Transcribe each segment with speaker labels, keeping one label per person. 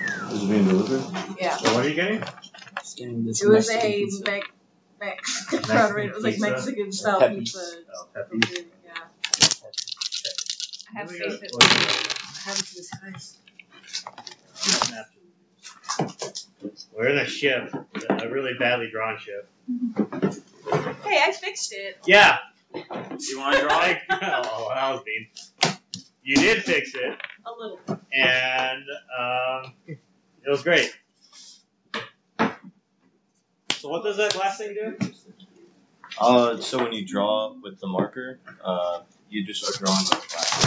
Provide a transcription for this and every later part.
Speaker 1: This is being delivered?
Speaker 2: Yeah.
Speaker 3: So what are you getting?
Speaker 4: Scanning this
Speaker 2: It was
Speaker 4: Mexican
Speaker 2: a
Speaker 4: pizza.
Speaker 2: Mex- Mex- Confederate. It was like
Speaker 3: pizza?
Speaker 2: Mexican style
Speaker 4: Pepe's.
Speaker 2: pizza.
Speaker 3: Oh,
Speaker 2: Yeah.
Speaker 3: Pepe's.
Speaker 5: I have
Speaker 3: We
Speaker 5: faith
Speaker 3: got-
Speaker 5: that we will.
Speaker 2: Have it to his eyes.
Speaker 3: We're in a ship, a really badly drawn ship.
Speaker 5: Hey, I fixed it.
Speaker 3: Yeah.
Speaker 4: You want to draw?
Speaker 3: I, oh, that was mean. You did fix it,
Speaker 5: A little.
Speaker 3: and um, it was great. So what does that glass thing do?
Speaker 1: Uh, so when you draw with the marker, uh, you just are drawing on the glass.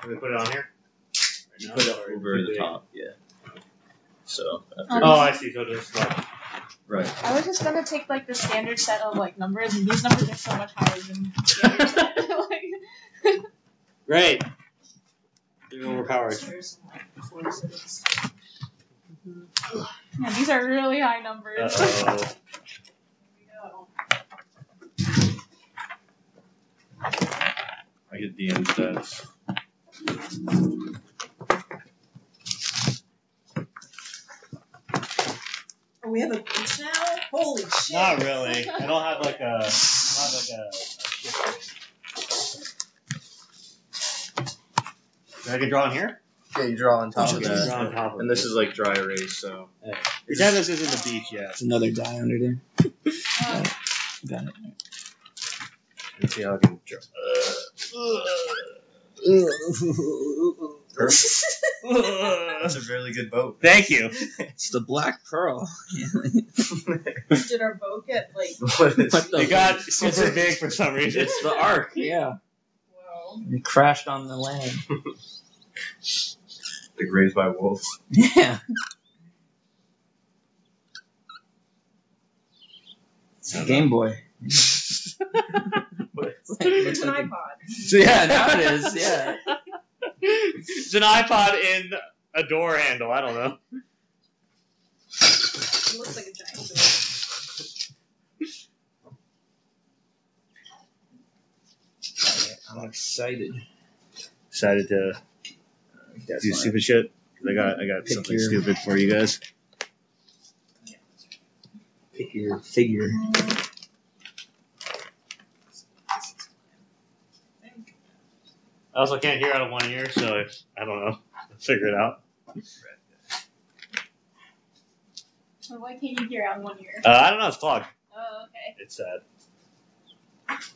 Speaker 3: Can we put it on here?
Speaker 1: You put it over the top, yeah. So, after,
Speaker 3: Oh, I see. So it doesn't slide.
Speaker 1: right.
Speaker 5: I was just gonna take like the standard set of like numbers, and these numbers are so much higher than the standard set. like,
Speaker 4: Great. You're overpowered.
Speaker 5: man, these are really high numbers.
Speaker 3: Uh-oh.
Speaker 1: I get DM stats.
Speaker 2: Oh, we have a beach now? Holy shit.
Speaker 3: Not really. I don't have like a. I don't have like a. a ship. So I can draw in here.
Speaker 1: Yeah, you draw on top of
Speaker 3: You can
Speaker 1: that.
Speaker 3: draw on top of
Speaker 1: And
Speaker 3: it.
Speaker 1: this is like dry erase, so.
Speaker 3: Your Dennis isn't the beach yet.
Speaker 4: That's another die under there.
Speaker 5: Uh,
Speaker 4: Got it.
Speaker 1: Let's see how I can draw. Perfect. That's a really good boat.
Speaker 3: Thank you.
Speaker 4: It's the black pearl.
Speaker 2: Did our boat get like.
Speaker 1: what is
Speaker 4: What the-
Speaker 3: It got super big for some reason.
Speaker 4: It's the arc. Yeah.
Speaker 2: Whoa.
Speaker 4: It crashed on the land.
Speaker 1: Like raised by wolves.
Speaker 4: Yeah. It's a Game Boy.
Speaker 2: It's an iPod.
Speaker 4: So yeah, now it is. Yeah.
Speaker 3: It's an iPod in a door handle. I don't know.
Speaker 2: It looks like a giant boat.
Speaker 4: I'm excited.
Speaker 3: Decided to do stupid shit. 'cause I got I got
Speaker 4: Pick
Speaker 3: something
Speaker 4: your-
Speaker 3: stupid for you guys.
Speaker 4: Pick your figure.
Speaker 3: I also can't hear out of one ear, so if, I don't know. Figure it out.
Speaker 5: so why can't you hear out one ear?
Speaker 3: Uh, I don't know. It's clogged.
Speaker 5: Oh, okay.
Speaker 3: It's sad.
Speaker 4: It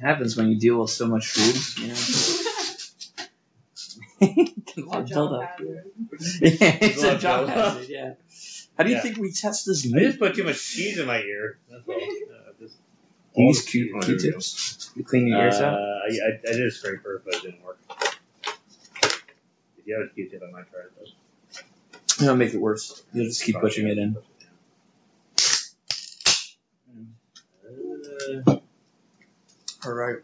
Speaker 4: happens when you deal with so much food. You know. Can all build up. it's a
Speaker 3: Blood
Speaker 4: job
Speaker 3: buildup.
Speaker 4: hazard, yeah. How do you
Speaker 3: Yeah.
Speaker 4: think we test this?
Speaker 3: I
Speaker 4: meat?
Speaker 3: just put too much cheese in my ear. That's all. Uh, just-
Speaker 4: Do you use
Speaker 3: all
Speaker 4: Q-
Speaker 3: the cheese.
Speaker 4: Q-tips? You clean
Speaker 3: Uh,
Speaker 4: your ears out?
Speaker 3: I, I, I did a scraper, but it didn't work. If you have a Q-tip, I might try it. though.
Speaker 4: It'll make it worse. You'll just keep pushing it in.
Speaker 3: Uh,
Speaker 4: All right.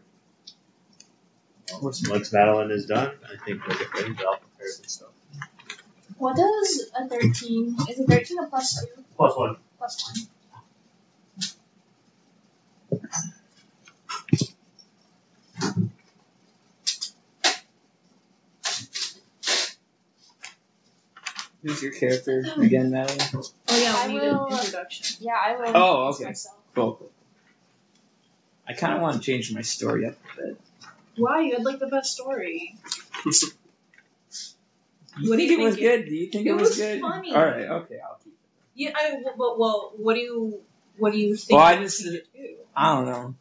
Speaker 4: What's
Speaker 3: Once Madeline is done, I think we'll get ready to all prepare some stuff.
Speaker 5: What does a thirteen? Is a thirteen a plus two?
Speaker 3: Plus one.
Speaker 5: Plus one.
Speaker 4: who's your character again, Madeline?
Speaker 2: Oh, yeah,
Speaker 5: I
Speaker 2: we need
Speaker 5: will-
Speaker 2: an introduction.
Speaker 5: Yeah, I will.
Speaker 4: Oh,
Speaker 5: use
Speaker 4: okay.
Speaker 5: myself.
Speaker 4: Cool. I kind of want to change my story up a bit.
Speaker 2: Why? You had like the best story.
Speaker 4: You
Speaker 2: What do
Speaker 4: think
Speaker 2: you
Speaker 4: it was
Speaker 2: think
Speaker 4: good? Do you think
Speaker 2: It
Speaker 4: it, was,
Speaker 2: was
Speaker 4: good?
Speaker 2: funny.
Speaker 4: All right. Okay. I'll keep it.
Speaker 2: Yeah, I mean, well, well, what do you. What do you think?
Speaker 4: Well, I
Speaker 2: we
Speaker 4: just-
Speaker 2: should do?
Speaker 4: I don't know.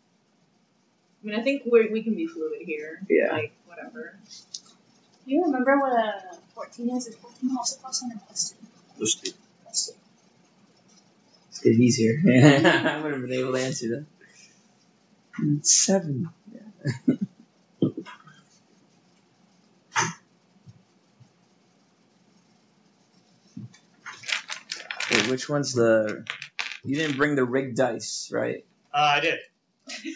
Speaker 2: I mean, I think we're, we can be fluid here.
Speaker 4: Yeah.
Speaker 2: Like, whatever.
Speaker 5: Do you remember what a fourteen is? Is fourteen also plus one or plus two?
Speaker 1: Just the
Speaker 5: Plus two.
Speaker 4: It's getting easier. I wouldn't have been able to answer that. Mm, Seven. Yeah. Wait, which one's the? You didn't bring the rigged dice, right?
Speaker 3: Uh, I did.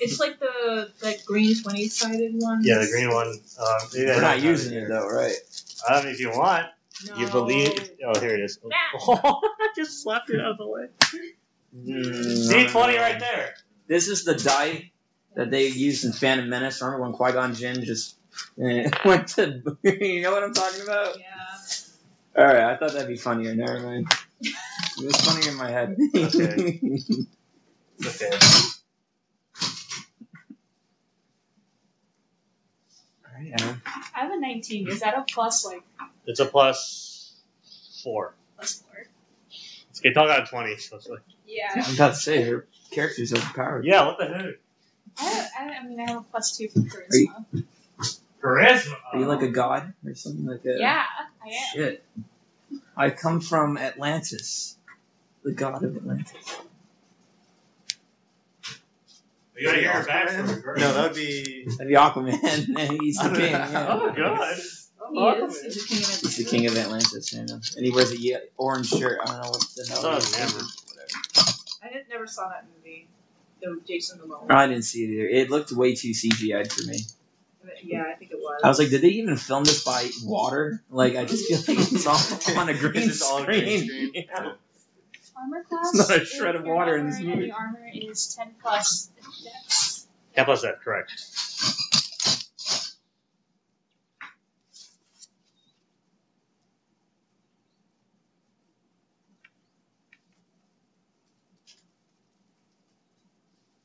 Speaker 2: It's like the like green twenty sided one.
Speaker 3: Yeah, the green one. Um, maybe I
Speaker 4: We're
Speaker 3: don't
Speaker 4: not
Speaker 3: have
Speaker 4: using it though, right?
Speaker 3: I don't know if you want.
Speaker 2: No.
Speaker 3: You believe? Oh, here it is. I just slapped it out of the way. D twenty right there.
Speaker 4: This is the die that they used in Phantom Menace. Remember when Qui Gon Jinn just eh, went to? you know what I'm talking about?
Speaker 2: Yeah.
Speaker 4: All right, I thought that'd be funnier. Never mind. It was funnier in my head.
Speaker 3: Okay. Okay.
Speaker 4: All right, Adam.
Speaker 5: I have a 19. Is that a plus, like,
Speaker 3: It's a plus four.
Speaker 5: plus four?
Speaker 3: It's okay. Talk out twenty. So it's like,
Speaker 5: Yeah.
Speaker 4: I'm about to say her character's overpowered.
Speaker 3: yeah. What the heck?
Speaker 5: I, have- I, I mean, I have a plus two for
Speaker 4: Are you-
Speaker 5: charisma.
Speaker 3: Charisma.
Speaker 4: Are you like a god or something like that?
Speaker 5: Yeah, I am.
Speaker 4: Shit. I come from Atlantis, the god of Atlantis.
Speaker 3: You gotta hear her backstory first.
Speaker 1: No, that would be.
Speaker 4: That'd be Aquaman. and He's the king. Yeah.
Speaker 3: Oh god.
Speaker 2: He
Speaker 3: Oh,
Speaker 2: is. He's the king of
Speaker 4: He's the king of Atlantis, you know. And he wears a ye- orange shirt. I don't know what the hell.
Speaker 3: Oh,
Speaker 4: it is.
Speaker 3: never.
Speaker 4: Whatever.
Speaker 2: I didn't, never saw that movie. The Jason Momoa.
Speaker 4: I didn't see it either. It looked way too CGI'd for me.
Speaker 2: Yeah, I think it was.
Speaker 4: I was like, did they even film this by water? Like, I just feel like it's all on a green
Speaker 1: It's just all
Speaker 4: screen.
Speaker 1: green screen.
Speaker 4: Yeah.
Speaker 5: Armor class?
Speaker 4: It's not a
Speaker 5: if
Speaker 4: shred of
Speaker 5: you're
Speaker 4: water
Speaker 5: not
Speaker 4: in this
Speaker 5: wearing
Speaker 4: movie.
Speaker 5: Any armor is 10 plus. dex.
Speaker 3: Ten plus that. Correct.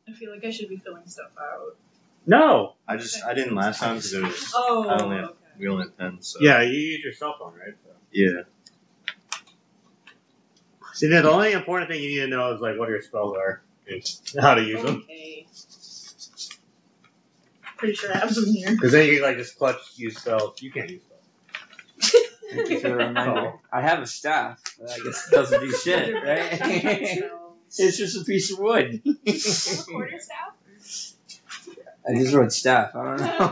Speaker 2: I feel like I should be filling stuff out.
Speaker 3: No.
Speaker 1: I just I didn't last time because it was
Speaker 2: Oh,
Speaker 1: I only have-
Speaker 2: okay.
Speaker 1: we only had ten. So
Speaker 3: Yeah, you use your cell phone, right? So.
Speaker 1: yeah.
Speaker 3: See, the only important thing you need to know is like what your spells are and how to use them.
Speaker 2: Okay. Pretty sure that was in here.
Speaker 3: Because then you can like just clutch use spells. You can't use spells.
Speaker 4: Thank you for the reminder. I have a staff, but I guess it doesn't do shit, right? it's just a piece of wood.
Speaker 5: Do you have a quarter staff?
Speaker 4: I just wrote staff. I don't
Speaker 2: oh,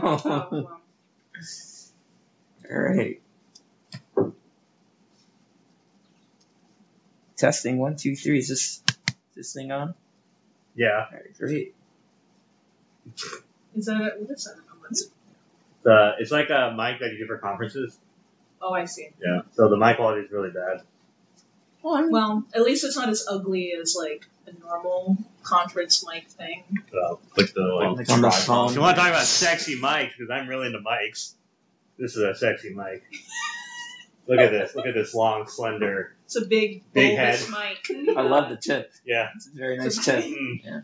Speaker 4: know.
Speaker 2: well.
Speaker 4: All right. Testing one, two, three. Is this is this thing on?
Speaker 3: Yeah.
Speaker 4: All right, great.
Speaker 2: Is that what is that? Oh, A one?
Speaker 3: The, it's like a mic that you do for conferences.
Speaker 2: Oh, I see.
Speaker 3: Yeah. So the mic quality is really bad.
Speaker 2: Well, at least it's not as ugly as like a normal conference mic thing.
Speaker 3: So
Speaker 1: Like the like,
Speaker 4: Like on the
Speaker 3: if you
Speaker 4: phone.
Speaker 3: want to talk about sexy mics, because I'm really into mics. This is a sexy mic. Look at this. Look at this long, slender.
Speaker 2: It's a big,
Speaker 3: Big
Speaker 2: bulbous mic.
Speaker 4: I love the tip.
Speaker 3: Yeah.
Speaker 4: It's a very nice tip.
Speaker 3: Mm.
Speaker 4: Yeah.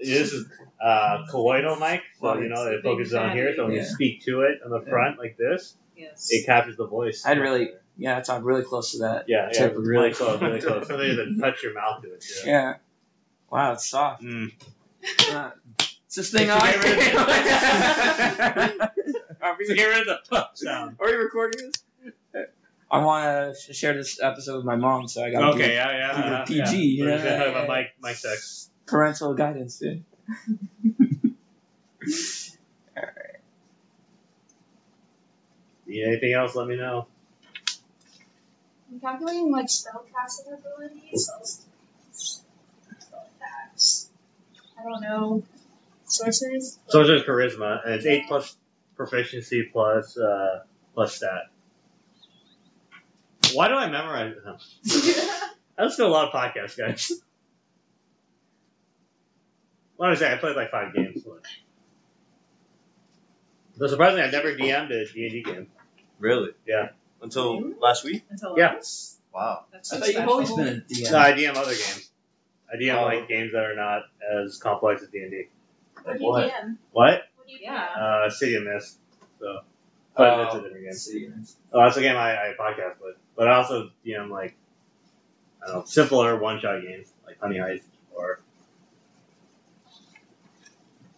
Speaker 3: This is uh, colloidal mic, so you know it focuses on here. So when
Speaker 4: Yeah.
Speaker 3: you speak to it on the
Speaker 4: Yeah.
Speaker 3: front like this,
Speaker 2: Yes.
Speaker 3: it captures the voice.
Speaker 4: I'd really- Yeah, I talk really close to that.
Speaker 3: Yeah, yeah,
Speaker 4: Tip
Speaker 3: really close, really close. So they even touch your mouth to it. Yeah.
Speaker 4: Yeah. Wow, it's soft.
Speaker 3: Mm.
Speaker 4: It's not- Is this thing
Speaker 3: Did
Speaker 4: on?
Speaker 3: you get rid of
Speaker 4: Are we
Speaker 3: So get rid of the pup sound.
Speaker 4: Are we recording this? I want to share this episode with my mom, so I got
Speaker 3: Okay, yeah, yeah.
Speaker 4: keep it
Speaker 3: yeah,
Speaker 4: PG,
Speaker 3: yeah.
Speaker 4: you
Speaker 3: We're just
Speaker 4: know?
Speaker 3: gonna talk about mic, mic sex.
Speaker 4: parental guidance, dude.
Speaker 3: Need anything else? Let me know.
Speaker 5: I'm calculating like spellcasting abilities. Spellcast. I don't know. Sorcerers?
Speaker 3: So it's just charisma, and it's eight plus proficiency plus uh, plus stat. Why do I memorize? Huh. I listen to a lot of podcasts, guys. What did I say? I played like five games. But... So surprisingly, I never DM'd a D&D game.
Speaker 1: really
Speaker 3: Yeah.
Speaker 1: until
Speaker 6: Mm-hmm.
Speaker 1: last week.
Speaker 2: Until
Speaker 3: yeah.
Speaker 2: That's,
Speaker 1: Wow.
Speaker 2: that's
Speaker 4: I
Speaker 2: so
Speaker 4: thought you've
Speaker 2: special.
Speaker 4: always been a DM.
Speaker 3: No, I DM other games. I DM
Speaker 1: Oh.
Speaker 3: like games that are not as complex as D&D.
Speaker 5: What do you
Speaker 1: what?
Speaker 5: DM?
Speaker 3: What?
Speaker 5: What do you
Speaker 2: Yeah.
Speaker 3: Uh, City of Mist. So, but
Speaker 4: Oh.
Speaker 3: that's a different game.
Speaker 4: Yes.
Speaker 3: Oh, that's a game I, I podcast with. But I also DM like I don't know, simpler one shot games like Honey Heist or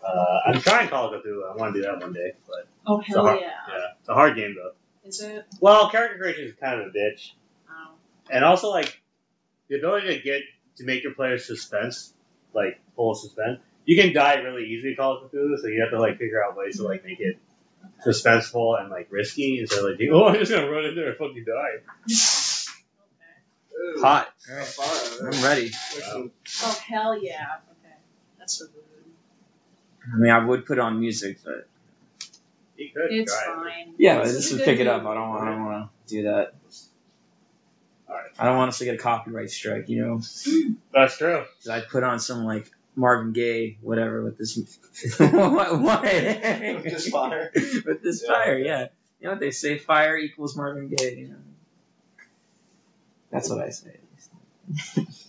Speaker 3: uh, I'm trying Call of Cthulhu. I want to do that one day, but
Speaker 2: Oh hell
Speaker 3: So-
Speaker 2: yeah.
Speaker 3: yeah, it's a hard game though.
Speaker 2: Is it?
Speaker 3: Well, character creation is kind of a bitch,
Speaker 2: Oh.
Speaker 3: and also like the ability to get to make your players suspense, like full suspense. You can die really easy in Call of Cthulhu, so you have to like figure out ways to like make it suspenseful and like risky instead of like, being, oh, I'm just gonna run in there and fucking die.
Speaker 2: Okay.
Speaker 4: Hot.
Speaker 1: All right.
Speaker 4: I'm ready.
Speaker 3: Wow.
Speaker 2: Oh hell yeah. Okay. That's so good.
Speaker 4: I mean, I would put on music, but
Speaker 3: He could
Speaker 2: It's
Speaker 3: try.
Speaker 2: fine.
Speaker 4: yeah, but
Speaker 2: This
Speaker 4: this
Speaker 2: is
Speaker 4: would
Speaker 2: good
Speaker 4: pick it
Speaker 2: news.
Speaker 4: up. I don't. I don't want to do that.
Speaker 3: Alright.
Speaker 4: I don't want us to get a copyright strike, you know.
Speaker 3: That's true.
Speaker 4: 'Cause I put on some like Marvin Gaye, whatever, with this. what? what?
Speaker 1: Just fire.
Speaker 4: with this
Speaker 1: Yeah.
Speaker 4: fire, yeah. You know what they say? Fire equals Marvin Gaye. You know? That's what I say. At least.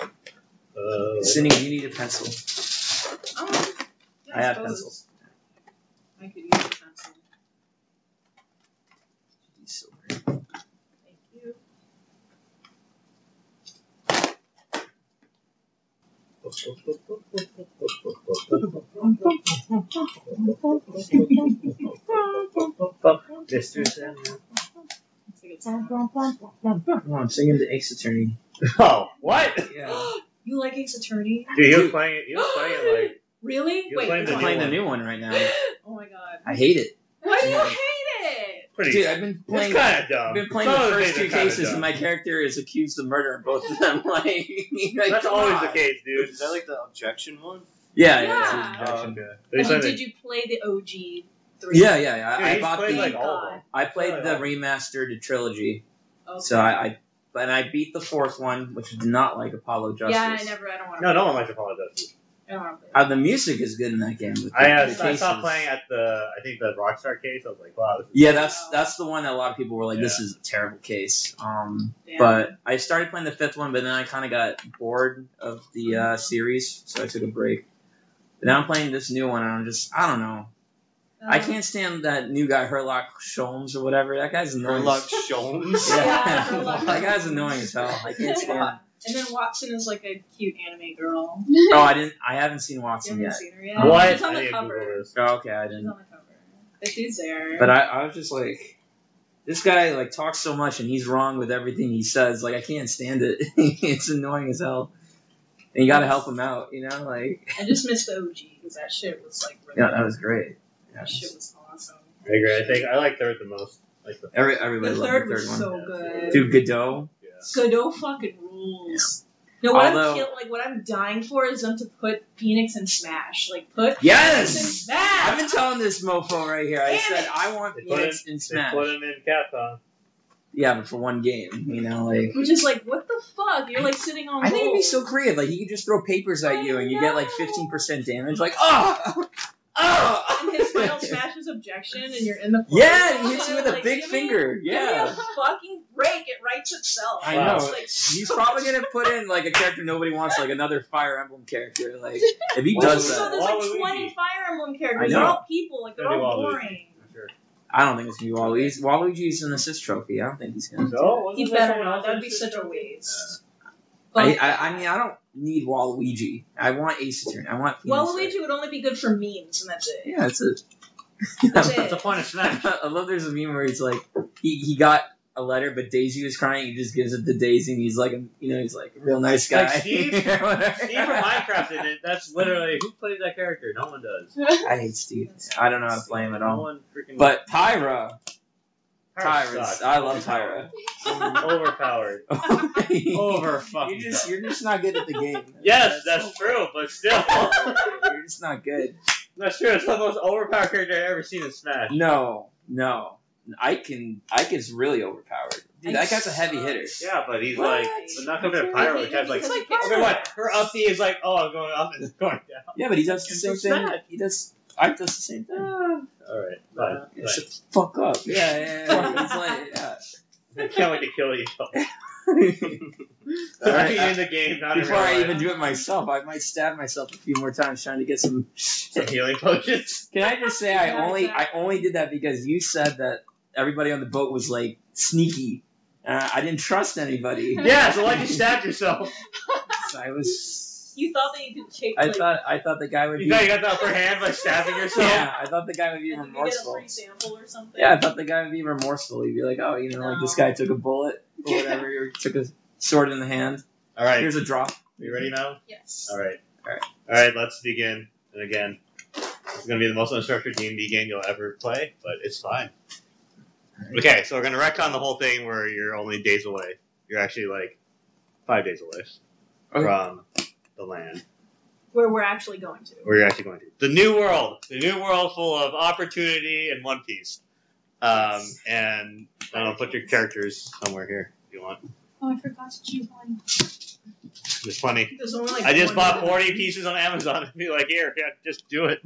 Speaker 3: Uh,
Speaker 4: Cindy, you need a pencil.
Speaker 2: Um, yeah,
Speaker 4: I have
Speaker 2: suppose
Speaker 4: pencils.
Speaker 2: I could use a pencil. Thank you.
Speaker 3: Mr. Sandman.
Speaker 2: It's a good sound.
Speaker 4: No, I'm singing the Ace Attorney.
Speaker 3: Oh, what?
Speaker 4: Yeah.
Speaker 2: you like Ace Attorney?
Speaker 3: Dude, he was playing it. He was playing it like
Speaker 2: Really?
Speaker 3: You're
Speaker 2: Wait,
Speaker 3: playing
Speaker 4: I'm
Speaker 3: the
Speaker 2: which
Speaker 4: playing the
Speaker 3: one.
Speaker 4: new one right now.
Speaker 2: Oh my god.
Speaker 4: I hate it.
Speaker 2: Why do you hate it?
Speaker 3: pretty.
Speaker 4: Dude, I've been
Speaker 3: it's
Speaker 4: playing.
Speaker 3: kind of dumb.
Speaker 4: I've been playing
Speaker 3: Some
Speaker 4: the
Speaker 3: of
Speaker 4: first
Speaker 3: things
Speaker 4: two
Speaker 3: are kinda
Speaker 4: cases,
Speaker 3: dumb.
Speaker 4: and my character is accused of murder in both of them. Like, like,
Speaker 3: That's
Speaker 4: come
Speaker 3: always
Speaker 4: on.
Speaker 3: the case, dude.
Speaker 1: Is that like the objection one?
Speaker 4: Yeah, yeah,
Speaker 2: Yeah.
Speaker 4: yeah.
Speaker 1: Oh, okay.
Speaker 3: They
Speaker 2: I mean,
Speaker 3: said
Speaker 2: did
Speaker 3: it-
Speaker 2: you play the OG three?
Speaker 4: Yeah, yeah, yeah. I,
Speaker 3: Dude,
Speaker 4: I
Speaker 3: he's
Speaker 4: bought
Speaker 3: played
Speaker 4: the.
Speaker 3: like all of them.
Speaker 4: I played the
Speaker 3: Yeah.
Speaker 4: remastered trilogy,
Speaker 2: Okay.
Speaker 4: so I, I and I beat the fourth one, which did not like Apollo Justice.
Speaker 2: Yeah, I never. I don't want to.
Speaker 3: No, no one likes apologize.
Speaker 2: I don't want to.
Speaker 4: Uh, the music is good in that game. but
Speaker 3: I,
Speaker 4: the-
Speaker 3: uh,
Speaker 4: the
Speaker 3: I stopped
Speaker 4: cases-
Speaker 3: playing at the I think the Rockstar case. I was like, wow, this is
Speaker 4: Yeah, that's that's the one that a lot of people were like, "This is a terrible case." Um,
Speaker 2: Yeah.
Speaker 4: but I started playing the fifth one, but then I kind of got bored of the
Speaker 2: Mm-hmm.
Speaker 4: uh, series, so I took a break. But now I'm playing this new one, and I'm just I don't know. I
Speaker 2: Um, Uh-huh.
Speaker 4: can't stand that new guy Herlock Sholmes or whatever. That guy's annoying.
Speaker 1: Herlock Sholmes.
Speaker 4: Yeah.
Speaker 2: Yeah, Herlock
Speaker 4: that guy's annoying as hell. I can't stand.
Speaker 2: Yeah. And then Watson is like a cute anime girl.
Speaker 4: Oh, I didn't. I haven't seen
Speaker 2: You
Speaker 4: Watson
Speaker 2: haven't
Speaker 4: yet.
Speaker 2: seen her yet.
Speaker 4: Um,
Speaker 3: what.
Speaker 2: She's on
Speaker 3: I
Speaker 2: the
Speaker 3: need to Google
Speaker 2: cover.
Speaker 3: this.
Speaker 4: Oh, okay, I
Speaker 2: She's
Speaker 4: didn't.
Speaker 2: on the cover. But she's there.
Speaker 4: But I, I was just like, this guy like talks so much and he's wrong with everything he says. Like I can't stand it. it's annoying as hell. And you gotta help him out, you know? Like
Speaker 2: I just missed the OG because that shit was like really.
Speaker 4: yeah, that was great. Yeah.
Speaker 2: that shit was awesome.
Speaker 3: I agree. I think I like third the most. Like the
Speaker 4: Every, everybody
Speaker 2: The
Speaker 4: loved
Speaker 2: third
Speaker 4: the
Speaker 2: was
Speaker 4: third one.
Speaker 2: so
Speaker 3: yeah.
Speaker 2: good.
Speaker 4: Dude, Godot.
Speaker 2: Godot fucking rules. No, what
Speaker 4: Although-
Speaker 2: I'm kill- like what I'm dying for is them to put Phoenix in Smash. Like put Phoenix in
Speaker 4: Yes!
Speaker 2: Smash.
Speaker 4: I've been telling this mofo right here. I
Speaker 2: Damn
Speaker 4: said
Speaker 2: it!
Speaker 4: I want
Speaker 3: They put
Speaker 4: Phoenix in
Speaker 3: they
Speaker 4: Smash.
Speaker 3: put him in Capcom.
Speaker 4: Yeah, but for one game, you know, like
Speaker 2: Which is like, what the fuck? You're like sitting on.
Speaker 4: I think it'd be
Speaker 2: gold.
Speaker 4: so creative. Like he could just throw papers at
Speaker 2: I
Speaker 4: you and you get like
Speaker 2: know.
Speaker 4: fifteen percent damage. Like, oh, oh.
Speaker 2: And his final smash is objection, and you're in the. corner.
Speaker 4: Yeah, he hits you with a
Speaker 2: Like,
Speaker 4: big
Speaker 2: give me-
Speaker 4: finger.
Speaker 2: Give me
Speaker 4: Yeah.
Speaker 2: a fucking break. It writes itself.
Speaker 4: I
Speaker 3: Wow.
Speaker 2: It's
Speaker 4: know.
Speaker 2: like,
Speaker 4: He's probably gonna put in like a character nobody wants, like another Fire Emblem character. Like if he
Speaker 3: Well,
Speaker 4: does
Speaker 2: so
Speaker 4: that,
Speaker 2: there's
Speaker 3: Waluigi.
Speaker 2: like 20 Fire Emblem characters.
Speaker 4: I know.
Speaker 2: They're all people. Like they're
Speaker 3: Maybe
Speaker 2: all
Speaker 3: Waluigi.
Speaker 2: boring.
Speaker 3: Sure.
Speaker 4: I don't think it's gonna be Waluigi. Waluigi's an assist trophy. I don't think he's gonna.
Speaker 3: No, wasn't
Speaker 2: He
Speaker 3: there
Speaker 2: better
Speaker 3: someone
Speaker 2: not.
Speaker 3: else
Speaker 2: That'd be
Speaker 3: that-
Speaker 2: such a waste.
Speaker 4: I, I, I mean, I don't need Waluigi. I want Ace Attorney. I want. Phoenix Wright.
Speaker 2: Waluigi would only be good for memes, and that's it.
Speaker 4: Yeah, that's it.
Speaker 2: That's
Speaker 3: That's the
Speaker 2: it.
Speaker 3: point of Smash.
Speaker 4: I love there's a meme where he's like, he, he got a letter, but Daisy was crying. He just gives it to Daisy, and he's like, you know, he's like a real nice guy.
Speaker 3: Like Steve-
Speaker 4: Or whatever.
Speaker 3: Steve from Minecraft in it. That's literally who plays that character. No one does.
Speaker 4: I hate Steve. I don't know how to play him at
Speaker 3: No
Speaker 4: all.
Speaker 3: one freaking.
Speaker 4: But Tyra,
Speaker 3: Tyra
Speaker 4: Tyra's,
Speaker 3: sucks.
Speaker 4: I love Tyra.
Speaker 3: Overpowered. Over
Speaker 4: you're just you're just not good at the game.
Speaker 3: Yes, that's true, but still.
Speaker 4: you're just not good.
Speaker 3: That's true. It's the most overpowered character I've ever seen in Smash.
Speaker 4: No, no. I can Ike is really overpowered. Dude,
Speaker 2: Ike
Speaker 4: that guy's a heavy hitter.
Speaker 3: Yeah, but he's
Speaker 2: What?
Speaker 3: like, but not compared to Pyro, which has like.
Speaker 2: It's like
Speaker 3: Okay, what? Her up D is like, oh, I'm going up and it's going down.
Speaker 4: Yeah, but he does the
Speaker 3: It's
Speaker 4: same
Speaker 3: so
Speaker 4: thing.
Speaker 3: sad.
Speaker 4: He does Ike does the same thing.
Speaker 3: Alright, fine.
Speaker 4: Yeah, shut the fuck up. Yeah, yeah, yeah. yeah. It's like,
Speaker 3: I can't wait to kill you.
Speaker 4: yeah. All right,
Speaker 3: Alright, in the game, not in
Speaker 4: Before I
Speaker 3: real
Speaker 4: even do it myself, I might stab myself a few more times trying to get some.
Speaker 3: life. healing potions.
Speaker 4: Can I just say I
Speaker 2: Yeah,
Speaker 4: only I
Speaker 2: exactly.
Speaker 4: only did that because you said that everybody on the boat was like sneaky. Uh, I didn't trust anybody.
Speaker 3: Yeah, so why'd you stab yourself?
Speaker 4: So I was.
Speaker 2: You thought that you could take.
Speaker 4: I
Speaker 2: like,
Speaker 4: thought I thought the guy would
Speaker 3: You
Speaker 4: be.
Speaker 3: thought you got the upper hand by stabbing yourself?
Speaker 4: Yeah, I thought the guy would be
Speaker 2: you could get a
Speaker 4: remorseful.
Speaker 2: free sample or something.
Speaker 4: Yeah, I thought the guy would be remorseful. He'd be like, oh, you know, like this guy took a bullet or whatever, or took a sword in the hand.
Speaker 3: Alright,
Speaker 4: Here's a drop.
Speaker 3: you ready now?
Speaker 2: Yes.
Speaker 3: Alright.
Speaker 4: Alright.
Speaker 3: Alright, let's begin. And again, it's gonna be the most unstructured D&D game you'll ever play, but it's fine. Okay, so we're gonna retcon the whole thing where you're only days away. You're actually like five days away
Speaker 4: Okay.
Speaker 3: from the land.
Speaker 2: Where we're actually going to.
Speaker 3: where you're actually going to. The new world, the new world full of opportunity and One Piece. Um, and I don't know, put your characters somewhere here if you want.
Speaker 5: Oh, I forgot to choose one.
Speaker 3: It's funny.
Speaker 2: There's only like.
Speaker 3: I
Speaker 2: one
Speaker 3: just bought
Speaker 2: other-
Speaker 3: 40 pieces on Amazon and be like, here, yeah, just do it.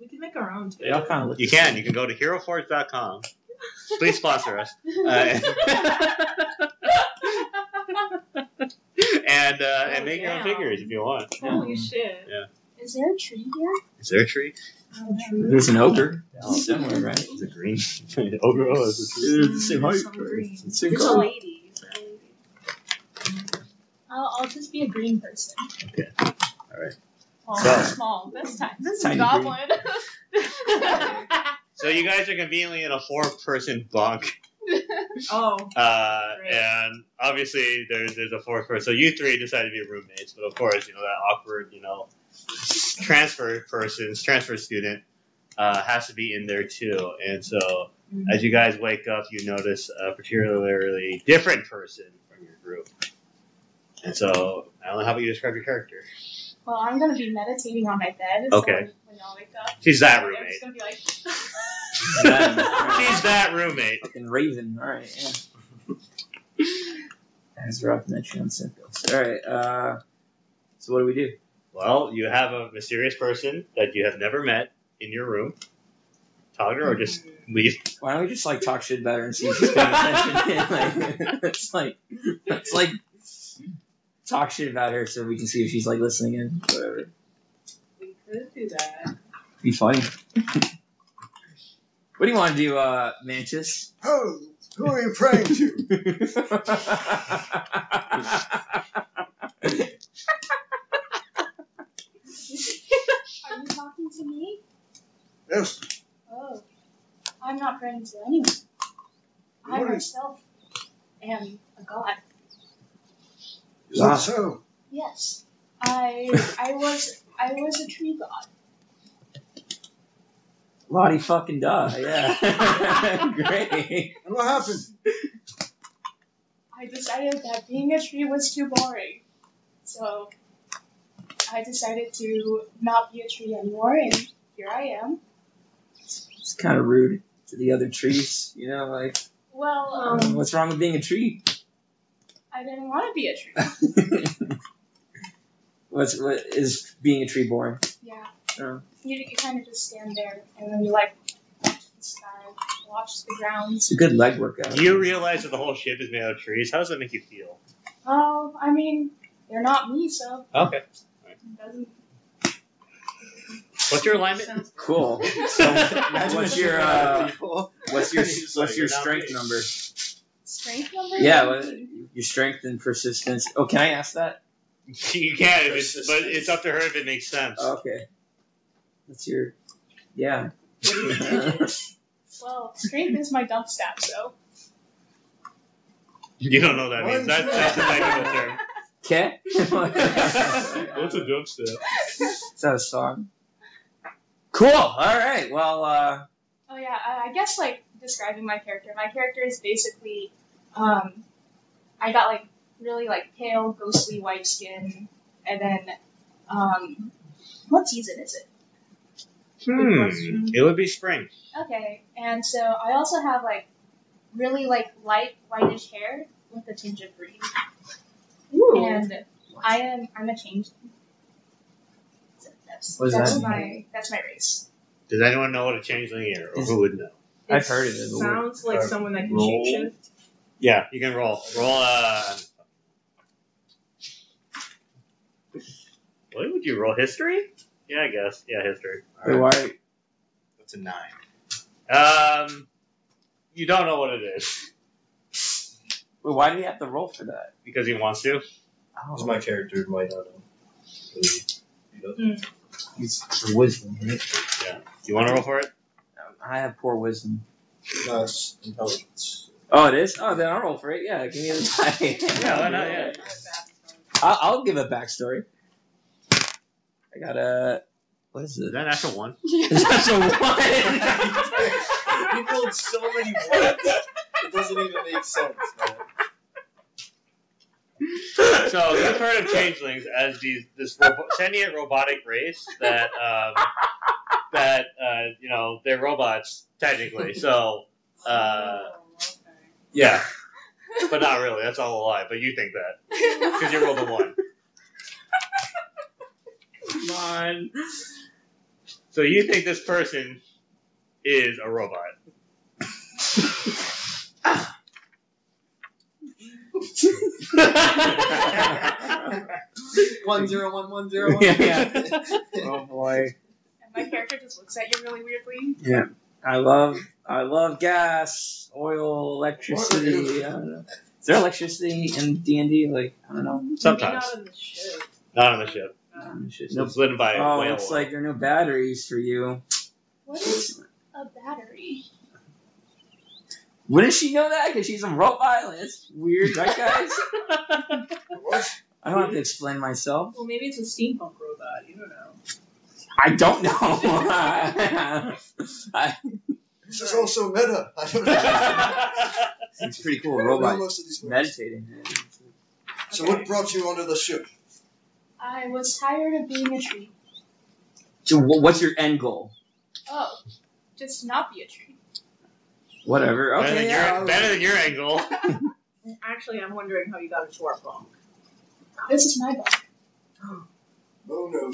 Speaker 2: We can make our own too.
Speaker 4: They all kind of look.
Speaker 3: You
Speaker 4: the
Speaker 3: can.
Speaker 4: same.
Speaker 3: You can go to heroforge.com. Please sponsor us. Uh, and uh, and make your own
Speaker 2: Wow.
Speaker 3: figures if you want.
Speaker 2: Holy shit.
Speaker 5: Is there a tree here?
Speaker 3: Is there a tree?
Speaker 4: There's an ogre.
Speaker 3: Yeah.
Speaker 4: Similar, right?
Speaker 3: Is it green? Ogre oh, is it
Speaker 4: It's the same height.
Speaker 2: It's all green.
Speaker 4: It's the same
Speaker 2: It's a
Speaker 4: color.
Speaker 2: lady. It's a lady.
Speaker 5: I'll, I'll just be a green person.
Speaker 3: Okay. Alright.
Speaker 5: Small,
Speaker 3: So-
Speaker 5: small this time. This is
Speaker 4: Tiny
Speaker 5: a goblin.
Speaker 3: So you guys are conveniently in a four-person bunk,
Speaker 2: Oh,
Speaker 3: uh,
Speaker 2: Great.
Speaker 3: and obviously there's there's a fourth person. So you three decided to be roommates, but of course you know that awkward you know transfer person, transfer student uh, has to be in there too. And so
Speaker 2: Mhm.
Speaker 3: as you guys wake up, you notice a particularly different person from your group. And so Alan, how about you describe your character?
Speaker 5: well, I'm gonna be meditating on my bed. so
Speaker 3: Okay.
Speaker 5: when I wake up,
Speaker 3: She's that
Speaker 5: I'm just
Speaker 3: roommate.
Speaker 5: gonna be like,
Speaker 3: She's that roommate.
Speaker 4: Fucking Raven. All right, yeah. That's rough. and That shit on set goes. All right. Uh, so what do we do?
Speaker 3: Well, you have a mysterious person that you have never met in your room. Talk to her or just leave.
Speaker 4: Why don't we just like talk shit about her and see if she's paying attention? like, it's like, it's like, talk shit about her so we can see if she's like listening in. Whatever.
Speaker 2: we could do that.
Speaker 4: Be funny. what do you want to do, uh, Mantis?
Speaker 6: Oh, who are you praying to?
Speaker 5: Are you talking to me?
Speaker 6: Yes.
Speaker 5: Oh, I'm not praying to anyone. I
Speaker 6: What is,
Speaker 5: myself am a god.
Speaker 6: is
Speaker 4: Wow.
Speaker 6: that so?
Speaker 5: Yes, I I was I was a tree god.
Speaker 4: Lottie fucking duh, yeah. Great.
Speaker 6: And what happened?
Speaker 5: I decided that being a tree was too boring, so I decided to not be a tree anymore, and here I am.
Speaker 4: It's kind of rude to the other trees, you know, like,
Speaker 5: Well,
Speaker 4: um,
Speaker 5: um,
Speaker 4: what's wrong with being a tree?
Speaker 5: I didn't want to be a tree.
Speaker 4: what's, what is being a tree boring?
Speaker 5: Yeah.
Speaker 4: Oh.
Speaker 5: You, you kind of just stand there and then you like watch the sky, watch the ground.
Speaker 4: It's a good leg workout.
Speaker 3: You realize that the whole ship is made out of trees. How does that make you feel?
Speaker 5: Oh, I mean, they're not me, so
Speaker 3: Okay.
Speaker 5: it doesn't.
Speaker 3: What's your alignment?
Speaker 2: Sounds-
Speaker 4: Cool.
Speaker 6: Imagine
Speaker 4: what's
Speaker 6: if you
Speaker 4: your,
Speaker 6: met
Speaker 4: uh,
Speaker 6: people.
Speaker 4: What's your,
Speaker 3: He's like,
Speaker 4: what's your
Speaker 3: "You're not
Speaker 4: strength
Speaker 3: me."
Speaker 4: number?
Speaker 5: Strength number?
Speaker 4: Yeah, what, your strength and persistence. Oh, can I ask that?
Speaker 3: You can, if it's, but it's up to her if it makes sense.
Speaker 4: Okay. That's your. Yeah.
Speaker 5: Well, strength is my dump stat, so.
Speaker 3: You don't know what that means. That, that's the technical term.
Speaker 4: Okay.
Speaker 3: What's a jump step?
Speaker 4: Is that a song? Cool. All right. Well, uh,
Speaker 5: Oh yeah, I, I guess like describing my character. My character is basically, um, I got like really like pale, ghostly white skin, and then, um, what season is it?
Speaker 3: Hmm. It would be spring.
Speaker 5: Okay, and so I also have like really like light whitish hair with a tinge of green, and I am I'm a changeling. So That's,
Speaker 4: What does
Speaker 5: that's
Speaker 4: that mean?
Speaker 5: my that's my race.
Speaker 3: Does anyone know what a changeling is, or who would know?
Speaker 4: I've heard of it, but what-
Speaker 2: Sounds like
Speaker 3: uh,
Speaker 2: someone that can
Speaker 1: roll.
Speaker 2: shapeshift.
Speaker 3: Yeah, you can roll. Roll. Uh, what would you roll? History? Yeah, I guess. Yeah, history.
Speaker 4: wait, why?
Speaker 1: That's a nine.
Speaker 3: Um, you don't know what it is
Speaker 4: Wait, why do you have to roll for that?
Speaker 3: because he wants to.
Speaker 1: Because my character might not know.
Speaker 4: It's for wisdom, right?
Speaker 3: You want to roll for it?
Speaker 4: I have poor wisdom.
Speaker 1: No, it's intelligence.
Speaker 4: Oh, it is. Oh, then I'll roll for it. Yeah, give me the
Speaker 3: Yeah, why not? Yeah.
Speaker 4: I'll, I'll give a backstory. I got a. What is
Speaker 3: Is
Speaker 4: it?
Speaker 3: that natural one?
Speaker 4: That's a one.
Speaker 1: you build so many words. It doesn't even make sense, man.
Speaker 3: so you've heard of changelings as these this robo- sentient robotic race that um, that uh, you know they're robots technically. So uh,
Speaker 5: Oh,
Speaker 3: yeah, but not really. That's all a lie. But you think that because you rolled a one.
Speaker 4: Come on.
Speaker 3: So you think this person is a robot?
Speaker 7: One zero one one zero one.
Speaker 4: Yeah, yeah. oh boy.
Speaker 5: And my character just looks at you really weirdly.
Speaker 4: I love I love gas, oil, electricity. I don't know. Is there electricity in D and D? Like I don't know.
Speaker 3: Sometimes.
Speaker 2: Not in the ship. Um,
Speaker 3: Not on the ship.
Speaker 4: Shit.
Speaker 3: It's lit by a
Speaker 4: Oh,
Speaker 3: whale.
Speaker 4: looks like there are no batteries for you.
Speaker 5: What is a battery?
Speaker 4: Wouldn't she know that? Because she's on Rope Island. It's weird, right, guys? I don't have to explain myself.
Speaker 2: Well, maybe it's a steampunk robot. You don't know.
Speaker 4: I don't know.
Speaker 6: This is also meta. I don't know.
Speaker 3: I
Speaker 4: it's pretty cool.
Speaker 6: I don't know
Speaker 4: Robot
Speaker 6: most of these words.
Speaker 4: meditating.
Speaker 6: So what brought you onto the ship?
Speaker 5: I was tired of being a tree.
Speaker 4: So, wh- what's your end goal?
Speaker 5: Oh, just not be a tree.
Speaker 3: better,
Speaker 4: Whatever. Okay.
Speaker 3: than
Speaker 4: yeah,
Speaker 3: your,
Speaker 4: I'll-
Speaker 3: better than your angle.
Speaker 2: Actually, I'm wondering how you got into our phone.
Speaker 5: This is my book.
Speaker 6: Oh no.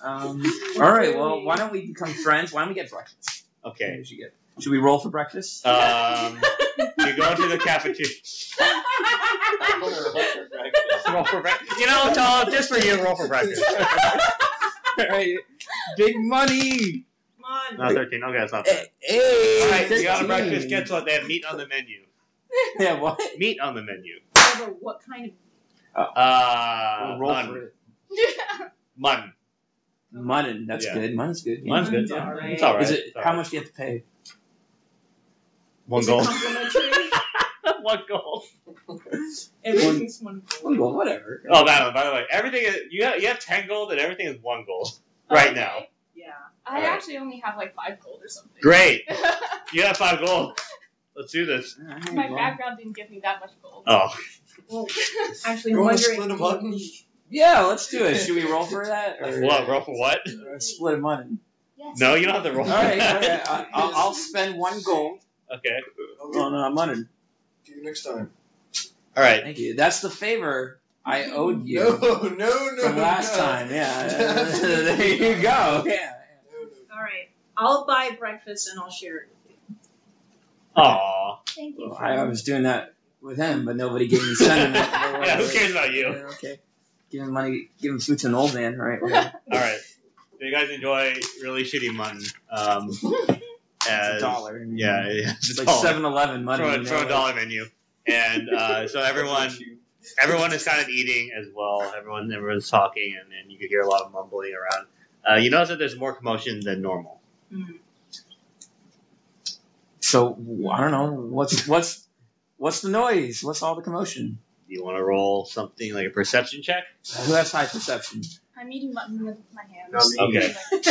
Speaker 4: Um, all right. Well, why don't we become friends? Why don't we get breakfast?
Speaker 3: Okay.
Speaker 4: Should, we get- should we roll for breakfast?
Speaker 3: Um, you go to the cafeteria. Roll for breakfast. You know, Tom, just for you, roll for breakfast.
Speaker 4: all right. Big money.
Speaker 2: Come
Speaker 3: No,
Speaker 2: on.
Speaker 3: 13. Okay, that's not bad.
Speaker 4: Hey. hey,
Speaker 3: All right, you got a
Speaker 4: 13.
Speaker 3: breakfast. Guess what? They have meat on the menu.
Speaker 4: Yeah. What?
Speaker 3: Meat on the menu.
Speaker 2: Yeah, but what kind of
Speaker 3: Uh,
Speaker 4: We'll roll
Speaker 3: mutton.
Speaker 4: for it.
Speaker 3: Mutton.
Speaker 4: Mutton. That's
Speaker 3: Yeah.
Speaker 4: good. Mutton's good.
Speaker 3: Mutton's good.
Speaker 2: Mine's
Speaker 3: Yeah.
Speaker 2: alright.
Speaker 3: It's all right.
Speaker 4: Is it?
Speaker 3: It's all
Speaker 4: How
Speaker 3: right.
Speaker 4: much do you have to pay?
Speaker 3: One
Speaker 2: is it
Speaker 3: gold.
Speaker 2: complimentary?
Speaker 3: One gold.
Speaker 2: Everything's one gold.
Speaker 4: One gold, whatever.
Speaker 3: Oh, that one. By the way, everything is you have you have ten gold and everything is one gold right
Speaker 5: Okay.
Speaker 3: now.
Speaker 2: Yeah.
Speaker 5: I
Speaker 3: Alright.
Speaker 5: actually only have like five gold or something.
Speaker 3: Great, you have five gold. Let's do this.
Speaker 4: All right,
Speaker 5: my
Speaker 4: well,
Speaker 5: background didn't give me that much gold.
Speaker 3: Oh,
Speaker 2: Well, actually,
Speaker 6: You
Speaker 2: I'm
Speaker 6: wanna
Speaker 2: wondering.
Speaker 6: split a
Speaker 2: do you
Speaker 6: mutton?
Speaker 2: need-
Speaker 4: Yeah, let's do it. Should we roll for that? Or,
Speaker 3: what? Roll for what?
Speaker 4: or split mutton.
Speaker 5: Yes.
Speaker 3: No, you don't have to roll.
Speaker 4: All right. All right. I, I'll, I'll spend one gold
Speaker 3: okay.
Speaker 6: Okay.
Speaker 4: on uh, mutton.
Speaker 6: See you next time.
Speaker 3: All right.
Speaker 4: Thank you. That's the favor I owed you
Speaker 6: No, no, no.
Speaker 4: from last
Speaker 6: no.
Speaker 4: time. Yeah. there you go. Oh, Yeah.
Speaker 6: No, no.
Speaker 2: All right. I'll buy breakfast and I'll share it with you.
Speaker 3: Aw.
Speaker 5: Thank you.
Speaker 4: Well, I, I was doing that with him, but nobody gave me sentiment.
Speaker 3: Yeah. Who cares about you?
Speaker 4: Yeah, okay. Giving money, giving food to an old man, all right? whatever.
Speaker 3: All right. So you guys enjoy really shitty mutton. Um,
Speaker 4: It's
Speaker 3: as,
Speaker 4: a dollar.
Speaker 3: Yeah, yeah.
Speaker 4: It's
Speaker 3: It's
Speaker 4: like
Speaker 3: dollar.
Speaker 4: 7 Eleven money.
Speaker 3: Throw, a-
Speaker 4: you know,
Speaker 3: throw a
Speaker 4: like-
Speaker 3: dollar menu, and uh, so everyone everyone is kind of eating as well. Everyone everyone's talking, and, and you could hear a lot of mumbling around. Uh, you notice that there's more commotion than normal.
Speaker 4: So, I don't know. What's, what's, what's the noise? What's all the commotion?
Speaker 3: Do you want to roll something like a perception check?
Speaker 4: Who has high perception?
Speaker 5: I'm eating mutton with my hands.
Speaker 6: No,
Speaker 3: me. Okay.
Speaker 6: I think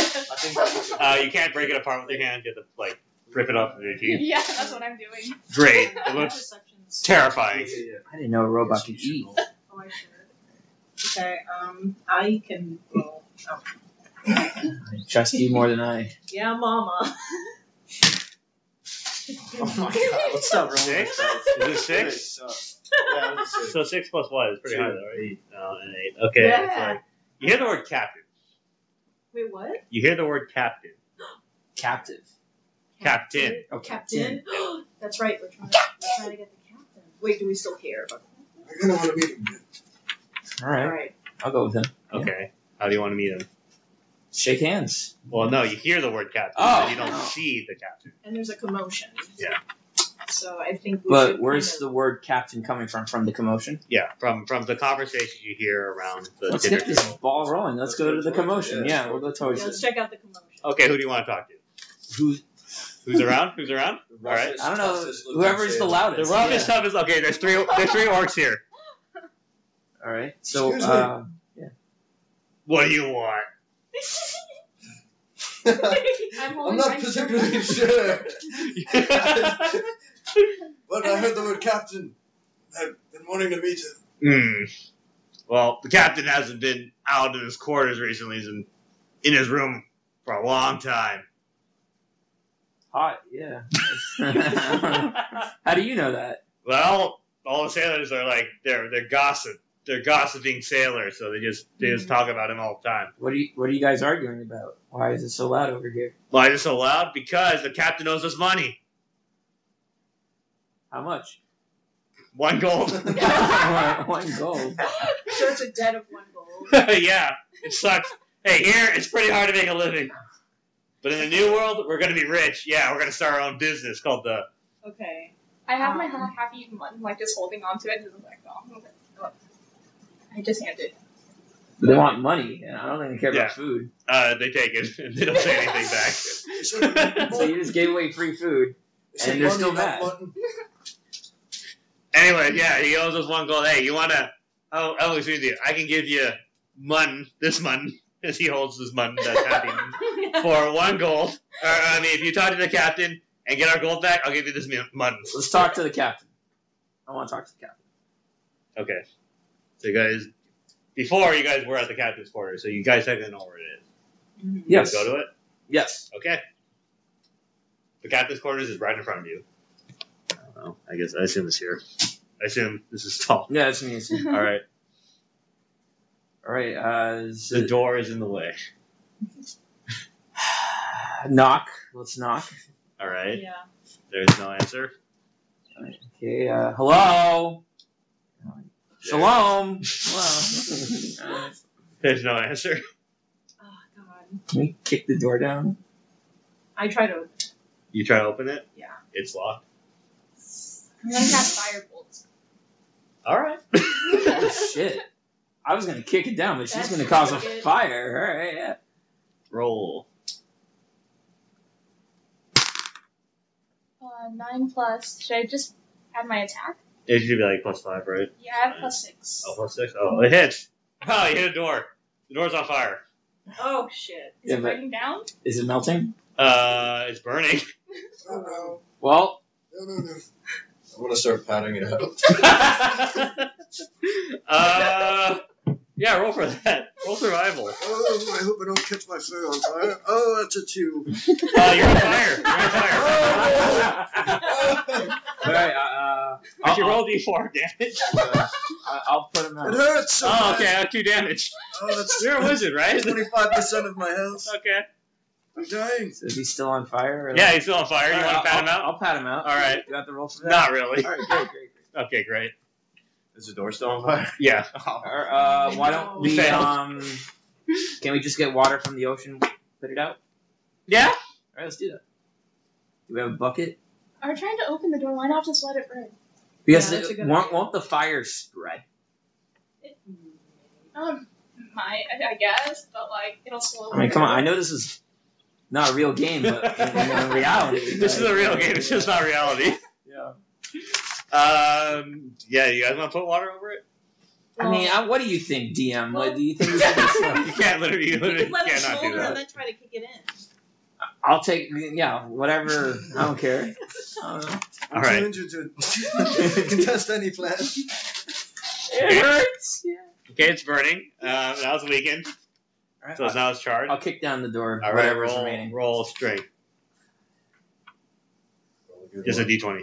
Speaker 6: that's what-
Speaker 3: Uh, you can't break it apart with your hand. You have to like rip it off with your teeth.
Speaker 5: yeah, that's what I'm doing.
Speaker 3: Great. It looks
Speaker 2: Perceptions.
Speaker 3: terrifying.
Speaker 6: Yeah, yeah.
Speaker 4: I didn't know a robot could eat.
Speaker 2: Oh, I should. Okay. Um, I can. Well, oh.
Speaker 4: I trust you more than I.
Speaker 2: Yeah, Mama.
Speaker 6: Oh my god.
Speaker 4: What's up,
Speaker 3: Six? Is it six?
Speaker 6: Yeah, it was six.
Speaker 3: So six plus one is pretty
Speaker 6: Two.
Speaker 3: high, though, right? Eight. No, an eight. Okay.
Speaker 2: Yeah.
Speaker 3: it's like- you hear the word captain.
Speaker 2: Wait, what?
Speaker 3: You hear the word captain.
Speaker 4: Captive.
Speaker 3: Captain.
Speaker 4: Oh,
Speaker 2: Captain. That's right. We're trying, to, we're trying to get the captain. Wait, do we still care? about
Speaker 6: I kind of want to meet him.
Speaker 4: All
Speaker 2: All
Speaker 4: right.
Speaker 2: right.
Speaker 4: I'll go with him.
Speaker 3: Okay. How do you want to meet him?
Speaker 4: Shake hands.
Speaker 3: Well, no, you hear the word captain,
Speaker 4: Oh.
Speaker 3: but you don't
Speaker 4: Oh.
Speaker 3: see the captain.
Speaker 2: And there's a commotion.
Speaker 3: Yeah.
Speaker 2: So I think. We
Speaker 4: But
Speaker 2: should
Speaker 4: where's
Speaker 2: kind
Speaker 4: the word captain coming from? From the commotion?
Speaker 3: Yeah, from from the conversation you hear around the
Speaker 4: Let's
Speaker 3: dinner
Speaker 4: get this
Speaker 3: table.
Speaker 4: ball rolling. Let's go to the commotion. Yeah, we'll go
Speaker 2: of,
Speaker 4: towards
Speaker 2: Yeah, let's
Speaker 4: it.
Speaker 2: check out the commotion.
Speaker 3: Okay, who do you want to talk to?
Speaker 4: Who's,
Speaker 3: Who's around? Who's around? All right.
Speaker 4: I don't know. Whoever's the
Speaker 3: The
Speaker 4: loudest.
Speaker 3: roughest stuff is okay. There's three. There's three orcs here.
Speaker 4: All right. So,
Speaker 6: Excuse me.
Speaker 4: uh,
Speaker 3: What do you want?
Speaker 5: I'm
Speaker 6: I'm
Speaker 5: holding my
Speaker 6: not particularly sure, but I heard the word captain. I've been wanting to meet him.
Speaker 3: Hmm. Well, the captain hasn't been out in his quarters recently. He's in, in his room for a long time.
Speaker 4: hot. Yeah. How do you know that?
Speaker 3: well, all the sailors are like they're they're gossip they're gossiping sailors, so they just they just talk about him all the time.
Speaker 4: What are you What are you guys arguing about? Why is it so loud over here?
Speaker 3: Why is it so loud? Because the captain owes us money.
Speaker 4: How much?
Speaker 3: One gold.
Speaker 4: one, one gold.
Speaker 2: So it's a debt of one gold.
Speaker 3: yeah, it sucks. Hey, here it's pretty hard to make a living. But in the new world, we're gonna be rich. Yeah, we're gonna start our own business called the.
Speaker 2: Okay.
Speaker 5: I have my
Speaker 2: Um.
Speaker 5: half eaten one, like just holding on to it, and I'm like, oh. I just hand it.
Speaker 4: They want money, and I don't think they care
Speaker 3: Yeah.
Speaker 4: about food.
Speaker 3: Uh, they take it and they don't say anything back.
Speaker 6: Should have been
Speaker 4: So you
Speaker 6: mutton.
Speaker 4: just gave away free food.
Speaker 6: Should have
Speaker 4: they're
Speaker 6: been
Speaker 4: still
Speaker 6: mutton,
Speaker 4: mad.
Speaker 6: not mutton.
Speaker 3: Anyway, yeah, he owes us one gold. Hey, you wanna? Oh, oh, excuse you. I can give you mun this mun as he holds this mun that's happy for one gold. Or I mean, if you talk to the captain and get our gold back, I'll give you this mu- mun.
Speaker 4: Let's talk to the captain. I want to talk to the captain.
Speaker 3: Okay. So you guys, before you guys were at the captain's quarters, so you guys technically know where it is.
Speaker 2: Mhm.
Speaker 3: You
Speaker 4: Yes.
Speaker 3: guys Go to it.
Speaker 4: Yes.
Speaker 3: Okay. The captain's quarters is right in front of you. I don't know. I guess I assume it's here. I assume this is tall.
Speaker 4: Yeah, that's me. It's me.
Speaker 3: All right.
Speaker 4: All right. Uh, is
Speaker 3: The
Speaker 4: it-
Speaker 3: door is in the way.
Speaker 4: knock. Let's knock.
Speaker 3: All right.
Speaker 2: Yeah.
Speaker 3: There's no answer.
Speaker 4: Okay. Uh, hello. Shalom.
Speaker 2: Hello.
Speaker 4: Hello.
Speaker 3: There's no answer.
Speaker 2: Oh god.
Speaker 4: Can we kick the door down?
Speaker 2: I try to.
Speaker 3: You try to open it.
Speaker 2: Yeah.
Speaker 3: It's locked.
Speaker 5: I'm gonna cast firebolts.
Speaker 3: All right.
Speaker 4: Oh, shit. I was gonna kick it down, but she's
Speaker 2: That's
Speaker 4: gonna cause a
Speaker 2: wicked.
Speaker 4: fire. All right. Yeah.
Speaker 3: Roll.
Speaker 5: Uh, nine plus. Should I just add my attack?
Speaker 3: It should be like plus five, right?
Speaker 5: Yeah, I have plus six.
Speaker 3: Oh, plus six. Oh, it hits. Oh, you hit a door. The door's on fire.
Speaker 2: Oh shit.
Speaker 5: Is
Speaker 4: Yeah, but-
Speaker 5: it breaking down?
Speaker 4: Is it melting?
Speaker 3: Uh, it's burning.
Speaker 6: No, no,
Speaker 4: Well,
Speaker 6: no, no, no. I'm gonna start patting it out.
Speaker 3: uh, yeah, roll for that. Roll survival.
Speaker 6: Oh, I hope I don't catch my food on fire. Oh, that's a two.
Speaker 3: Uh, you're on fire. You're on fire.
Speaker 6: Oh,
Speaker 4: all right. Uh,
Speaker 3: Actually,
Speaker 4: I'll-
Speaker 3: roll d4 damage.
Speaker 4: uh, I- I'll put him
Speaker 6: it
Speaker 4: out.
Speaker 6: hurts. So
Speaker 3: Oh,
Speaker 6: bad.
Speaker 3: okay, uh, two damage.
Speaker 6: Oh, that's
Speaker 3: You're a wizard, right?
Speaker 6: Twenty-five percent of my health.
Speaker 3: Okay.
Speaker 6: I'm dying.
Speaker 4: So is he still on fire?
Speaker 3: Yeah, he's still on fire. You
Speaker 4: All right,
Speaker 3: want to pat him
Speaker 4: I'll-
Speaker 3: out?
Speaker 4: I'll pat him out.
Speaker 3: All right.
Speaker 4: You got the roll for that.
Speaker 3: Not really.
Speaker 4: All right. Great. Great. great.
Speaker 3: Okay, great.
Speaker 1: Is the door still on fire?
Speaker 3: Yeah.
Speaker 4: All right, uh, why don't we?
Speaker 3: You failed.
Speaker 4: Um, can we just get water from the ocean? Put it out.
Speaker 3: Yeah?
Speaker 4: All right. Let's do that. Do we have a bucket?
Speaker 5: Are trying to open the door. Why not just let it burn?
Speaker 4: Because
Speaker 2: Yeah, that's a
Speaker 4: it,
Speaker 2: good
Speaker 4: won't,
Speaker 2: idea.
Speaker 4: won't the fire spread?
Speaker 5: Um, my, I I guess, but like it'll slowly.
Speaker 4: I mean, come on. I know this is not a real game, but in, in reality,
Speaker 3: This is
Speaker 4: like-
Speaker 3: a real game. It's just not reality.
Speaker 4: Yeah.
Speaker 3: Um, yeah, you guys want to put water over it?
Speaker 4: I mean, I, what do you think, DM? What do you think?
Speaker 3: you
Speaker 4: We should do?
Speaker 3: can't literally, you
Speaker 2: You
Speaker 3: literally
Speaker 2: can let it
Speaker 3: cannot do
Speaker 2: smolder
Speaker 3: that.
Speaker 2: and then try to kick it in.
Speaker 4: I'll take. Yeah. Whatever. I don't care. I don't know.
Speaker 6: I'm
Speaker 3: All right.
Speaker 6: too injured to contest any plan.
Speaker 3: Okay.
Speaker 4: hurts. Yeah.
Speaker 3: Okay, it's burning. Um, now it's weakened,
Speaker 4: All right.
Speaker 3: so it's now it's charred.
Speaker 4: I'll kick down the door.
Speaker 3: All right,
Speaker 4: whatever's
Speaker 3: roll,
Speaker 4: remaining.
Speaker 3: roll strength. Just a d20.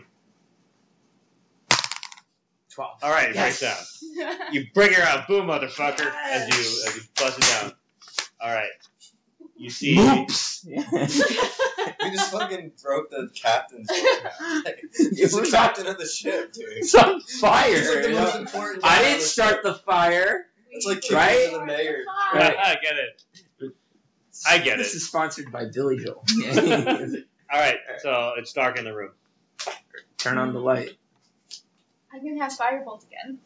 Speaker 4: Twelve.
Speaker 3: All right, it
Speaker 4: Yes.
Speaker 3: breaks down. You bring her out, boom, motherfucker, as you as you bust it down. All right. You see,
Speaker 4: Oops.
Speaker 6: We just fucking broke the captain's.
Speaker 4: He's
Speaker 6: He's
Speaker 4: the
Speaker 6: the captain of the ship, dude.
Speaker 4: it's on fire.
Speaker 6: It's like the most important.
Speaker 4: I
Speaker 6: job
Speaker 4: didn't
Speaker 6: on
Speaker 4: start the fire.
Speaker 6: It's like
Speaker 4: kicking Right?
Speaker 6: to the mayor.
Speaker 4: Right.
Speaker 3: I get it. I get
Speaker 4: this
Speaker 3: it.
Speaker 4: is sponsored by Billy Joel.
Speaker 3: All right, so it's dark in the room.
Speaker 4: Turn on the light.
Speaker 5: I can cast firebolt again.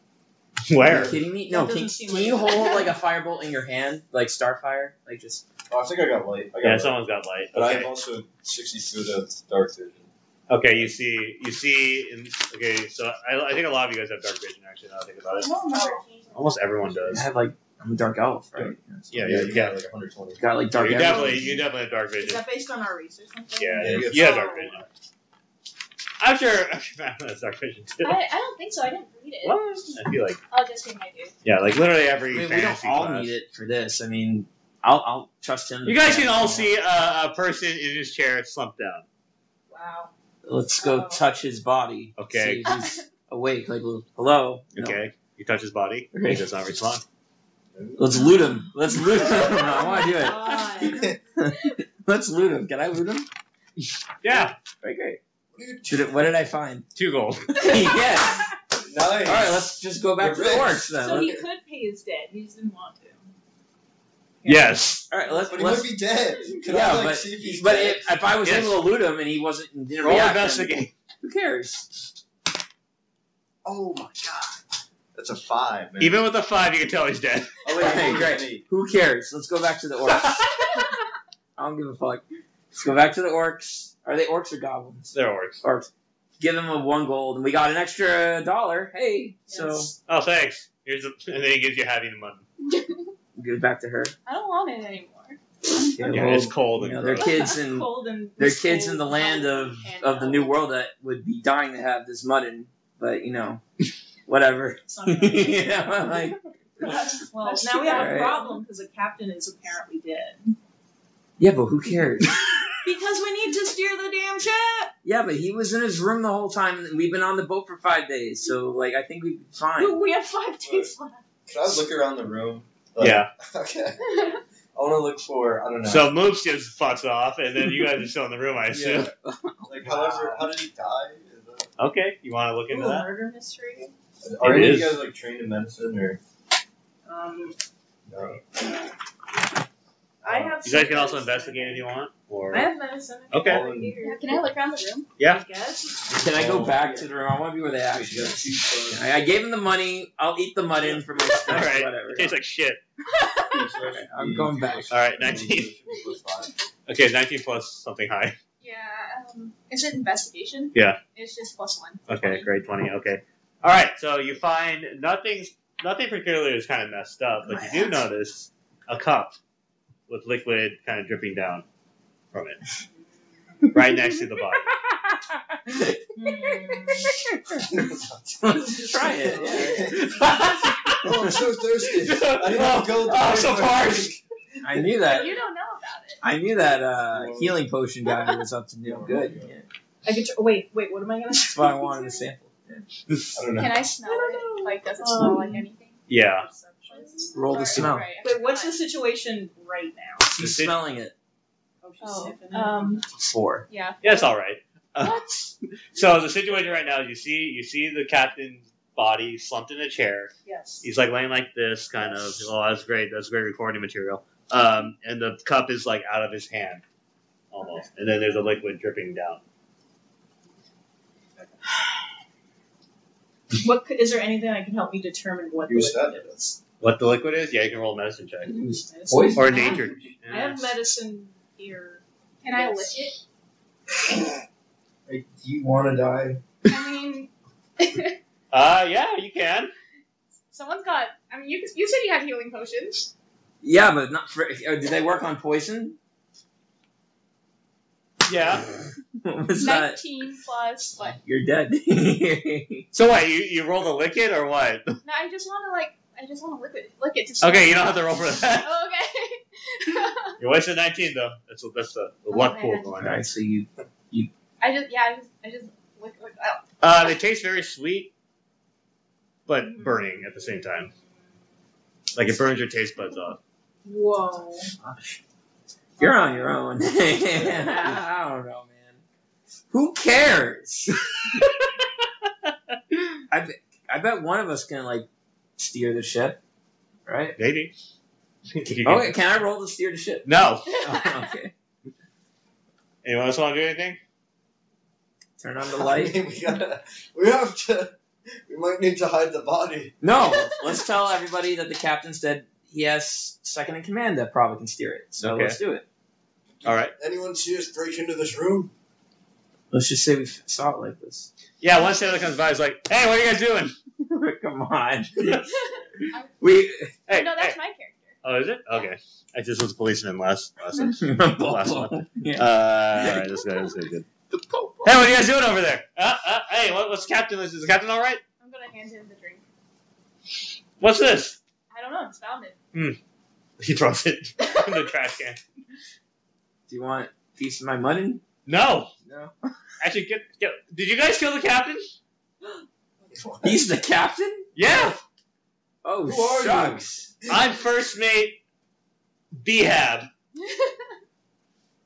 Speaker 4: Are you kidding me? No.
Speaker 2: That
Speaker 4: Can,
Speaker 2: doesn't seem
Speaker 4: can
Speaker 2: like-
Speaker 4: you hold like a firebolt in your hand, like Starfire, like just?
Speaker 6: Oh, I think I got light. I got
Speaker 3: Yeah,
Speaker 6: light.
Speaker 3: someone's got light.
Speaker 6: But
Speaker 3: Okay.
Speaker 6: I'm also 60 foot of dark vision.
Speaker 3: Okay, you see, you see, in, okay, so I, I think a lot of you guys have dark vision, actually, now that I think about it.
Speaker 5: No, no.
Speaker 3: Almost everyone
Speaker 4: I
Speaker 3: does.
Speaker 4: have like I'm a dark elf, right?
Speaker 3: Yeah, yeah, you got
Speaker 6: like 120.
Speaker 4: Got like dark.
Speaker 3: you
Speaker 4: elf.
Speaker 3: definitely, you definitely have dark
Speaker 2: Is
Speaker 3: vision.
Speaker 2: that based on our research? or something?
Speaker 3: Yeah,
Speaker 6: Yeah,
Speaker 3: you
Speaker 6: you
Speaker 3: you have
Speaker 2: have-
Speaker 3: dark vision. I'm sure, I'm sure Matt has dark vision too.
Speaker 5: I, I don't think so. I didn't read it.
Speaker 3: What? I feel like,
Speaker 5: I'll just be my dude.
Speaker 3: yeah, like literally
Speaker 4: I
Speaker 3: every
Speaker 4: mean, we don't
Speaker 3: fantasy
Speaker 4: all
Speaker 3: class.
Speaker 4: need it for this. I mean, I'll I'll trust him. to-
Speaker 3: You guys can all see a, a person in his chair slumped down.
Speaker 2: Wow.
Speaker 4: Let's go
Speaker 5: Oh.
Speaker 4: touch his body.
Speaker 3: Okay.
Speaker 4: See if he's awake. Like hello. No.
Speaker 3: Okay. You touch his body, he
Speaker 4: Right.
Speaker 3: does not respond.
Speaker 4: Let's loot him. Let's loot him. I want to do it.
Speaker 2: God.
Speaker 4: Let's loot him. Can I loot him?
Speaker 3: Yeah,
Speaker 4: Right, great.
Speaker 6: What are you
Speaker 4: Should it, what did I find?
Speaker 3: two gold.
Speaker 2: Oh,
Speaker 4: yes.
Speaker 6: Nice. All
Speaker 4: All right, let's just go back to the
Speaker 6: You're rich.
Speaker 4: orcs then.
Speaker 2: so he
Speaker 4: Let's-
Speaker 2: could pay his debt. He just didn't want to.
Speaker 3: Yes.
Speaker 4: all right, let's.
Speaker 6: But he
Speaker 4: let's
Speaker 6: would be dead. Could
Speaker 4: yeah,
Speaker 6: I like
Speaker 4: but,
Speaker 6: see if he's
Speaker 4: but
Speaker 6: dead?
Speaker 4: if, if I was
Speaker 3: Yes.
Speaker 4: able to loot him and he wasn't and didn't
Speaker 3: Roll
Speaker 4: react, then
Speaker 3: investigate.
Speaker 4: Who cares?
Speaker 6: oh my god.
Speaker 1: That's a five, man.
Speaker 3: Even with a five, you can tell he's dead.
Speaker 1: oh, wait,
Speaker 4: Okay,
Speaker 1: wait,
Speaker 4: great.
Speaker 1: wait.
Speaker 4: Who cares? Let's go back to the orcs. I don't give a fuck. Let's go back to the orcs. Are they orcs or goblins?
Speaker 3: There works.
Speaker 4: Orcs. Give them a one gold, and we got an extra dollar. Hey, so
Speaker 2: Yes.
Speaker 3: Oh, thanks. Here's a, and then he gives you having the money.
Speaker 4: give it back to her.
Speaker 5: I don't want it anymore.
Speaker 4: Yeah,
Speaker 3: Yeah,
Speaker 4: well,
Speaker 3: it's cold
Speaker 4: you
Speaker 3: and
Speaker 4: know, they're
Speaker 3: gross.
Speaker 4: kids in
Speaker 2: Cold and
Speaker 4: they're
Speaker 2: this
Speaker 4: kids
Speaker 2: cold
Speaker 4: in the land of
Speaker 2: and
Speaker 4: of the
Speaker 2: cold.
Speaker 4: new world that would be dying to have this mutton, but you know, whatever.
Speaker 2: It's not gonna work.
Speaker 4: yeah, like
Speaker 2: well,
Speaker 5: That's
Speaker 2: now
Speaker 5: too
Speaker 2: we have
Speaker 4: bad.
Speaker 2: a problem because the captain is apparently dead.
Speaker 4: yeah, but who cares?
Speaker 2: Because we need to steer the damn ship.
Speaker 4: Yeah, but he was in his room the whole time. and We've been on the boat for five days, so like I think we'd be fine.
Speaker 2: We- We have five days left.
Speaker 1: Should I look around the room? Like-
Speaker 3: Yeah.
Speaker 1: Okay. I want to look for I don't know.
Speaker 3: So Moops just fucks off, and then you guys are still in the room, I assume.
Speaker 1: Yeah. like however, how did he die? Is that-
Speaker 3: Okay, you want to look
Speaker 2: Ooh,
Speaker 3: into
Speaker 2: a
Speaker 3: that?
Speaker 2: murder mystery.
Speaker 1: Are
Speaker 3: It
Speaker 1: any of
Speaker 3: is.
Speaker 1: you guys like trained in medicine or
Speaker 2: Um,
Speaker 1: no?
Speaker 2: I have.
Speaker 3: Oh. You guys can
Speaker 2: some
Speaker 3: also
Speaker 2: medicine.
Speaker 3: investigate if you want. Or
Speaker 2: I have medicine.
Speaker 3: Okay.
Speaker 2: Over here.
Speaker 5: Can I look around the room?
Speaker 3: Yeah.
Speaker 2: I guess.
Speaker 4: Can I go back to the room? I want to be where they actually. are. I I gave him the money. I'll eat the mutton for my snacks,
Speaker 3: All right.
Speaker 4: whatever.
Speaker 3: It tastes like shit.
Speaker 4: Okay, I'm going back.
Speaker 3: All right, 19. Okay, 19 plus something high.
Speaker 5: Yeah. Um, is it investigation?
Speaker 3: Yeah.
Speaker 5: It's just plus one.
Speaker 3: Okay, grade 20. Okay. All right, so you find nothing's nothing particularly is kind of messed up, but you do notice a cup with liquid kind of dripping down from it, right next to the body.
Speaker 5: Mm.
Speaker 2: Hmm.
Speaker 4: Let's try it.
Speaker 6: Oh, I'm so thirsty. I didn't
Speaker 3: Oh,
Speaker 6: go
Speaker 3: oh, so parched.
Speaker 4: I knew that.
Speaker 5: You don't know about it.
Speaker 4: I knew that uh, healing potion guy was up to no good.
Speaker 2: I could. tr- wait, wait. What am I gonna?
Speaker 4: That's why I wanted to sample.
Speaker 1: I don't know.
Speaker 5: Can I smell
Speaker 2: I don't
Speaker 5: it?
Speaker 2: know.
Speaker 5: Like, does it
Speaker 2: Um,
Speaker 5: smell like anything?
Speaker 3: Yeah.
Speaker 4: Roll the
Speaker 5: Or-
Speaker 4: smell.
Speaker 5: right,
Speaker 2: Wait, what's the
Speaker 5: fine.
Speaker 2: situation right now?
Speaker 4: She's smelling it.
Speaker 2: Oh, she's
Speaker 5: Oh,
Speaker 2: sniffing it.
Speaker 5: um,
Speaker 4: Four.
Speaker 5: yeah.
Speaker 3: Yeah, it's all right. Uh, so the situation right now is you see you see the captain's body slumped in a chair.
Speaker 2: yes.
Speaker 3: He's like laying like this, kind of. Oh, that's great. That's great recording material. Um, and the cup is like out of his hand, almost. And then there's a liquid dripping down.
Speaker 2: What could, is there anything that can help me determine what
Speaker 1: You
Speaker 2: the liquid
Speaker 1: said
Speaker 2: is?
Speaker 3: What the liquid is? Yeah, you can roll a medicine check
Speaker 2: Medicine?
Speaker 3: or nature.
Speaker 2: I have medicine here.
Speaker 5: Can I lick it?
Speaker 6: Hey, do you want to die?
Speaker 5: I mean,
Speaker 3: Uh, yeah, you can.
Speaker 5: someone's got. I mean, you you said you had healing potions.
Speaker 4: Yeah, but not for. uh, Did they work on poison?
Speaker 3: Yeah.
Speaker 4: What was that?
Speaker 5: Nineteen plus what?
Speaker 4: You're dead.
Speaker 3: So what? You you roll the liquid or what?
Speaker 5: No, I just want to like. I just want to lick it. Lick it. To
Speaker 3: Okay, you don't have to roll for that.
Speaker 5: Oh, okay.
Speaker 3: You're wasting 19 though. That's a, that's a
Speaker 5: Oh,
Speaker 3: luck
Speaker 5: man.
Speaker 3: pool going on.
Speaker 4: Alright, so you.
Speaker 5: I just yeah. I just I just lick lick. Oh.
Speaker 3: Uh, they taste very sweet,
Speaker 2: Mm-hmm.
Speaker 3: but burning at the same time. Like it burns your taste buds off.
Speaker 2: Whoa.
Speaker 4: You're on your own. I don't know, man. Who cares? I, bet, I bet one of us can, like, steer the ship, right?
Speaker 3: Maybe. If you can-
Speaker 4: Okay, can I roll to steer the ship?
Speaker 3: No.
Speaker 4: Oh, okay.
Speaker 3: Anyone else want to do anything?
Speaker 4: Turn on the light.
Speaker 6: I mean, we, gotta, we have to. We might need to hide the body.
Speaker 4: No, let's tell everybody that the captain said he has second in command that probably can steer it. So
Speaker 3: Okay.
Speaker 4: let's do it.
Speaker 3: All right.
Speaker 6: Anyone see us break into this room?
Speaker 4: Let's just say we f- saw it like this.
Speaker 3: Yeah. One sailor comes by. He's like, "Hey, what are you guys doing?"
Speaker 4: Come on. we.
Speaker 3: Hey.
Speaker 5: no,
Speaker 3: hey.
Speaker 5: that's my character.
Speaker 3: Oh, is it? Okay. I just was a policeman last last. time. last one. Uh,
Speaker 4: Yeah.
Speaker 5: Mm-hmm.
Speaker 3: all right. This guy this guy's good. Hey, what are you guys doing over there? Uh, uh, hey, what, what's the captain? Is the captain all right?
Speaker 5: I'm gonna hand him the drink.
Speaker 3: What's this?
Speaker 5: I don't know. It's found it.
Speaker 3: He throws it in the trash can.
Speaker 4: Do you want a piece of my money?
Speaker 3: No.
Speaker 4: No.
Speaker 3: Actually, get, get. Did you guys kill the captain?
Speaker 4: He's the captain?
Speaker 3: Yeah.
Speaker 4: Oh,
Speaker 6: Who are you?
Speaker 4: shucks.
Speaker 3: I'm first mate Behab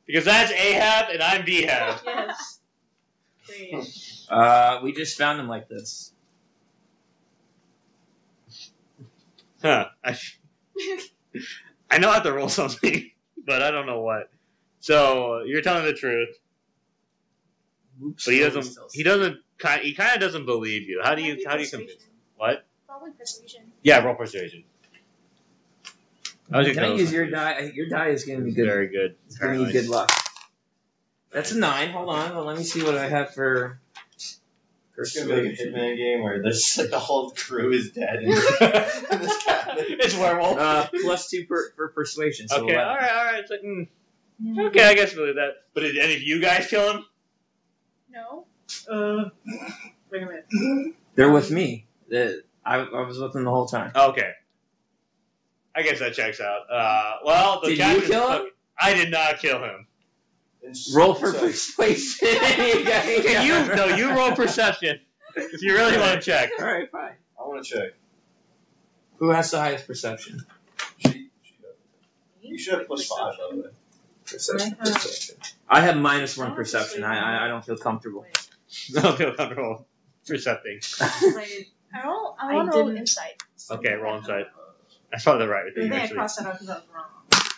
Speaker 3: because that's Ahab and I'm Behab.
Speaker 2: Yes. Great.
Speaker 4: Uh, we just found him like this.
Speaker 3: Huh. I, I know I have to roll something, but I don't know what. So you're telling the truth,
Speaker 4: Oops,
Speaker 3: but he
Speaker 4: oh,
Speaker 3: doesn't.
Speaker 4: still-
Speaker 3: He doesn't. ki- He kind of doesn't believe you. How do you?
Speaker 5: Probably
Speaker 3: How do you
Speaker 5: persuasion.
Speaker 3: convince? him? What?
Speaker 5: Probably persuasion.
Speaker 3: Yeah, roll persuasion. I was
Speaker 4: Can
Speaker 3: gonna
Speaker 4: I
Speaker 3: go
Speaker 4: use
Speaker 3: with
Speaker 4: your
Speaker 3: persuasion.
Speaker 4: die? I think Your die is gonna be good.
Speaker 3: Very good.
Speaker 4: It's gonna be good luck. That's a nine. Hold on. Well, let me see what I have for.
Speaker 1: It's gonna be like a
Speaker 4: persuasion.
Speaker 1: Hitman game where there's like the whole crew is dead. And this cat.
Speaker 3: it's werewolf.
Speaker 4: Uh, plus two per, for persuasion. So
Speaker 3: okay,
Speaker 4: 11.
Speaker 3: all right, all right. It's like, mm,
Speaker 2: Hmm.
Speaker 3: okay, I guess believe that. But did any of you guys kill him?
Speaker 5: No.
Speaker 2: Uh, wait a minute.
Speaker 4: They're with me. The- I, I was with them the whole time.
Speaker 3: Okay. I guess that checks out. Uh, well, the
Speaker 4: Did you
Speaker 3: captain's
Speaker 4: kill
Speaker 3: fuck- I did not kill him.
Speaker 1: And
Speaker 4: Roll for
Speaker 1: so-
Speaker 4: persuasion.
Speaker 3: Can you? No, you roll perception if you really want to check.
Speaker 4: All right, fine.
Speaker 1: I want to check.
Speaker 4: Who has the highest perception?
Speaker 1: She, she does. you should have plus five, by the way.
Speaker 4: Perception.
Speaker 2: I have-
Speaker 4: perception. I have minus one perception. I, I I don't feel comfortable.
Speaker 2: Wait.
Speaker 3: I don't feel comfortable percepting.
Speaker 2: Wait.
Speaker 5: I roll.
Speaker 2: I
Speaker 5: I want to roll
Speaker 2: didn't-
Speaker 5: insight.
Speaker 3: Okay, roll inside.
Speaker 2: Uh,
Speaker 3: That's probably the right
Speaker 2: I
Speaker 3: thing.
Speaker 2: think I
Speaker 3: Actually.
Speaker 2: crossed that out because I was wrong.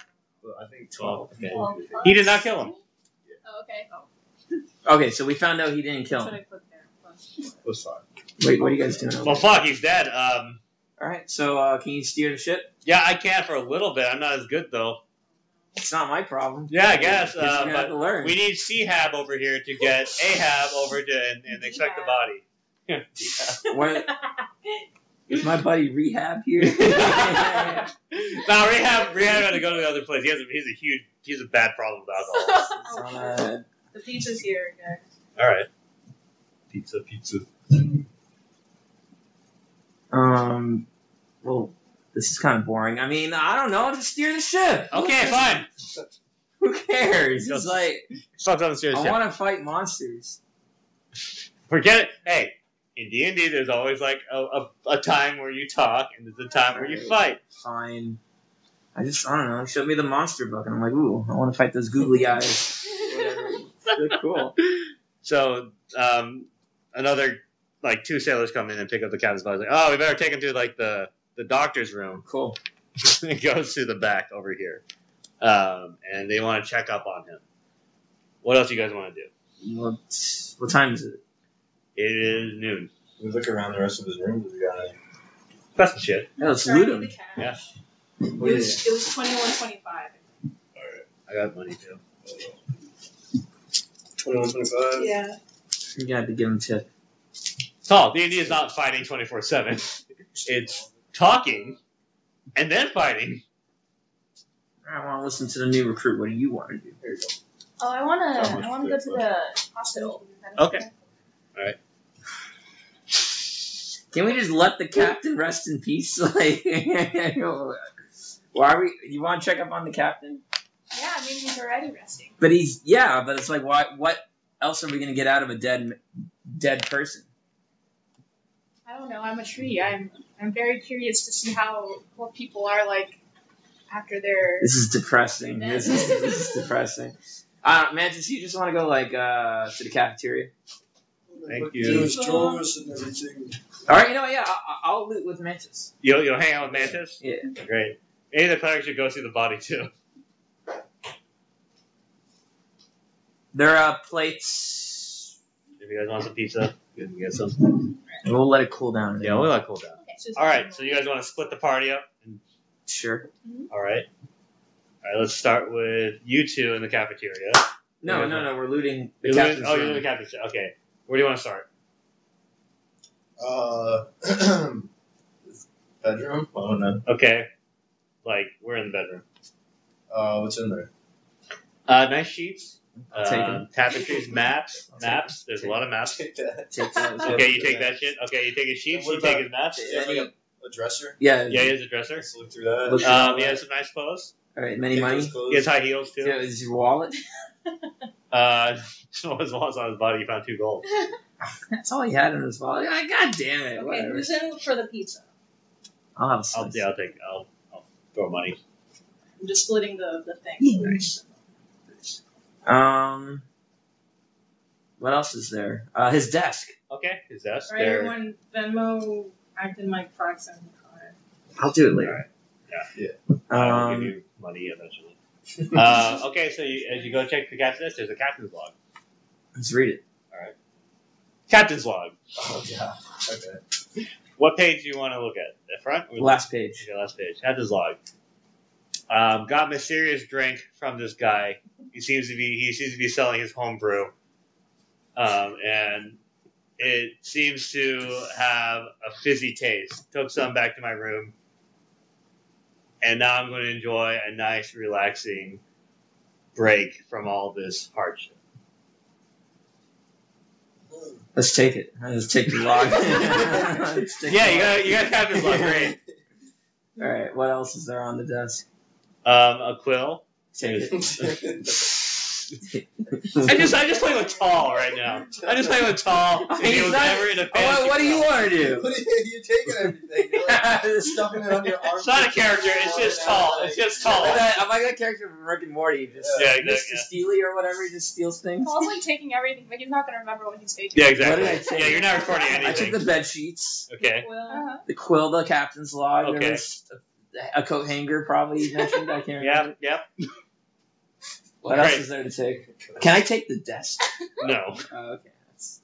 Speaker 1: Well, I think
Speaker 3: Twelve.
Speaker 1: twelve. Okay.
Speaker 5: Well,
Speaker 3: He did not kill him.
Speaker 5: Oh, okay.
Speaker 4: Okay, so we found out he didn't kill
Speaker 2: That's what
Speaker 4: him.
Speaker 2: I put there. Plus four.
Speaker 1: Plus five.
Speaker 4: Wait, what are you guys doing?
Speaker 3: Well,
Speaker 4: Over there?
Speaker 3: fuck, he's dead. Um,
Speaker 4: All right, so uh, can you steer the ship?
Speaker 3: yeah, I can for a little bit. I'm not as good though.
Speaker 4: It's not my problem.
Speaker 3: Yeah, I guess.
Speaker 4: You're just
Speaker 3: Uh,
Speaker 4: gonna have
Speaker 3: but
Speaker 4: to learn.
Speaker 3: we need Cehab over here to get Ahab over to and, and expect the body.
Speaker 4: What- Is my buddy rehab here?
Speaker 3: now rehab, rehab had to go to the other place. He has a, he's a huge, he's a bad problem with alcohol.
Speaker 4: Uh,
Speaker 2: The pizza's here, guys.
Speaker 3: All right, pizza, pizza.
Speaker 4: um, well, this is kind of boring. I mean, I don't know. Just steer the ship.
Speaker 3: Okay, fine.
Speaker 4: Who cares? It's like
Speaker 3: Stop down the stairs.
Speaker 4: I
Speaker 3: yeah.
Speaker 4: want to fight monsters.
Speaker 3: Forget it. Hey, in D and D, there's always like a, a, a time where you talk and there's a time where you fight.
Speaker 4: Fine. I just I don't know. He showed me the monster book, and I'm like, ooh, I want to fight those googly eyes.
Speaker 5: Oh.
Speaker 4: They're cool.
Speaker 3: So um, another like two sailors come in and pick up the captain's body. Like, oh, we better take him to like the the doctor's room.
Speaker 4: Cool.
Speaker 3: it goes through the back over here, um, and they want to check up on him. What else you guys want to do?
Speaker 4: What, what time is it?
Speaker 3: It is noon.
Speaker 1: We look around the rest of his room. Does he got any?
Speaker 3: That's the shit.
Speaker 4: Yeah, let's
Speaker 5: Sorry,
Speaker 4: loot
Speaker 5: the
Speaker 4: him.
Speaker 5: cat.
Speaker 3: Yeah,
Speaker 2: It was, it was 2125.
Speaker 3: I got money too.
Speaker 1: Twenty-one, twenty-five.
Speaker 2: Yeah.
Speaker 4: You're gonna have to give him tip.
Speaker 3: Tall. D and D is not fighting twenty four seven. It's talking and then fighting.
Speaker 4: I want to listen to the new recruit. What do you want to do?
Speaker 1: There you go.
Speaker 5: Oh, I wanna.
Speaker 1: Sounds
Speaker 5: I wanna go
Speaker 1: good,
Speaker 5: to the hospital.
Speaker 3: Okay.
Speaker 4: Can we just let the captain rest in peace? Like, why are we? You want to check up on the captain?
Speaker 5: Yeah, I mean he's already resting.
Speaker 4: But he's yeah. But it's like, why? What else are we gonna get out of a dead, m- dead person?
Speaker 5: I don't know. I'm a tree. I'm I'm very curious to see how what people are like after their.
Speaker 4: This is depressing. This is, this is depressing. Uh, Mantis, you just want to go like uh, to the cafeteria?
Speaker 3: Thank
Speaker 6: But
Speaker 3: you.
Speaker 6: Those drawers and everything.
Speaker 4: All right, you know what? Yeah, I- I- I'll loot with Mantis.
Speaker 3: You'll you'll hang out with Mantis.
Speaker 4: Yeah.
Speaker 3: Great. Any of the clerics should go see the body too.
Speaker 4: There are plates.
Speaker 3: If you guys want some pizza, you can get some.
Speaker 4: We'll let it cool down.
Speaker 3: Yeah, we'll let cool down.
Speaker 5: Okay, so it's
Speaker 3: All right,
Speaker 5: normal.
Speaker 3: so you guys want to split the party up? And,
Speaker 4: Sure.
Speaker 3: all right. All right, let's start with you two in the cafeteria.
Speaker 4: No,
Speaker 3: Yeah.
Speaker 4: no, no. We're looting the
Speaker 3: You're
Speaker 4: captain's
Speaker 3: doing- oh, you're
Speaker 4: room.
Speaker 3: doing the captain's. Okay. Where do you want to start?
Speaker 1: Uh, bedroom. Oh no.
Speaker 3: Okay. Like we're in the bedroom.
Speaker 1: Uh, what's in there?
Speaker 3: Uh, nice sheets.
Speaker 4: I'll take
Speaker 3: Uh, tapestries, maps,
Speaker 4: I'll take
Speaker 3: maps. There's a lot of maps.
Speaker 1: Take that.
Speaker 4: Take that.
Speaker 3: Okay, you take that shit. Okay, you take his sheets.
Speaker 1: What
Speaker 3: You take
Speaker 1: about-
Speaker 3: his maps.
Speaker 1: Do you have like a, a dresser?
Speaker 4: Yeah.
Speaker 3: Yeah, he has a dresser.
Speaker 1: Let's look uh, through that.
Speaker 4: Look-
Speaker 3: Um, he has some nice clothes.
Speaker 4: All right.
Speaker 1: Take
Speaker 4: Many
Speaker 1: those
Speaker 4: money.
Speaker 1: clothes.
Speaker 3: He has high heels
Speaker 4: Yeah,
Speaker 3: too.
Speaker 4: is your wallet?
Speaker 3: Uh, so his wallet's on his body. He found two gold.
Speaker 4: That's all he had in his wallet. Ah, God damn it.
Speaker 2: Okay,
Speaker 4: whatever.
Speaker 2: who's in for the pizza?
Speaker 4: I'll have a
Speaker 3: I'll,
Speaker 4: slice.
Speaker 3: yeah, I'll take. I'll, I'll throw money.
Speaker 2: I'm just splitting the, the thing.
Speaker 4: Um, what else is there? Uh, his desk.
Speaker 3: Okay, is that
Speaker 2: Alright, everyone, Venmo, acting Mike Fox and
Speaker 4: I'll do it
Speaker 3: All
Speaker 4: later.
Speaker 3: right. I'll give
Speaker 4: Um,
Speaker 3: you money eventually. uh, okay, so you, as you go check the captain's desk, there's a captain's log.
Speaker 4: let's read it.
Speaker 3: Captain's log.
Speaker 1: Oh yeah. Okay.
Speaker 3: What page do you want to look at? The front or the
Speaker 4: Last page.
Speaker 3: Okay, last page. Had this log. Um, got mysterious drink from this guy. He seems to be he seems to be selling his home brew. Um, and it seems to have a fizzy taste. Took some back to my room. And now I'm going to enjoy a nice relaxing break from all this hardship.
Speaker 4: Let's take it. Let's take the log. Let's take
Speaker 3: Yeah,
Speaker 4: the
Speaker 3: you
Speaker 4: log.
Speaker 3: got you got captain's log, great.
Speaker 4: All right. What else is there on the desk?
Speaker 3: Um, a quill.
Speaker 4: Take it.
Speaker 3: I just I just play with tall right now. I just play with tall. If he
Speaker 4: He's
Speaker 3: was
Speaker 4: not-
Speaker 3: ever in a
Speaker 4: Oh, what,
Speaker 3: fantasy
Speaker 4: what do you
Speaker 3: world.
Speaker 4: want to do?
Speaker 7: What are you- You're taking everything. You're like stuffing it on your arm.
Speaker 3: It's not a character. It's just tall. It's just tall.
Speaker 1: Oh.
Speaker 4: Like that, I'm like that character from Rick and Morty, just
Speaker 3: Yeah,
Speaker 4: Mr.
Speaker 3: exactly.
Speaker 4: Steely or whatever, he just steals things.
Speaker 5: Paul's like taking everything, but he's not gonna remember what he's taking.
Speaker 3: Yeah,
Speaker 4: What did I
Speaker 3: exactly.
Speaker 4: say?
Speaker 3: Yeah, you're not recording
Speaker 4: I took
Speaker 3: anything.
Speaker 4: the bed sheets,
Speaker 3: Okay.
Speaker 2: Well,
Speaker 5: Uh-huh.
Speaker 4: the quill, the captain's log. There
Speaker 3: Okay.
Speaker 4: was a, a coat hanger probably you mentioned. I can't remember.
Speaker 3: Yep. Yep.
Speaker 4: What
Speaker 3: Great.
Speaker 4: else is there to take? Can I take the desk?
Speaker 3: No,
Speaker 4: Oh, okay. That's-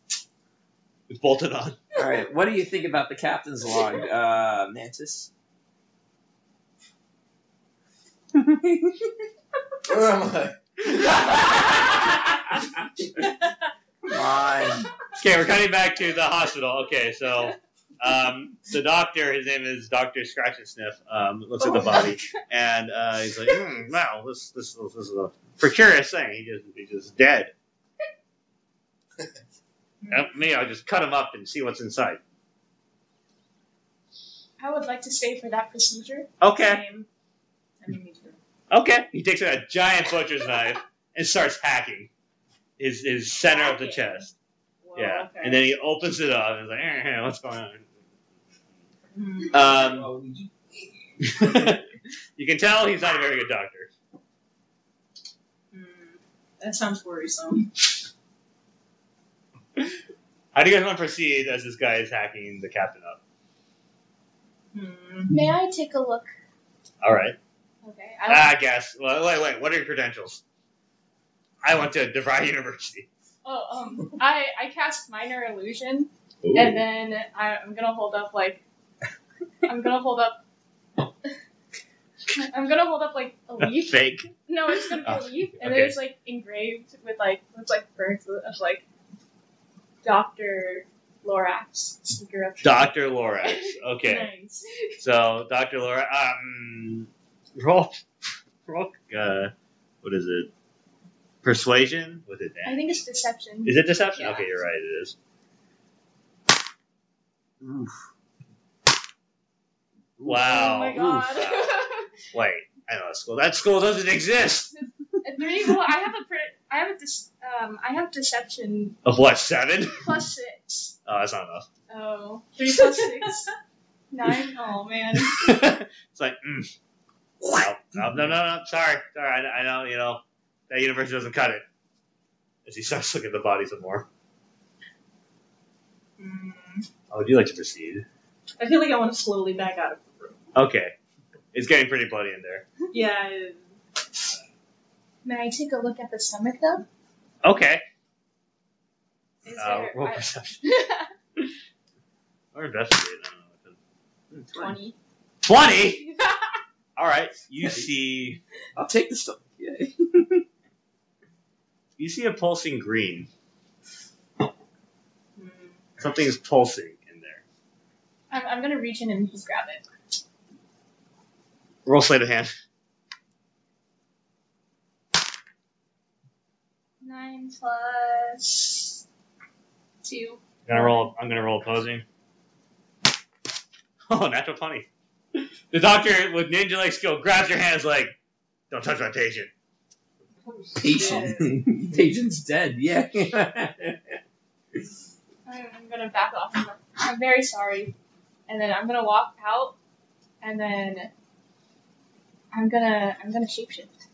Speaker 3: it's bolted on.
Speaker 4: All right. What do you think about the captain's log, uh, Mantis?
Speaker 6: Where am I?
Speaker 4: Mine.
Speaker 3: Okay, we're cutting back to the hospital. Okay, so um, the doctor, his name is Doctor Scratch and Sniff, um, looks at the body and uh, he's like, hmm, "Wow, this this this is a precarious thing. He just he's just dead." Yep, me, I'll just cut him up and see what's inside.
Speaker 5: I would like to stay for that procedure.
Speaker 3: Okay,
Speaker 2: same. I mean, me too.
Speaker 3: okay. He takes out a giant butcher's knife and starts hacking his his center of the
Speaker 2: Hacking?
Speaker 3: chest.
Speaker 2: Well,
Speaker 3: Yeah,
Speaker 2: okay.
Speaker 3: and then he opens it up and is like, eh, "What's going on?"
Speaker 2: Hmm.
Speaker 3: Um, you can tell he's not a very good doctor.
Speaker 2: Hmm. That sounds worrisome.
Speaker 3: How do you guys want to proceed as this guy is hacking the captain up?
Speaker 2: Hmm.
Speaker 5: May I take a look?
Speaker 3: All right.
Speaker 5: Okay.
Speaker 3: I guess. Well, wait, wait. What are your credentials? I went to DeVry University.
Speaker 5: Oh, um, I, I cast minor illusion, and then I, I'm gonna hold up like, I'm gonna hold up. I'm gonna hold up like a leaf.
Speaker 3: Fake.
Speaker 5: No, it's gonna be a
Speaker 3: Oh,
Speaker 5: leaf, and
Speaker 3: okay.
Speaker 5: then it's like engraved with like with like birds of like Doctor Lorax speaker of
Speaker 3: Dr. Lorax. Okay.
Speaker 5: Nice.
Speaker 3: So, Dr. Lorax. Um, roll. Roll. Uh, what is it? Persuasion? With it?
Speaker 5: I think it's deception.
Speaker 3: Is it deception?
Speaker 5: Yeah.
Speaker 3: Okay, you're right. It is. Wow.
Speaker 5: Oh my god.
Speaker 3: Wait, I know that school. That school doesn't exist.
Speaker 5: There you go. I have a pre- I have a dis- um I have deception
Speaker 3: Of what? Seven?
Speaker 5: plus six.
Speaker 3: Oh, that's not enough.
Speaker 5: Oh, three plus six. Nine. Oh man.
Speaker 3: it's like, mm. no, no, no, no, no. Sorry, sorry. I, I know, you know, that university doesn't cut it. As he starts looking at the body some more.
Speaker 2: Hmm.
Speaker 3: How would you like to proceed?
Speaker 2: I feel like I want to slowly back out of the room.
Speaker 3: Okay, it's getting pretty bloody in there.
Speaker 2: Yeah. I-
Speaker 5: May I take a look at the stomach though?
Speaker 3: Okay,
Speaker 5: Is
Speaker 3: uh,
Speaker 5: there-
Speaker 3: roll
Speaker 5: I-
Speaker 3: perception or investigate. I don't know.
Speaker 5: Twenty.
Speaker 3: Twenty. All right, you see,
Speaker 4: I'll take the stuff. Yay.
Speaker 3: you see a pulsing green.
Speaker 2: hmm.
Speaker 3: Something's pulsing in there.
Speaker 5: I'm, I'm gonna reach in and just grab it.
Speaker 3: Roll sleight of hand.
Speaker 5: Nine plus two.
Speaker 3: I'm gonna roll. I'm gonna roll opposing. Oh, natural twenty. The doctor with ninja-like skill grabs your hands like, "Don't touch my patient."
Speaker 4: Patient. Patient's dead. Yeah.
Speaker 5: I'm, I'm gonna back off. I'm, like, I'm very sorry. And then I'm gonna walk out and then I'm gonna I'm gonna shapeshift.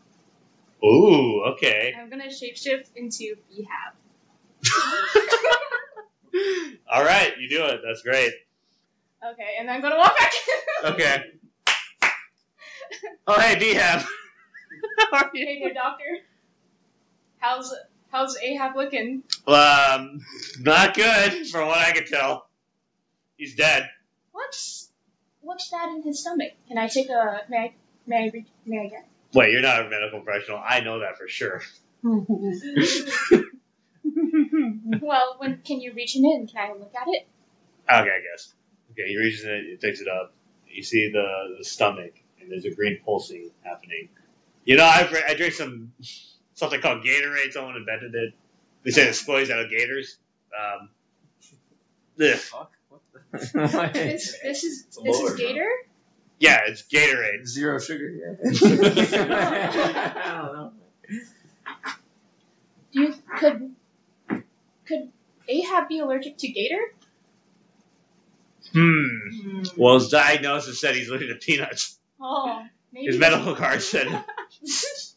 Speaker 3: Ooh, okay.
Speaker 5: I'm gonna shapeshift into Behab.
Speaker 3: All right, you do it. That's great.
Speaker 5: Okay, and then I'm gonna walk back in.
Speaker 3: Okay. Oh, hey, Behab. How are
Speaker 5: Hey
Speaker 3: you?
Speaker 5: there, doctor. How's how's Ahab looking?
Speaker 3: Um, not good, from what I could tell. He's dead.
Speaker 5: What's what's that in his stomach? Can I take a may I may I re- may I get?
Speaker 3: Wait, you're not a medical professional. I know that for sure.
Speaker 5: well, when can you reach him in? Can I look at it?
Speaker 3: Okay, I guess. Okay, he reaches it, he picks it up. You see the, the stomach, and there's a green pulsing happening. You know, I, I drink some something called Gatorade. Someone invented it. They say it explodes out of gators. Um, ugh.
Speaker 4: Fuck. What the?
Speaker 5: This this is
Speaker 1: It's a
Speaker 5: this
Speaker 1: molar,
Speaker 5: is Gator.
Speaker 3: yeah, it's Gatorade.
Speaker 4: Zero sugar. I don't know.
Speaker 5: Do you could could Ahab be allergic to Gator?
Speaker 3: Hmm.
Speaker 2: Hmm.
Speaker 3: Well, his diagnosis said he's allergic to peanuts.
Speaker 5: Oh, maybe.
Speaker 3: His medical card said it.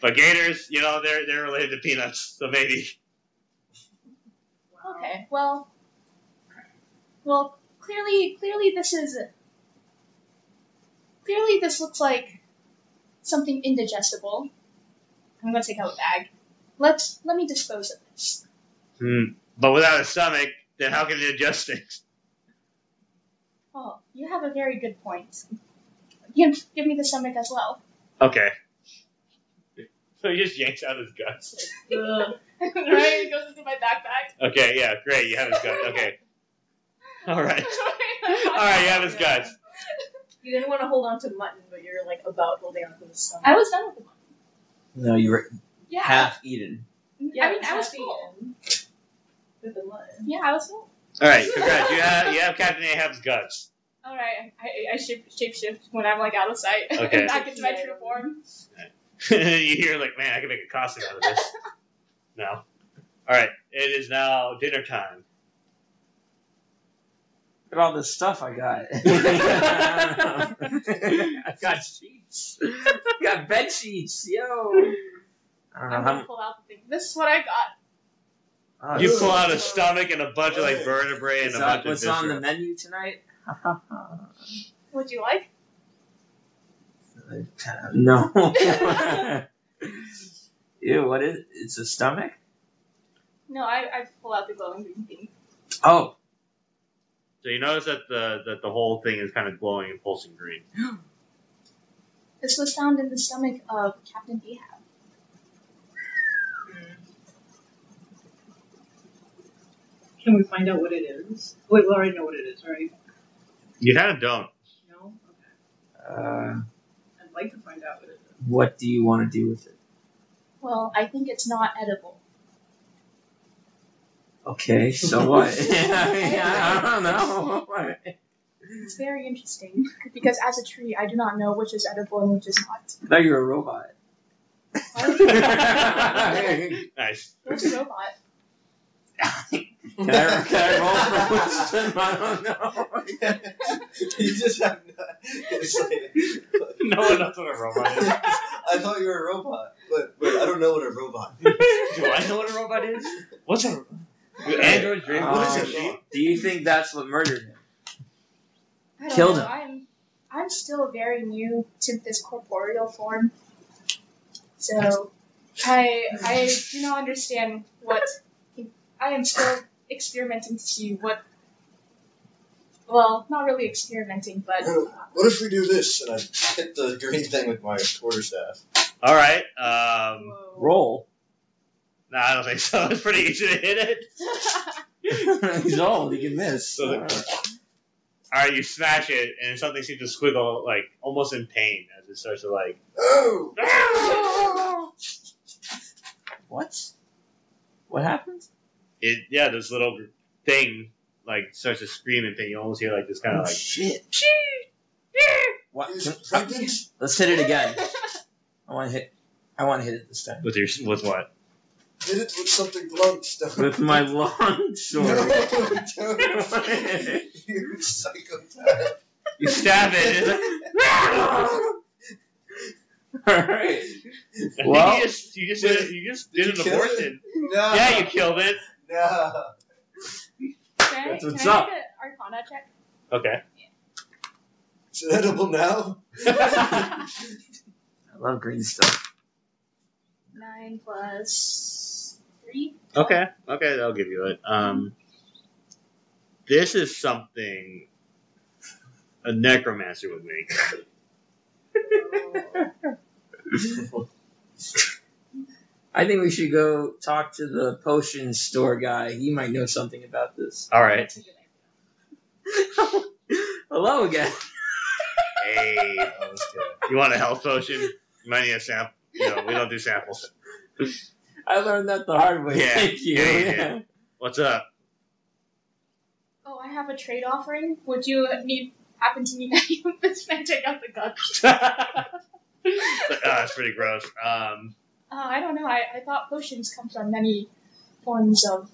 Speaker 3: But gators, you know, they're they're related to peanuts, so maybe.
Speaker 2: Wow.
Speaker 5: Okay. Well. Well, clearly, clearly this is. Clearly, this looks like something indigestible. I'm gonna take out a bag. Let's let me dispose of this.
Speaker 3: Hmm. But without a stomach, then how can they adjust things?
Speaker 5: Oh, you have a very good point. Give, give me the stomach as well.
Speaker 3: Okay. So he just yanks out his guts.
Speaker 2: Ugh.
Speaker 5: right, it goes into my backpack.
Speaker 3: Okay, yeah, great. You have his guts. Okay. All right. All right, you have his
Speaker 2: Yeah.
Speaker 3: guts.
Speaker 2: You didn't want to hold on to mutton, but you're like about holding on to the stomach.
Speaker 5: I was done with the one.
Speaker 4: No, you were
Speaker 5: Yeah.
Speaker 4: half eaten.
Speaker 5: yeah I mean, I was
Speaker 2: happy
Speaker 5: cool.
Speaker 2: and- With the mutton.
Speaker 5: Yeah, I was cool.
Speaker 3: All right, congrats. You have you have Captain Ahab's guts.
Speaker 5: All right, I, I shape, shape shift when I'm like out of sight.
Speaker 3: Okay.
Speaker 5: Back into my true form.
Speaker 3: you hear like, man, I can make a costume out of this. No. All right. It is now dinner time.
Speaker 4: Look at all this stuff I got. I got sheets. I got bed sheets. Yo. I don't know
Speaker 5: I'm
Speaker 4: how.
Speaker 5: gonna pull out the thing. This is what I got.
Speaker 4: Oh,
Speaker 3: You
Speaker 4: this-
Speaker 3: pull out a stomach and a bunch of like vertebrae and
Speaker 4: what's
Speaker 3: a
Speaker 4: on,
Speaker 3: bunch of
Speaker 4: what's on the
Speaker 3: viscera.
Speaker 4: menu tonight?
Speaker 5: Would you like?
Speaker 4: no. Ew, what is It's a stomach?
Speaker 5: No, I, I pull out the glowing green thing.
Speaker 4: Oh.
Speaker 3: So you notice that the that the whole thing is kind of glowing and pulsing green.
Speaker 5: This was found in the stomach of Captain Ahab.
Speaker 2: Can we find out what it is? Wait, we already know what it is, right?
Speaker 3: You kind of don't.
Speaker 2: No? Okay.
Speaker 4: Uh,
Speaker 2: I'd like to find out what it is.
Speaker 4: what do you want to do with it?
Speaker 5: Well, I think it's not edible.
Speaker 4: Okay, so what? I, mean, I don't know.
Speaker 5: It's very interesting because as a tree, I do not know which is edible and which is not.
Speaker 4: I thought you were a robot.
Speaker 3: nice.
Speaker 5: Which is robot?
Speaker 4: Can I, can I roll for wisdom? I don't know.
Speaker 7: you just have. No, it's like,
Speaker 3: No one knows what a robot is.
Speaker 7: I thought you were a robot, but, but I don't know what a robot.
Speaker 3: Do I know what a robot is? What's a Android dream?
Speaker 7: Oh,
Speaker 3: what
Speaker 4: Um,
Speaker 3: is a robot?
Speaker 4: Do you think that's what murdered him?
Speaker 5: I don't
Speaker 4: Killed
Speaker 5: know.
Speaker 4: him.
Speaker 5: I'm I'm still very new to this corporeal form. So I I do not understand what I am still experimenting to see what well, not really experimenting, but uh,
Speaker 7: What if we do this? And I hit the green thing with my quarterstaff.
Speaker 3: All right. Um,
Speaker 5: Whoa.
Speaker 4: Roll.
Speaker 3: no, I don't think so. It's pretty easy to hit it.
Speaker 4: He's old. He can miss.
Speaker 3: So the- All right, you smash it, and something seems to squiggle like almost in pain as it starts to like.
Speaker 7: Oh!
Speaker 4: what? What happened?
Speaker 3: It yeah, this little thing like starts to scream in pain. You almost hear like this kind of like.
Speaker 4: Oh, shit. What?
Speaker 7: Is
Speaker 4: Can-
Speaker 7: it pregnant?
Speaker 4: let's hit it again. I want to hit. I want to hit it this time.
Speaker 3: With your with what?
Speaker 7: Hit it with something blunt, stuff.
Speaker 4: With my long
Speaker 7: No,
Speaker 4: sword.
Speaker 7: don't. you psychopath.
Speaker 4: You stab it. Alright. Well-
Speaker 3: you just you just did, you just did,
Speaker 7: Did
Speaker 3: an
Speaker 7: you kill
Speaker 3: abortion.
Speaker 7: No.
Speaker 3: Yeah, you killed it.
Speaker 7: No.
Speaker 5: Can I,
Speaker 4: That's what's
Speaker 5: can I
Speaker 4: up.
Speaker 5: make an Arcana check?
Speaker 3: Okay.
Speaker 7: Is it edible now?
Speaker 4: I love green stuff.
Speaker 5: Nine plus three.
Speaker 3: Okay. Okay, that'll give you it. Um, this is something a necromancer would make.
Speaker 4: I think we should go talk to the potion store guy. He might know something about this.
Speaker 3: All right.
Speaker 5: That's a good idea.
Speaker 4: Hello again.
Speaker 3: Hey,
Speaker 7: Oh,
Speaker 3: you want a health potion? You might need a sample. You know, we don't do samples.
Speaker 4: I learned that the hard way.
Speaker 3: Yeah.
Speaker 4: Thank you.
Speaker 3: Yeah, you did. What's up?
Speaker 5: Oh, I have a trade offering. Would you need happen to need any of this magic out the gun?
Speaker 3: But, uh, it's pretty gross. Um,
Speaker 5: Uh, I don't know. I, I thought potions come from many forms of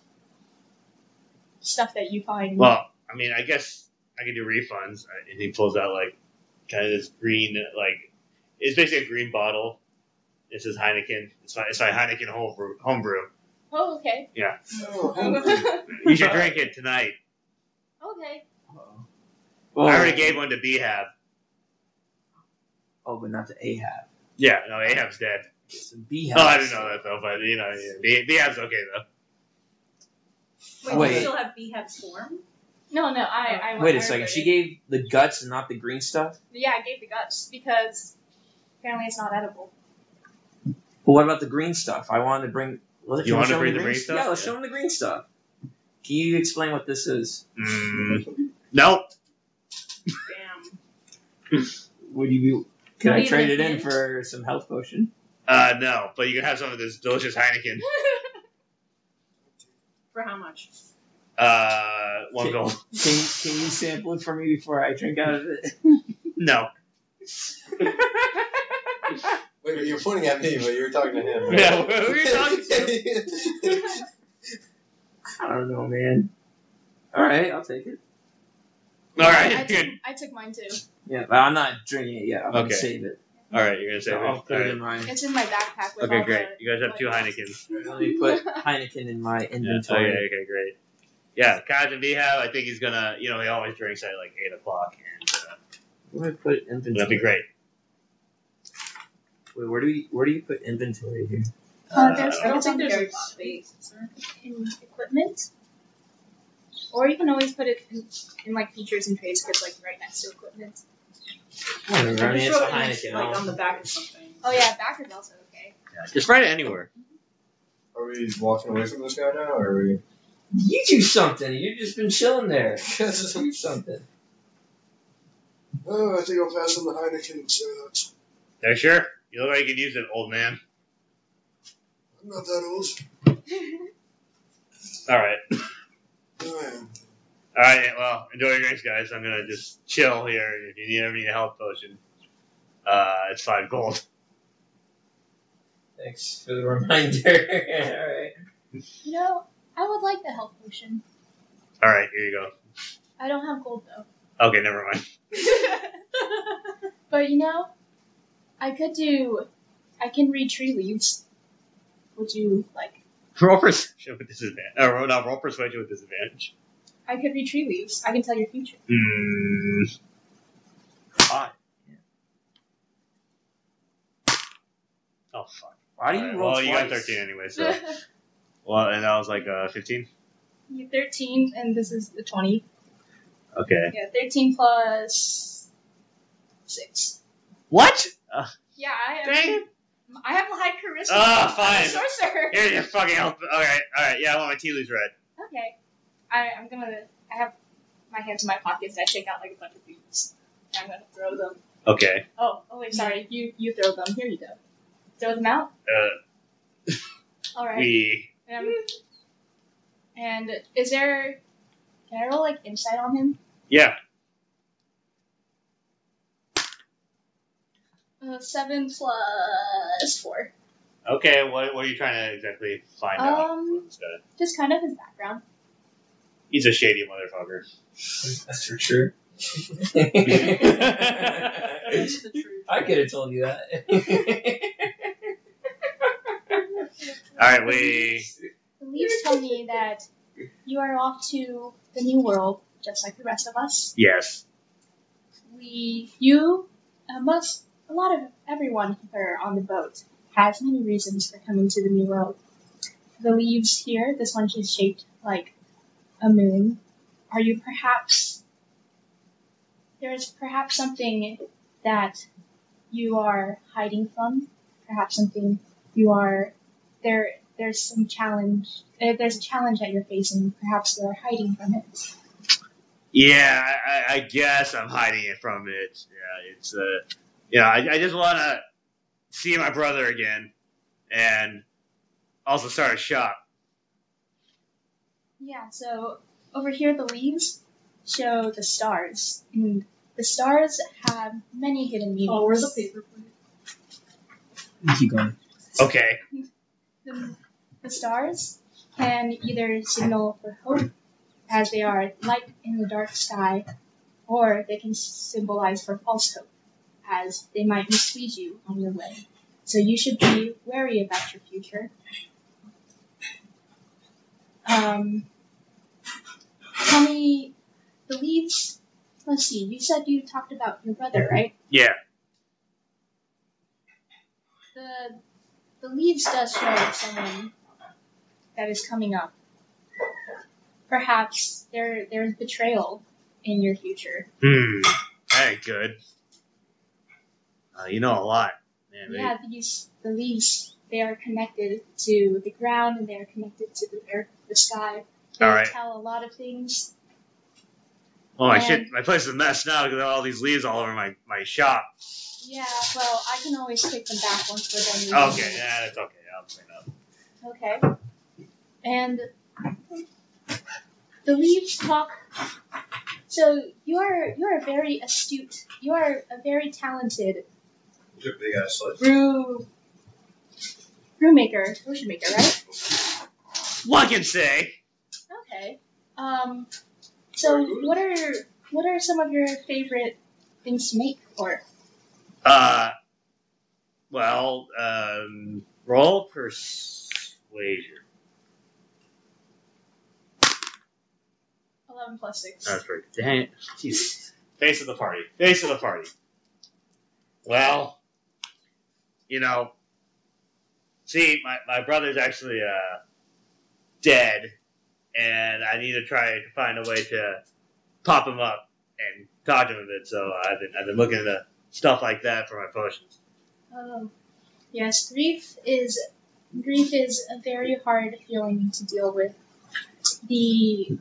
Speaker 5: stuff that you find.
Speaker 3: well, I mean, I guess I could do refunds. I- And he pulls out like kind of this green, like it's basically a green bottle. It says Heineken. It's my it's my Heineken homebrew. homebrew.
Speaker 5: oh, okay.
Speaker 7: No.
Speaker 5: okay.
Speaker 3: You should drink it tonight.
Speaker 4: Well,
Speaker 3: I already gave one to Behab.
Speaker 4: Oh, but not to Ahab.
Speaker 3: Yeah, no, Ahab's dead.
Speaker 4: It's a bee
Speaker 3: Oh, I
Speaker 4: house.
Speaker 3: didn't know that though, but you know, yeah. Be- Behab's okay though.
Speaker 2: Wait,
Speaker 4: Wait.
Speaker 2: you still have Behab's form?
Speaker 5: No, no. I, I
Speaker 4: Wait
Speaker 5: I
Speaker 4: a second. She
Speaker 5: regret
Speaker 4: gave the guts and not the green stuff.
Speaker 5: it. Yeah, I gave the guts because apparently it's not edible.
Speaker 4: But what about the green stuff? I wanted to bring. well, can
Speaker 3: You
Speaker 4: we
Speaker 3: wanna
Speaker 4: show 'em
Speaker 3: bring the green
Speaker 4: st-
Speaker 3: stuff?
Speaker 4: Yeah, let's
Speaker 3: Yeah.
Speaker 4: show them the green stuff. Can you explain what this is?
Speaker 3: Mm, nope.
Speaker 2: Damn.
Speaker 4: Would you? Be, could
Speaker 2: Not
Speaker 4: I
Speaker 2: even
Speaker 4: trade
Speaker 2: a
Speaker 4: it in
Speaker 2: hint?
Speaker 4: for some health potion?
Speaker 3: Uh, no. But you can have some of this delicious Heineken.
Speaker 2: For how much?
Speaker 3: Uh, one gold.
Speaker 4: Can Can you sample it for me before I drink out of it?
Speaker 3: No.
Speaker 7: Wait, but you're pointing at me, but you were talking to him. right?
Speaker 3: Yeah, who are you talking to?
Speaker 4: I don't know, man. All right, I'll take it.
Speaker 3: All
Speaker 5: I
Speaker 3: right,
Speaker 5: took,
Speaker 3: good.
Speaker 5: I took mine too.
Speaker 4: Yeah, but I'm not drinking it yet. I'm gonna
Speaker 3: Okay.
Speaker 4: save it.
Speaker 3: All right, you're gonna say
Speaker 4: So I'll put it in my.
Speaker 5: It's in my backpack. With
Speaker 3: Okay,
Speaker 5: all
Speaker 3: great.
Speaker 5: the-
Speaker 3: You guys have two Heinekens.
Speaker 4: Let me put uh, Heineken in my
Speaker 3: Yeah, okay,
Speaker 4: inventory.
Speaker 3: okay, great. Yeah, Captain Behab, I think he's gonna, you know, he always drinks at like 8 o'clock, and uh,
Speaker 4: Let me put inventory.
Speaker 3: that'd be great.
Speaker 4: Wait, where do you where do you put inventory here?
Speaker 5: Uh, there's-
Speaker 2: I don't think
Speaker 5: there's
Speaker 2: there's a
Speaker 5: a
Speaker 2: space. is there?
Speaker 5: in equipment. Or you can always put it in, in like features and trades because like right next to equipment.
Speaker 4: Whatever, I mean,
Speaker 2: just
Speaker 4: it's a
Speaker 2: wrote it next-
Speaker 4: Heineken. I
Speaker 2: Like
Speaker 4: don't-
Speaker 2: on the back of something.
Speaker 5: Oh yeah, back is also okay.
Speaker 3: Yeah, just write it anywhere.
Speaker 7: Are we walking away from this guy now, or are we?
Speaker 4: You do something. You've just been chilling there. Do something.
Speaker 6: Oh, I think I'll pass on the Heineken. So that's-
Speaker 3: Are you sure? You look like you can use it, old man.
Speaker 6: I'm not that old.
Speaker 3: All right.
Speaker 6: No, I am.
Speaker 3: All right, well, enjoy your drinks, guys. I'm gonna just chill here. If you need ever need a health potion, uh, it's five gold.
Speaker 4: Thanks for the reminder.
Speaker 5: You know, I would like the health potion.
Speaker 3: All right, here you
Speaker 5: I don't have gold though.
Speaker 3: go. Okay, never mind.
Speaker 5: But you know, I could do. I can read tree leaves. Would you like?
Speaker 3: Roll perception with disadvantage. Uh, roll, no, roll persuasion with disadvantage.
Speaker 5: I could read tree leaves. I can tell your future.
Speaker 3: Hmm. Five. Oh fuck!
Speaker 4: Why do you
Speaker 3: Alright,
Speaker 4: roll
Speaker 3: well, you got
Speaker 4: twice?
Speaker 3: thirteen anyway, so well, and that was like uh, fifteen.
Speaker 5: You're 13, and this is the 20.
Speaker 3: Okay.
Speaker 5: Yeah, 13 plus six.
Speaker 3: What? Uh,
Speaker 5: Yeah, I am.
Speaker 3: dang it!
Speaker 5: I have a high charisma.
Speaker 3: Ah,
Speaker 5: I'm
Speaker 3: fine.
Speaker 5: a sorcerer.
Speaker 3: Here's your fucking health. All right, all right. Yeah, I want my tea leaves red.
Speaker 5: Okay. I, I'm gonna. I have my hands in my pockets. I take out like a bunch of leaves. And I'm gonna throw them.
Speaker 3: Okay.
Speaker 5: Oh, oh wait, sorry. You you throw them. Here you go. Throw them out.
Speaker 3: Uh,
Speaker 5: All right.
Speaker 3: we.
Speaker 5: Um, and is there? Can I roll like insight on him?
Speaker 3: Yeah.
Speaker 5: Uh, seven plus four.
Speaker 3: Okay, what, what are you trying to exactly find out?
Speaker 5: Um,
Speaker 3: from this guy?
Speaker 5: Just kind of his background.
Speaker 3: He's a shady motherfucker.
Speaker 4: That's for sure. I
Speaker 2: That's the truth.
Speaker 4: could have told you that.
Speaker 3: All right, we.
Speaker 5: The leaves tell me that you are off to the new world, just like the rest of us.
Speaker 3: Yes.
Speaker 5: We, you, uh, most, a lot of everyone here on the boat has many reasons for coming to the new world. The leaves here, this one is shaped like a moon. Are you perhaps? There is perhaps something that you are hiding from. Perhaps something you are there there's some challenge. Uh, there's a challenge that you're facing. Perhaps you're hiding from it.
Speaker 3: Yeah, I, I- I guess I'm hiding it from it. Yeah, it's uh, yeah. I, I just want to see my brother again, and also start a shop.
Speaker 5: Yeah. So over here, the leaves show the stars, and the stars have many hidden meanings.
Speaker 2: Oh, where's the paper plate?
Speaker 4: Keep going.
Speaker 3: Okay.
Speaker 5: the, the stars can either signal for hope, as they are light in the dark sky, or they can symbolize for false hope, as they might mislead you on your way. So you should be wary about your future. Um, tell me, the leaves. Let's see. You said you talked about your brother, right?
Speaker 3: Yeah.
Speaker 5: The the leaves does show someone that is coming up. Perhaps there there's betrayal in your future.
Speaker 3: Hmm. That ain't good. Uh, you know a lot, man. they-
Speaker 5: Yeah, these the leaves they are connected to the ground and they are connected to the earth, the sky. They
Speaker 3: All right.
Speaker 5: tell a lot of things.
Speaker 3: Oh my
Speaker 5: And-
Speaker 3: shit! My place is a mess now because of all these leaves all over my, my shop.
Speaker 5: Yeah, well, I can always take them back once we're done. using
Speaker 3: Okay,
Speaker 5: them.
Speaker 3: yeah, that's okay. I'll clean up.
Speaker 5: Okay. And the leaves talk. So you're you're a very astute. You are a very talented
Speaker 6: Your big ass slut.
Speaker 5: brew brew maker, potion maker, right?
Speaker 3: One can say
Speaker 5: Okay. Um. So what are what are some of your favorite things to make? Or
Speaker 3: Uh, well, um, roll persuasion.
Speaker 5: eleven plus six.
Speaker 3: That's right. Dang it. Jeez. Face of the party. Face of the party. Well, you know, see, my, my brother's actually uh, dead, and I need to try to find a way to pop him up and talk to him a bit, so I've been, I've been looking into stuff like that for my potions.
Speaker 5: Oh, yes, grief is grief is a very hard feeling to deal with. The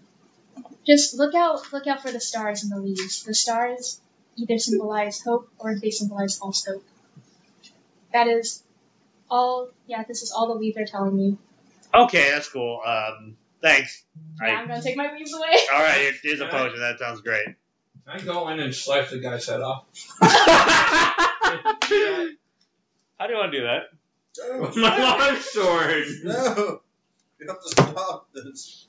Speaker 5: just look out look out for the stars and the leaves. The stars either symbolize hope or they symbolize false hope. That is all yeah, this is all the leaves are telling you.
Speaker 3: Okay, that's cool. Um, thanks. I-
Speaker 5: Yeah, I'm gonna take my leaves away.
Speaker 3: All right, here- here's a potion. That sounds great.
Speaker 7: I go in and slice the guy's head off.
Speaker 3: How do I do that?
Speaker 1: Oh,
Speaker 6: No,
Speaker 4: My long sword.
Speaker 6: no. You have to stop this.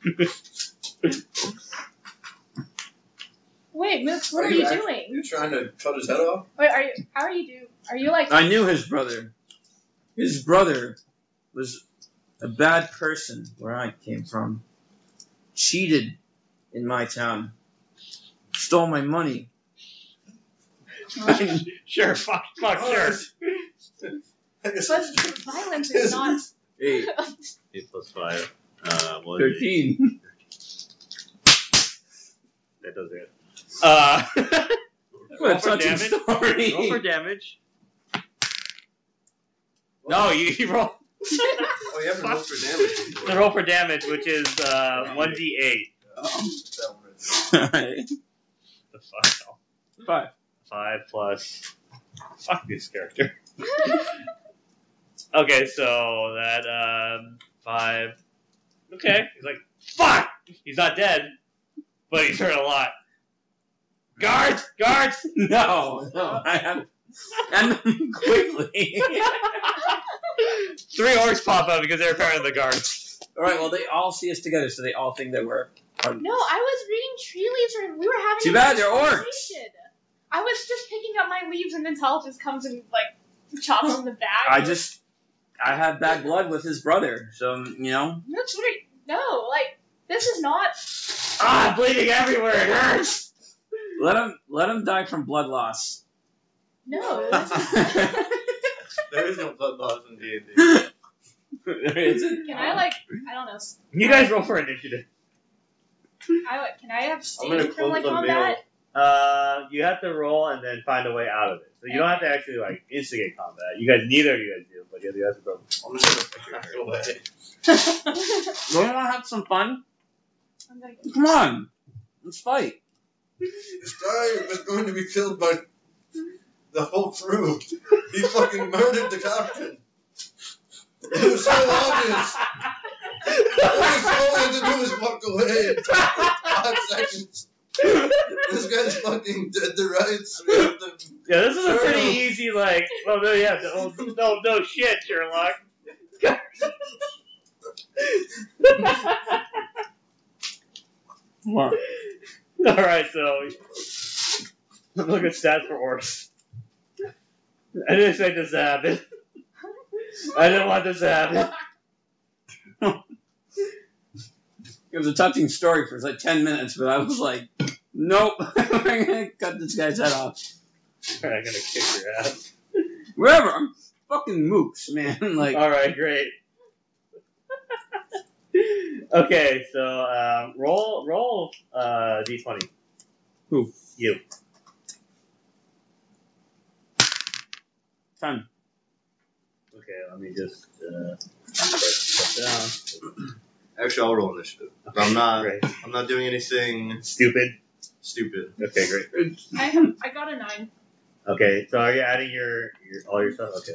Speaker 5: Wait, Mooks, what
Speaker 6: Are
Speaker 5: are
Speaker 6: you
Speaker 5: you
Speaker 6: act-
Speaker 5: doing?
Speaker 6: You're trying to cut his head off?
Speaker 5: Wait, are you how are you do are you like
Speaker 4: I knew his brother. His brother was a bad person where I came from. Cheated in my town. Stole my money.
Speaker 3: sure, fuck, fuck, sure.
Speaker 5: but violence is not
Speaker 4: Hey,
Speaker 1: Eight plus five. Uh, what is it?
Speaker 4: 13.
Speaker 3: That does it. Uh,
Speaker 4: What
Speaker 3: roll
Speaker 4: a
Speaker 3: for
Speaker 4: touching
Speaker 3: damage.
Speaker 4: story.
Speaker 3: Roll for damage. No, you, you roll.
Speaker 6: Oh, you haven't looked for damage before. Oh,
Speaker 3: roll for damage, which is uh, one d eight.
Speaker 6: That one right there.
Speaker 4: Alright.
Speaker 3: The fuck?
Speaker 4: Five.
Speaker 3: Five plus. Fuck this character. Okay, so that um five. Okay, he's like fuck. He's not dead, but he's hurt a lot. Guards, guards.
Speaker 4: No, Oh, no, I have. End them quickly.
Speaker 3: Three orcs pop up because they're apparently the guards.
Speaker 4: Alright, well, they all see us together, so they all think that we're
Speaker 5: No, I was reading tree leaves. Or we were having.
Speaker 4: Too
Speaker 5: a
Speaker 4: bad they're
Speaker 5: conversation. I was just picking up my leaves, and then Tal just comes and like chops on the back.
Speaker 4: I just I have bad blood with his brother, so you know.
Speaker 5: That's what I- No, like this is not.
Speaker 4: Ah, I'm bleeding everywhere. It hurts. Let him let him die from blood loss. there
Speaker 5: No.
Speaker 1: There is no blood loss in D and D.
Speaker 4: isn't.
Speaker 5: Can I like? I don't know. s-
Speaker 3: You guys roll for initiative.
Speaker 5: I like. Can I
Speaker 1: I'm gonna
Speaker 5: abstain from
Speaker 1: close
Speaker 5: like
Speaker 1: the
Speaker 5: combat?
Speaker 3: Uh, you have to roll and then find a way out of it. So you don't have to actually like instigate combat. You guys, neither of you guys do, but yeah, you guys are both.
Speaker 1: I'm just gonna back away.
Speaker 4: Do you want to have some fun?
Speaker 5: I'm like,
Speaker 4: Come on, let's fight.
Speaker 6: This guy is going to be killed by the whole crew. He fucking murdered the captain. It was so obvious. All all I had to do was walk away in five seconds. This guy's fucking dead to rights. We have to-
Speaker 3: Yeah, this is a pretty
Speaker 6: Sure.
Speaker 3: easy like. Well, no, yeah, no, no, no shit, Sherlock.
Speaker 4: Come on.
Speaker 3: All right, so I'm looking at stats for orcs. I didn't expect this to happen. I didn't want this to happen.
Speaker 4: It was a touching story for like ten minutes, but I was like, nope, we're gonna cut this guy's head off.
Speaker 3: All right, I'm gonna kick your ass.
Speaker 4: Wherever I'm fucking mooks, man. Like
Speaker 3: All right, great. okay, so um, roll roll uh, d20.
Speaker 4: Who?
Speaker 3: You.
Speaker 4: ten.
Speaker 3: Okay, let me just uh, write that
Speaker 1: Actually, I'll roll initiative.
Speaker 3: down.
Speaker 1: I'm not.
Speaker 3: Great.
Speaker 1: I'm not doing anything
Speaker 3: stupid.
Speaker 1: stupid.
Speaker 3: Okay, great.
Speaker 5: I have. I got a nine.
Speaker 3: Okay, so are you adding your, your all your stuff? Okay,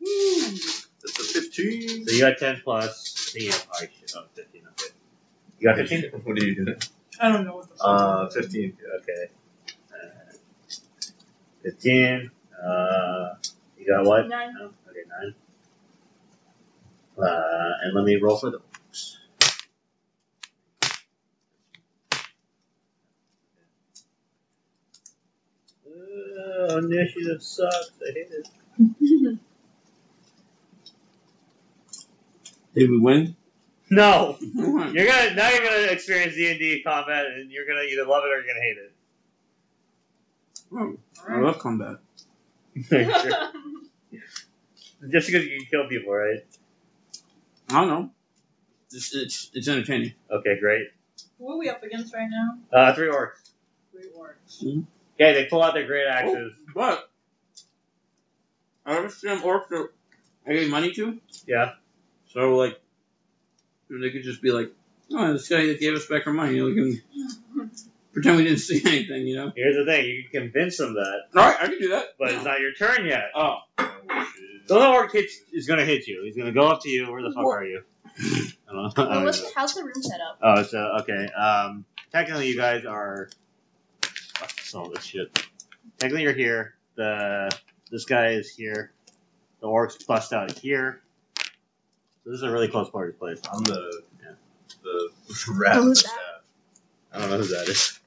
Speaker 1: That's a 15.
Speaker 3: so you got 10 plus. Damn, I should. Oh, 15. Okay. You got 15.
Speaker 1: What are you doing?
Speaker 2: I don't know what the fuck.
Speaker 1: Uh, 15.
Speaker 3: Okay. Uh, 15. Uh, you got what?
Speaker 5: Nine.
Speaker 1: Oh,
Speaker 3: No? Okay, 9. Uh, and let me roll for the. Uh, initiative sucks. I hate it.
Speaker 4: Did we win?
Speaker 3: No,
Speaker 4: Alright.
Speaker 3: you're gonna now you're gonna experience D and D combat, and you're gonna either love it or you're gonna hate
Speaker 4: I love combat.
Speaker 3: it. Just because you can kill people, right?
Speaker 4: I don't know. It's it's, it's entertaining.
Speaker 3: Okay, great.
Speaker 2: Who are we up against right now?
Speaker 3: Uh, three orcs.
Speaker 2: Three orcs.
Speaker 3: Yeah, they pull out their great axes.
Speaker 4: But I have some orcs that I gave money to.
Speaker 3: Yeah.
Speaker 4: So like they could just be like, Oh, this guy that gave us back our money, we can pretend we didn't see anything, you know?
Speaker 3: Here's the thing: you can convince them that,
Speaker 4: Alright, I can do that.
Speaker 3: but it's not your turn yet.
Speaker 4: Oh.
Speaker 3: So the orc hits, is gonna hit you. He's gonna go up to you. Where the fuck
Speaker 4: What?
Speaker 3: are you? I don't know. I
Speaker 5: Well,
Speaker 3: don't
Speaker 5: let's
Speaker 3: know.
Speaker 5: just- how's the room set up?
Speaker 3: Oh, so okay. Um, technically, you guys are. Fuck all this shit. Technically, you're here. The this guy is here. The orcs bust out here. So this is a really close party place.
Speaker 1: I'm the.
Speaker 3: Yeah.
Speaker 1: The rat.
Speaker 5: Who's
Speaker 1: staff.
Speaker 3: I don't know who that is.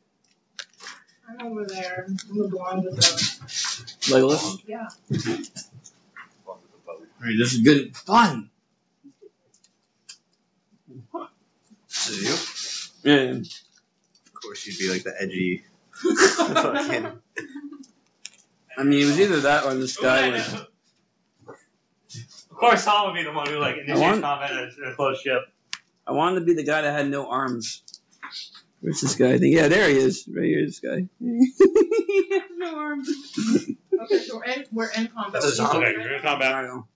Speaker 2: I'm over there. I'm the blonde with the.
Speaker 4: Legolas.
Speaker 2: Yeah.
Speaker 1: Fuck with the public.
Speaker 4: Alright, this is good fun.
Speaker 1: Is it you? Of
Speaker 4: Yeah.
Speaker 1: course, you'd be like the edgy.
Speaker 3: Fucking-
Speaker 4: I mean it was either that or this guy was
Speaker 3: Of course, Tom would be the one who like initiates
Speaker 4: want-
Speaker 3: combat in a- in a close ship.
Speaker 4: I wanted to be the guy that had no arms. Where's this guy? I think yeah, there he is. Right here, this guy. no arms.
Speaker 2: Okay, so we're in, we're in combat.
Speaker 1: That's a zombie.
Speaker 3: Okay, you're in combat.
Speaker 4: I know.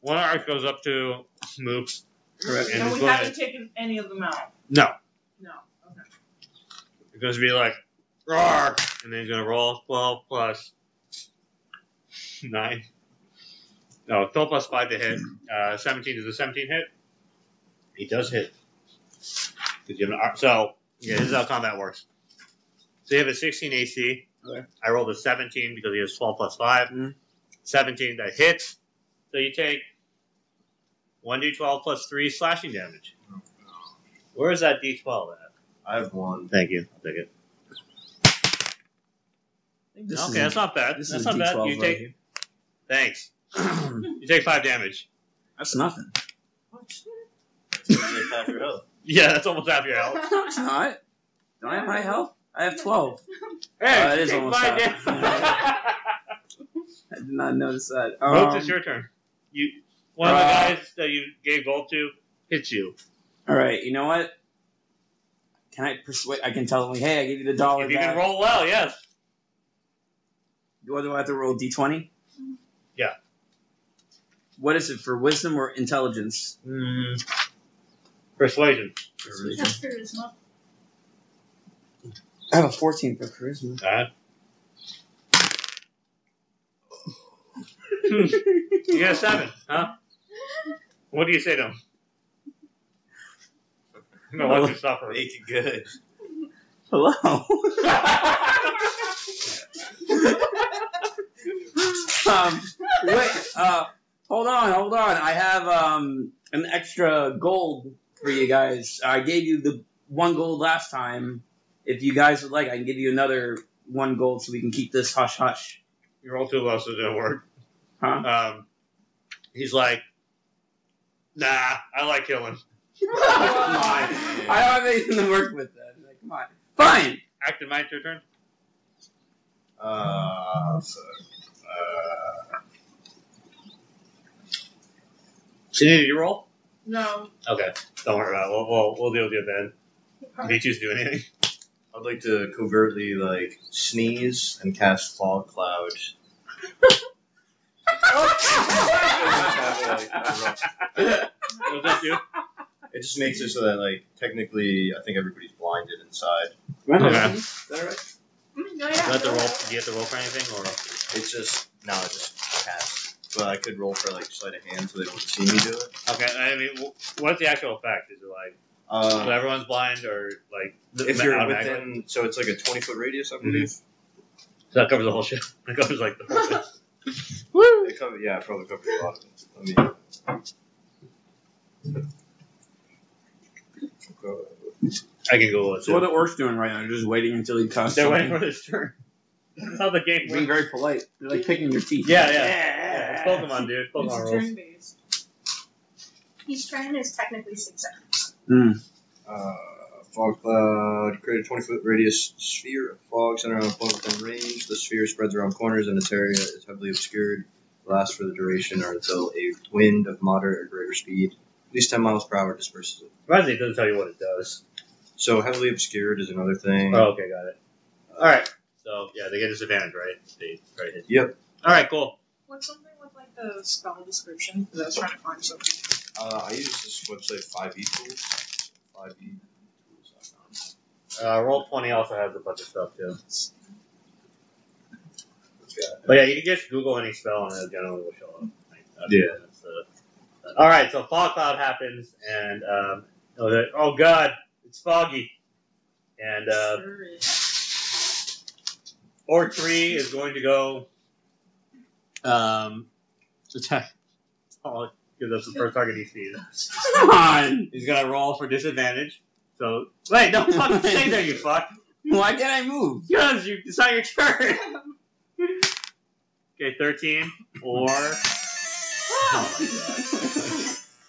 Speaker 3: One arc goes up to Moops.
Speaker 4: Correct.
Speaker 3: And
Speaker 2: And
Speaker 3: it's
Speaker 2: we
Speaker 3: going-
Speaker 2: haven't taken any of them out.
Speaker 3: No,
Speaker 2: No. Okay.
Speaker 3: it's going to be like, roar, and then he's going to roll 12 plus 9. No, 12 plus 5 to hit. Uh, 17 does a 17 hit. He does hit. 'Cause you have an ar- So, yeah, this is how combat works. So you have a 16 AC.
Speaker 4: Okay.
Speaker 3: I rolled a 17 because he has 12 plus 5.
Speaker 4: Mhm.
Speaker 3: 17 that hits. Oh, So you take 1d12 plus 3 slashing damage. Where is that D12 at?
Speaker 1: I have one.
Speaker 3: Thank you. I'll take it.
Speaker 4: This
Speaker 3: okay,
Speaker 4: is-
Speaker 3: that's not bad.
Speaker 4: This
Speaker 3: That's
Speaker 4: is
Speaker 3: not
Speaker 4: a
Speaker 3: bad.
Speaker 4: D12
Speaker 3: You
Speaker 4: right
Speaker 3: take. Thanks.
Speaker 4: here.
Speaker 3: You take five damage.
Speaker 4: that's nothing.
Speaker 1: It's half your health.
Speaker 3: Yeah, that's almost half your health.
Speaker 4: It's not. Don't I have my health? I have 12.
Speaker 3: Hey,
Speaker 4: Oh, it is
Speaker 3: take
Speaker 4: almost
Speaker 3: five
Speaker 4: half.
Speaker 3: damage.
Speaker 4: I did not notice that.
Speaker 3: Ropes,
Speaker 4: Um,
Speaker 3: it's your turn. You, one of the
Speaker 4: uh,
Speaker 3: guys that you gave gold to hits you.
Speaker 4: all right, you know what? Can I persuade? I can tell them, like, hey, I give you the dollar
Speaker 3: If you
Speaker 4: back.
Speaker 3: can roll well, yes.
Speaker 4: What do I have to roll? D20?
Speaker 3: Yeah.
Speaker 4: What is it for wisdom or intelligence?
Speaker 3: Mm. Persuasion.
Speaker 4: Persuasion.
Speaker 2: That's charisma.
Speaker 4: I have a 14 for charisma.
Speaker 3: Uh, hmm. you got a seven, huh? What do you say to him? I'm gonna let you suffer.
Speaker 1: Make it good.
Speaker 4: Hello. um, wait, uh, hold on, hold on. I have um, an extra gold for you guys. I gave you the one gold last time. If you guys would like, I can give you another one gold so we can keep this hush hush.
Speaker 3: you roll too low, so it didn't work.
Speaker 4: Huh?
Speaker 3: Um, he's like, nah, I like killing.
Speaker 4: I don't have anything to work with then. Like, come on. Fine.
Speaker 3: Active my your turn.
Speaker 1: Uh, so, uh,
Speaker 3: She needed you roll?
Speaker 2: No.
Speaker 3: Okay, don't worry about it. We'll, we'll, we'll deal with you then. Did you do anything?
Speaker 1: I'd like to covertly like sneeze and cast fog cloud.
Speaker 3: Was that you?
Speaker 1: It just makes it so that like technically, I think everybody's blinded inside.
Speaker 3: Okay.
Speaker 4: Is that all right?
Speaker 2: Mm, No,
Speaker 3: Is
Speaker 2: yeah.
Speaker 3: that the roll? Do you have to roll for anything? Or
Speaker 1: It's just no, it just cast. But I could roll for like sleight of hand so they don't see me do it.
Speaker 3: okay, I mean, wh- what's the actual effect? Is it like so
Speaker 1: Uh,
Speaker 3: everyone's blind, or like the-
Speaker 1: if you're
Speaker 3: automatically?
Speaker 1: within, so it's like a twenty foot radius, I believe.
Speaker 3: So that covers the whole shit. That covers like the whole thing.
Speaker 1: It cover, yeah, it probably covers a lot of it. I mean.
Speaker 3: I can go with
Speaker 4: So what
Speaker 3: it.
Speaker 4: the orcs doing right now? They're just waiting until he comes.
Speaker 3: They're waiting for this turn. That's how the game works.
Speaker 4: Being very polite. They're like picking your teeth.
Speaker 3: Yeah, yeah. Yeah, it's Pokemon, dude. It's Pokemon
Speaker 2: It's
Speaker 3: rules.
Speaker 2: turn based.
Speaker 5: Each turn is technically six seconds.
Speaker 4: Mm.
Speaker 1: Uh, fog cloud. Create a 20 foot radius sphere of fog centered around a point within range. The sphere spreads around corners and its area is heavily obscured. Lasts for the duration or until a wind of moderate or greater speed, at least 10 miles per hour, disperses it.
Speaker 3: Surprisingly, it doesn't tell you what it does.
Speaker 1: So heavily obscured is another thing.
Speaker 3: Oh, okay, got it. All right. So yeah, they get disadvantage, right? They right hit.
Speaker 1: Yep.
Speaker 3: All right, cool.
Speaker 2: What's something with like the spell description? 'Cause I was trying to find something.
Speaker 1: Uh, I use this website 5e tools. E 5e tools.com.
Speaker 3: Uh, roll twenty also has a bunch of stuff too.
Speaker 1: Yeah.
Speaker 3: But yeah, you can just Google any spell and it generally will show up.
Speaker 1: Yeah.
Speaker 3: That's, uh, all right, so fog cloud happens, and um, oh, the- oh god, it's foggy, and uh,
Speaker 2: Sure is.
Speaker 3: Or three is going to go. Um, attack. Oh, because that's the first target he sees.
Speaker 4: Come on.
Speaker 3: He's gonna roll for disadvantage. So wait, no, fuck, stay there, you fuck.
Speaker 4: Why can't I move?
Speaker 3: Because you, it's not your turn. Okay, thirteen or oh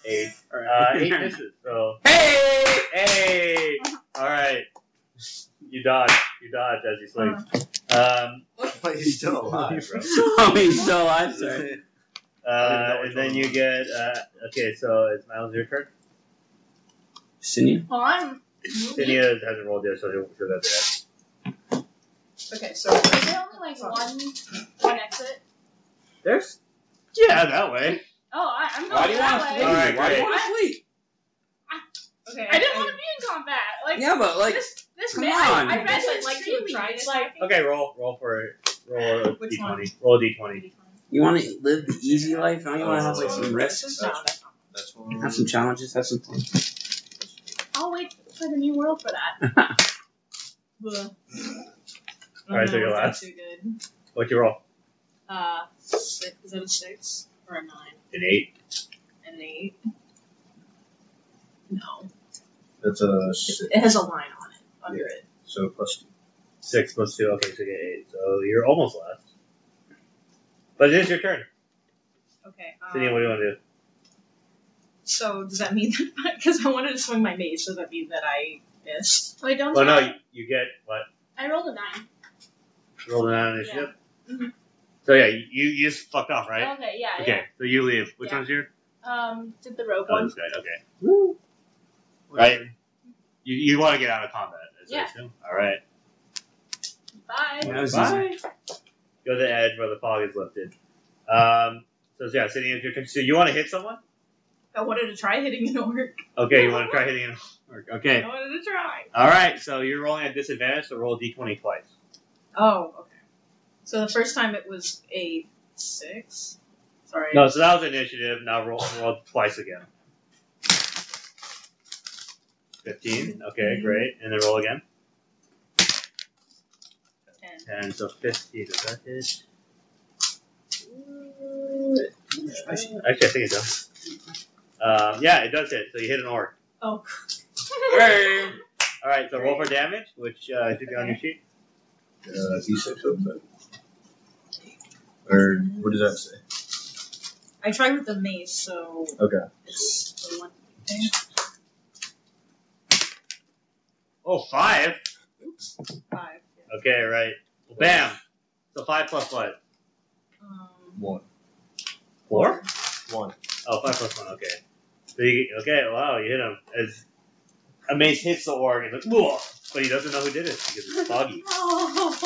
Speaker 3: eight. Uh, eight misses. So
Speaker 4: Hey!
Speaker 3: hey, all right. You dodge. You dodge as he
Speaker 2: Uh-huh.
Speaker 3: sleeps. Um,
Speaker 1: But he's still alive, bro.
Speaker 4: Oh, he's still alive, sorry.
Speaker 3: uh, and then you get uh, okay. So it's Miles your turn.
Speaker 4: Sinew?
Speaker 5: Oh,
Speaker 2: Well, I'm. moving.
Speaker 3: Sinia hasn't rolled yet, so he'll sure that's
Speaker 2: Okay, so
Speaker 5: Is there only like one one exit?
Speaker 3: it. There's yeah, that way.
Speaker 5: Oh, I, I'm going
Speaker 4: Why do you want to
Speaker 5: that
Speaker 4: flee?
Speaker 5: way.
Speaker 3: Alright,
Speaker 4: Why do you
Speaker 3: great.
Speaker 4: want to flee?
Speaker 2: okay.
Speaker 5: I didn't want to be in combat. Like
Speaker 4: Yeah, but like,
Speaker 5: this, this
Speaker 4: come
Speaker 5: man,
Speaker 4: on.
Speaker 5: I, I read like
Speaker 2: Like,
Speaker 5: like
Speaker 2: you
Speaker 5: two
Speaker 2: tried,
Speaker 5: tried.
Speaker 2: like-
Speaker 5: Like
Speaker 3: Okay, roll roll for it. Roll a
Speaker 2: Which
Speaker 3: d twenty.
Speaker 2: one?
Speaker 3: Roll a d twenty.
Speaker 4: you want to live the easy life? Don't you want to have like some risks?
Speaker 2: No, that's not.
Speaker 1: That's one.
Speaker 4: Have some challenges? Have some fun?
Speaker 5: I'll wait for the new world for that.
Speaker 2: Bleh.
Speaker 3: All right, so
Speaker 2: Oh, No,
Speaker 3: you're
Speaker 2: that's
Speaker 3: last.
Speaker 2: Too good.
Speaker 3: What'd you roll?
Speaker 2: Uh, six, is that a six or a nine
Speaker 3: An eight.
Speaker 2: and an eight? No.
Speaker 1: That's a six.
Speaker 2: It has a line on it under it.
Speaker 1: So plus two.
Speaker 3: Six plus two. Okay, so you get eight. So you're almost left. But it is your turn.
Speaker 2: Okay.
Speaker 3: Sinead,
Speaker 2: Um,
Speaker 3: what do you want to do?
Speaker 2: so does that mean that because I wanted to swing my mace, does that mean that I missed?
Speaker 5: Wait, don't.
Speaker 3: Well,
Speaker 5: you-
Speaker 3: Oh, no, you, you get what?
Speaker 5: I rolled a nine.
Speaker 3: Roll the nine initiative.
Speaker 5: Mhm.
Speaker 3: So yeah, you you just fucked off, right?
Speaker 5: Okay, Oh, yeah,
Speaker 3: Okay, so you leave. Which
Speaker 5: Yeah.
Speaker 3: one's your?
Speaker 5: yeah. Um, did the rogue
Speaker 3: Oh,
Speaker 5: one.
Speaker 3: this guy. Okay. You, you want to get out of combat? Is
Speaker 5: Yeah.
Speaker 3: All right.
Speaker 5: Bye.
Speaker 4: That was
Speaker 3: Bye. Go to the edge where the fog is lifted. Um. So yeah, Sydney, if you're con- so you want to hit someone?
Speaker 2: I wanted to try hitting an orc.
Speaker 3: Okay, you want to try hitting an orc.
Speaker 2: I
Speaker 3: Okay.
Speaker 2: wanted to try.
Speaker 3: All right. So you're rolling at disadvantage, so roll d d20 twice.
Speaker 2: Oh, okay. So the first time it was a six. Sorry.
Speaker 3: No, so that was initiative. Now roll roll twice again. Fifteen. Okay, great. And then roll again.
Speaker 2: Ten.
Speaker 3: Ten. So fifteen. Does that hit? Actually, I think it does. Um, yeah, it does hit. So you hit an orc.
Speaker 2: Oh.
Speaker 4: Hey.
Speaker 3: All right. So roll for damage, which uh, should be on your sheet.
Speaker 1: Uh, D6 open. Or what does that say?
Speaker 2: I tried with the mace, so
Speaker 1: Okay.
Speaker 2: it's the one.
Speaker 3: Oh, five.
Speaker 2: Five. yeah.
Speaker 3: Okay, right. Bam. So five plus what?
Speaker 2: Um,
Speaker 1: One.
Speaker 3: Four.
Speaker 1: One.
Speaker 3: Oh, five plus one. Okay. So you, okay. Wow, you hit him. As a mace hits the orc, and it's like, "Whoa," but he doesn't know who did it because it's foggy.
Speaker 2: oh.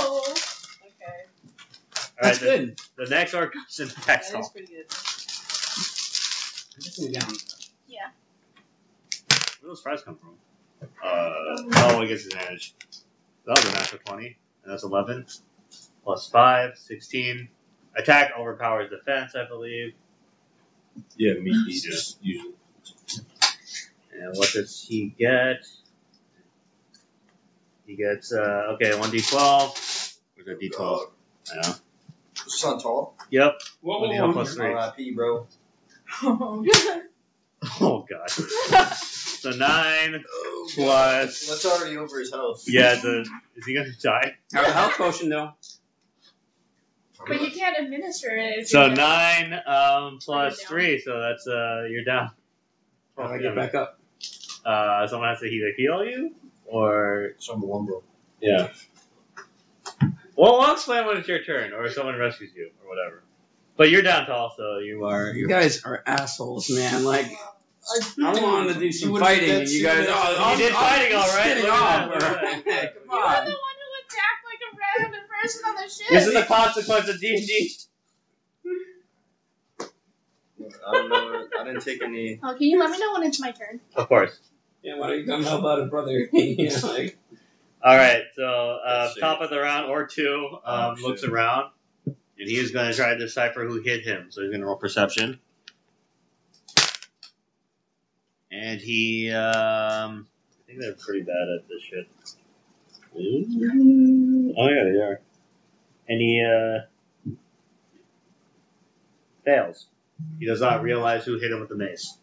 Speaker 2: Okay.
Speaker 3: All
Speaker 4: That's
Speaker 3: right. The,
Speaker 4: good.
Speaker 3: the next orc comes and
Speaker 2: That
Speaker 3: attacks him.
Speaker 2: is pretty good.
Speaker 3: Where those fries come from? Uh, oh, it gets advantage. That was a natural 20, and that's 11. Plus 5, 16. Attack overpowers defense, I believe.
Speaker 1: Yeah, me.
Speaker 3: Yeah.
Speaker 1: Usually.
Speaker 3: And what does he get? He gets, uh, okay, 1d12. Where's that d12? I know.
Speaker 6: Santal.
Speaker 3: Yep.
Speaker 4: Whoa,
Speaker 3: One
Speaker 4: whoa,
Speaker 3: d12
Speaker 4: whoa.
Speaker 3: plus 3.
Speaker 6: RIP, bro.
Speaker 2: Um,
Speaker 3: Oh, God. so 9 plus.
Speaker 6: That's already over his health.
Speaker 3: Yeah, the, is he going to die?
Speaker 4: Have a health potion though.
Speaker 5: But you can't administer it. if
Speaker 3: So
Speaker 5: you-
Speaker 3: 9 um, plus
Speaker 5: down.
Speaker 3: 3, so that's, uh, you're down.
Speaker 4: How do I get back up?
Speaker 3: uh, someone has to either heal you or
Speaker 1: Some lumbo.
Speaker 3: yeah. Well, I'll explain when it's your turn, or someone rescues you, or whatever. But you're down tall, so you are.
Speaker 4: You
Speaker 3: You're,
Speaker 4: guys are assholes, man. Like I wanted to do some
Speaker 7: You would've
Speaker 4: fighting,
Speaker 7: did that
Speaker 4: and you guys
Speaker 7: sooner.
Speaker 4: all
Speaker 3: You did fighting, all right.
Speaker 4: spinning
Speaker 3: Look at
Speaker 4: off.
Speaker 3: that.
Speaker 4: Hey,
Speaker 5: You
Speaker 4: Come
Speaker 5: were the one
Speaker 4: on.
Speaker 5: who attacked like a random person on the ship.
Speaker 3: this is the consequence of D and D.
Speaker 1: I don't know. I didn't take any.
Speaker 5: Oh, can you let me know when it's my turn?
Speaker 3: Of course.
Speaker 4: Yeah, why don't you come help out a brother? you know, like,
Speaker 3: All right. So uh,
Speaker 1: Let's see.
Speaker 3: top of the round, or two um,
Speaker 1: Oh, shit.
Speaker 3: looks around, and he is going to try to decipher who hit him. So he's going to roll perception. And he, um, I think they're pretty bad at this shit. Ooh. Oh yeah, they are. And he uh, fails. He does not realize who hit him with the mace.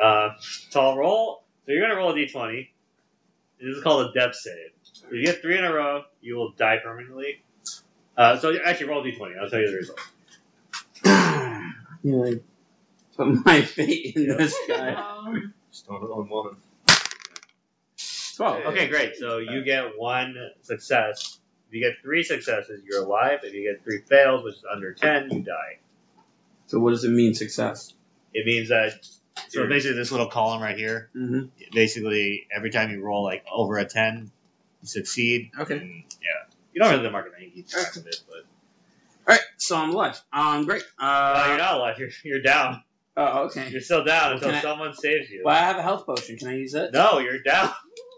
Speaker 3: Uh, so I'll roll. So you're gonna roll a d20. This is called a depth save. If you get three in a row, you will die permanently. Uh, so actually, roll a d20. I'll tell you the result.
Speaker 4: you know, like, put my fate in this guy.
Speaker 5: Oh.
Speaker 2: Um,
Speaker 1: Start on one.
Speaker 4: Twelve.
Speaker 3: Oh, Okay, great. So you get one success. If you get three successes, you're alive. If you get three fails, which is under 10, you die.
Speaker 4: So what does it mean, success?
Speaker 3: It means that. So basically, this little column right here
Speaker 4: Mm-hmm.
Speaker 3: basically every time you roll like over a ten, you succeed.
Speaker 4: Okay.
Speaker 3: And, yeah. You don't really have to mark it. You keep track of it, but
Speaker 4: All right, so I'm alive. Um, great.
Speaker 3: uh, you're
Speaker 4: Uh,
Speaker 3: not alive. You're, you're down.
Speaker 4: oh, okay.
Speaker 3: You're still down
Speaker 4: Well,
Speaker 3: until
Speaker 4: can I-
Speaker 3: someone saves you.
Speaker 4: Well, I have a health potion. Can I use it?
Speaker 3: No, you're down.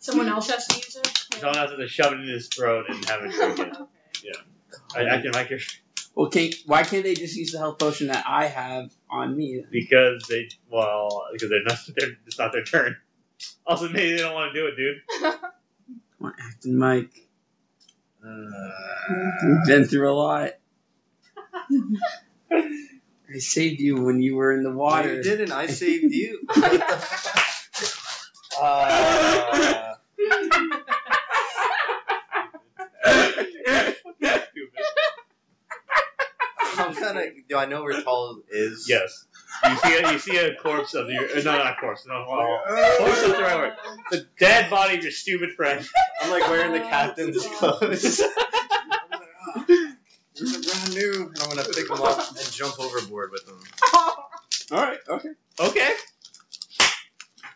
Speaker 2: someone else has to use it.
Speaker 3: Someone else has to shove it in his throat and have it drink it.
Speaker 2: Okay.
Speaker 3: I, I can like your
Speaker 4: Well, can why can't they just use the health potion that I have on me?
Speaker 3: because they well because they're not they're, it's not their turn. Also, maybe they don't want to do it, dude.
Speaker 4: Come on, acting Mike.
Speaker 1: Uh,
Speaker 4: You've been through a lot. I saved you when you were in the water.
Speaker 1: didn't. I saved you.
Speaker 7: Uh,
Speaker 1: How kind of do I know where tall is?
Speaker 3: yes. You see a, you see a corpse of your. uh, No, not a corpse. No, hold
Speaker 1: Oh.
Speaker 3: on. Corpse is the right word.
Speaker 4: Oh.
Speaker 3: The dead body of your stupid friend.
Speaker 1: I'm like wearing the captain's clothes. I'm like, oh, this is brand new, and I'm gonna pick him up and jump overboard with him.
Speaker 4: Alright, okay.
Speaker 3: Okay.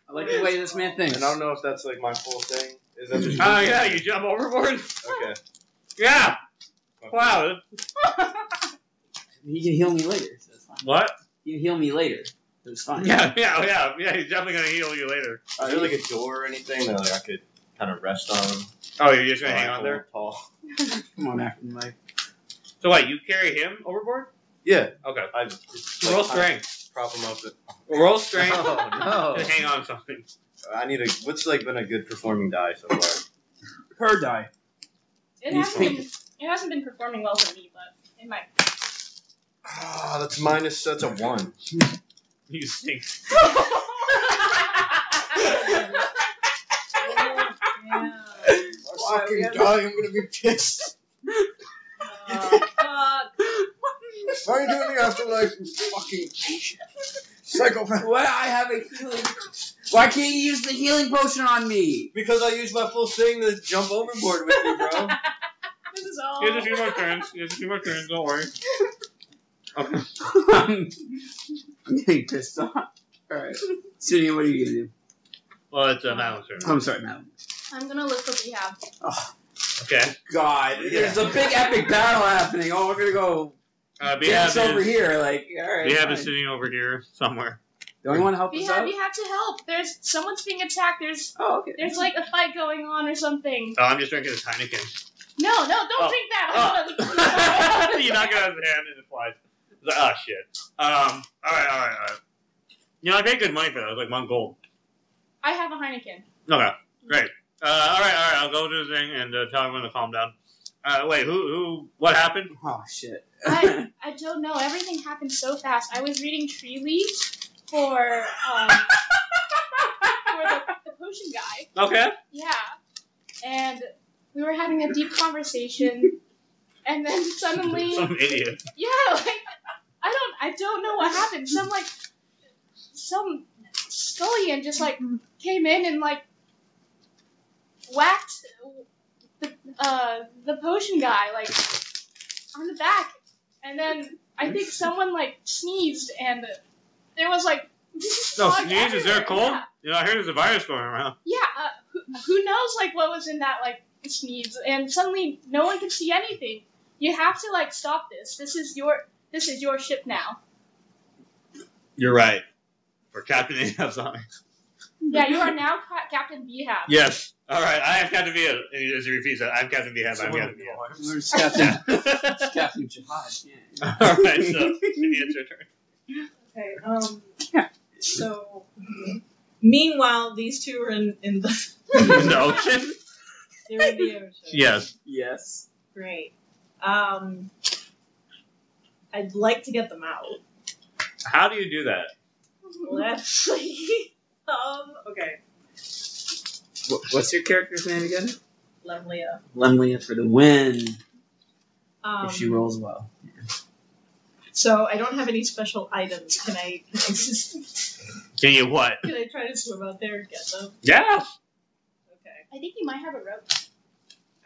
Speaker 4: I like the way this man thinks.
Speaker 1: And I don't know if that's like my full thing. Is that just?
Speaker 3: Oh yeah, you jump overboard.
Speaker 1: Okay.
Speaker 3: Yeah. Wow.
Speaker 4: He can heal me later, so it's fine.
Speaker 3: What?
Speaker 4: You can heal me later, so it's fine.
Speaker 3: Yeah, yeah, yeah, yeah. He's definitely gonna heal you later.
Speaker 1: Is there like a door or anything that like I could kind of rest on?
Speaker 3: Oh, you're just gonna hang on there.
Speaker 1: Tall.
Speaker 4: Come on after the mic.
Speaker 3: So what? You carry him overboard?
Speaker 1: Yeah.
Speaker 3: Okay.
Speaker 1: I just
Speaker 3: Roll
Speaker 1: like, kinda
Speaker 3: strength.
Speaker 1: Prop him up.
Speaker 3: Roll strength.
Speaker 1: Oh, no.
Speaker 3: And hang on something.
Speaker 1: I need a. What's like been a good performing die so far?
Speaker 4: Her die.
Speaker 5: It
Speaker 4: He's
Speaker 5: hasn't, been, it hasn't been performing well for me, but it might.
Speaker 1: Ah, that's minus. That's a one.
Speaker 3: You stink.
Speaker 2: Yeah.
Speaker 4: Why, we
Speaker 1: fucking
Speaker 4: haven't-
Speaker 1: die! I'm gonna be pissed.
Speaker 2: Uh, fuck.
Speaker 6: Why are you doing the afterlife? You fucking psychopath.
Speaker 4: Why I have a healing? Why can't you use the healing potion on me?
Speaker 1: Because I used my full thing to jump overboard with you, bro.
Speaker 5: This is all.
Speaker 3: Here's a few more turns. Here's a few more turns. Don't worry. Okay.
Speaker 4: I'm getting pissed off. Alright. Sunia, what are you gonna do?
Speaker 3: Well, it's a Madeline turn.
Speaker 4: I'm sorry, Madeline.
Speaker 5: I'm gonna look what we have.
Speaker 3: Okay.
Speaker 4: God, there's a big epic battle happening. Oh, we're gonna go
Speaker 3: Uh, Behab
Speaker 4: dance over
Speaker 3: is
Speaker 4: here. Like, alright.
Speaker 3: Behab is
Speaker 4: fine.
Speaker 3: sitting over here somewhere.
Speaker 4: Do anyone help
Speaker 5: We
Speaker 4: us
Speaker 5: have,
Speaker 4: out?
Speaker 5: we have to help. There's someone's being attacked. There's
Speaker 4: Oh, okay.
Speaker 5: there's like a fight going on or something.
Speaker 3: Oh, I'm just drinking this Heineken.
Speaker 5: No, no, don't
Speaker 3: Oh.
Speaker 5: drink that.
Speaker 3: you knock it out of his hand and it flies. It's like, oh shit. Um. All right. All right. All right. You know, I paid good money for that. It was like one gold.
Speaker 5: I have a Heineken.
Speaker 3: Okay. Great. Uh, all right. All right. I'll go do the thing and uh, tell him when to calm down. Uh, wait. Who? Who? What happened?
Speaker 4: Oh shit.
Speaker 5: I I don't know. Everything happened so fast. I was reading Tree Leaves for um for the, the potion guy.
Speaker 3: Okay.
Speaker 5: Yeah. And we were having a deep conversation, and then suddenly,
Speaker 3: Some idiot.
Speaker 5: yeah, like I don't, I don't know what happened. Some like, some scullion just like came in and like whacked the uh the potion guy like on the back, and then I think someone like sneezed and there was like.
Speaker 3: No,
Speaker 5: fog
Speaker 3: sneeze. Is there a
Speaker 5: everywhere.
Speaker 3: cold?
Speaker 5: Yeah.
Speaker 3: You know, I heard there's a virus going around.
Speaker 5: Yeah, uh, who, who knows like what was in that like sneeze? And suddenly no one can see anything. You have to like stop this. This is your this is your ship now.
Speaker 3: You're right. For Captain Ahab's on.
Speaker 5: Yeah, you are now ca- Captain Behab.
Speaker 3: Yes. All right. I am Captain Via. As he repeats that, I'm Captain Via. I'm Captain Via.
Speaker 4: We're Captain, Captain Jihad. Yeah.
Speaker 3: All right. So it's your turn.
Speaker 2: Okay. Um. So. Meanwhile, these two are in, in the
Speaker 3: In the ocean.
Speaker 2: they're in the ocean.
Speaker 3: Yes.
Speaker 4: yes.
Speaker 2: Great. Um. I'd like to get them out.
Speaker 3: How do you do that?
Speaker 2: Let's um. Okay.
Speaker 4: Wh- What's your character's name again?
Speaker 2: Lemlia.
Speaker 4: Lemlia for the win.
Speaker 2: Um,
Speaker 4: if she rolls well.
Speaker 2: So I don't have any special items. Can I? Can I, just,
Speaker 3: Can you what?
Speaker 2: can I try to swim out there and get them?
Speaker 3: Yeah.
Speaker 2: Okay.
Speaker 5: I think you might have a rope.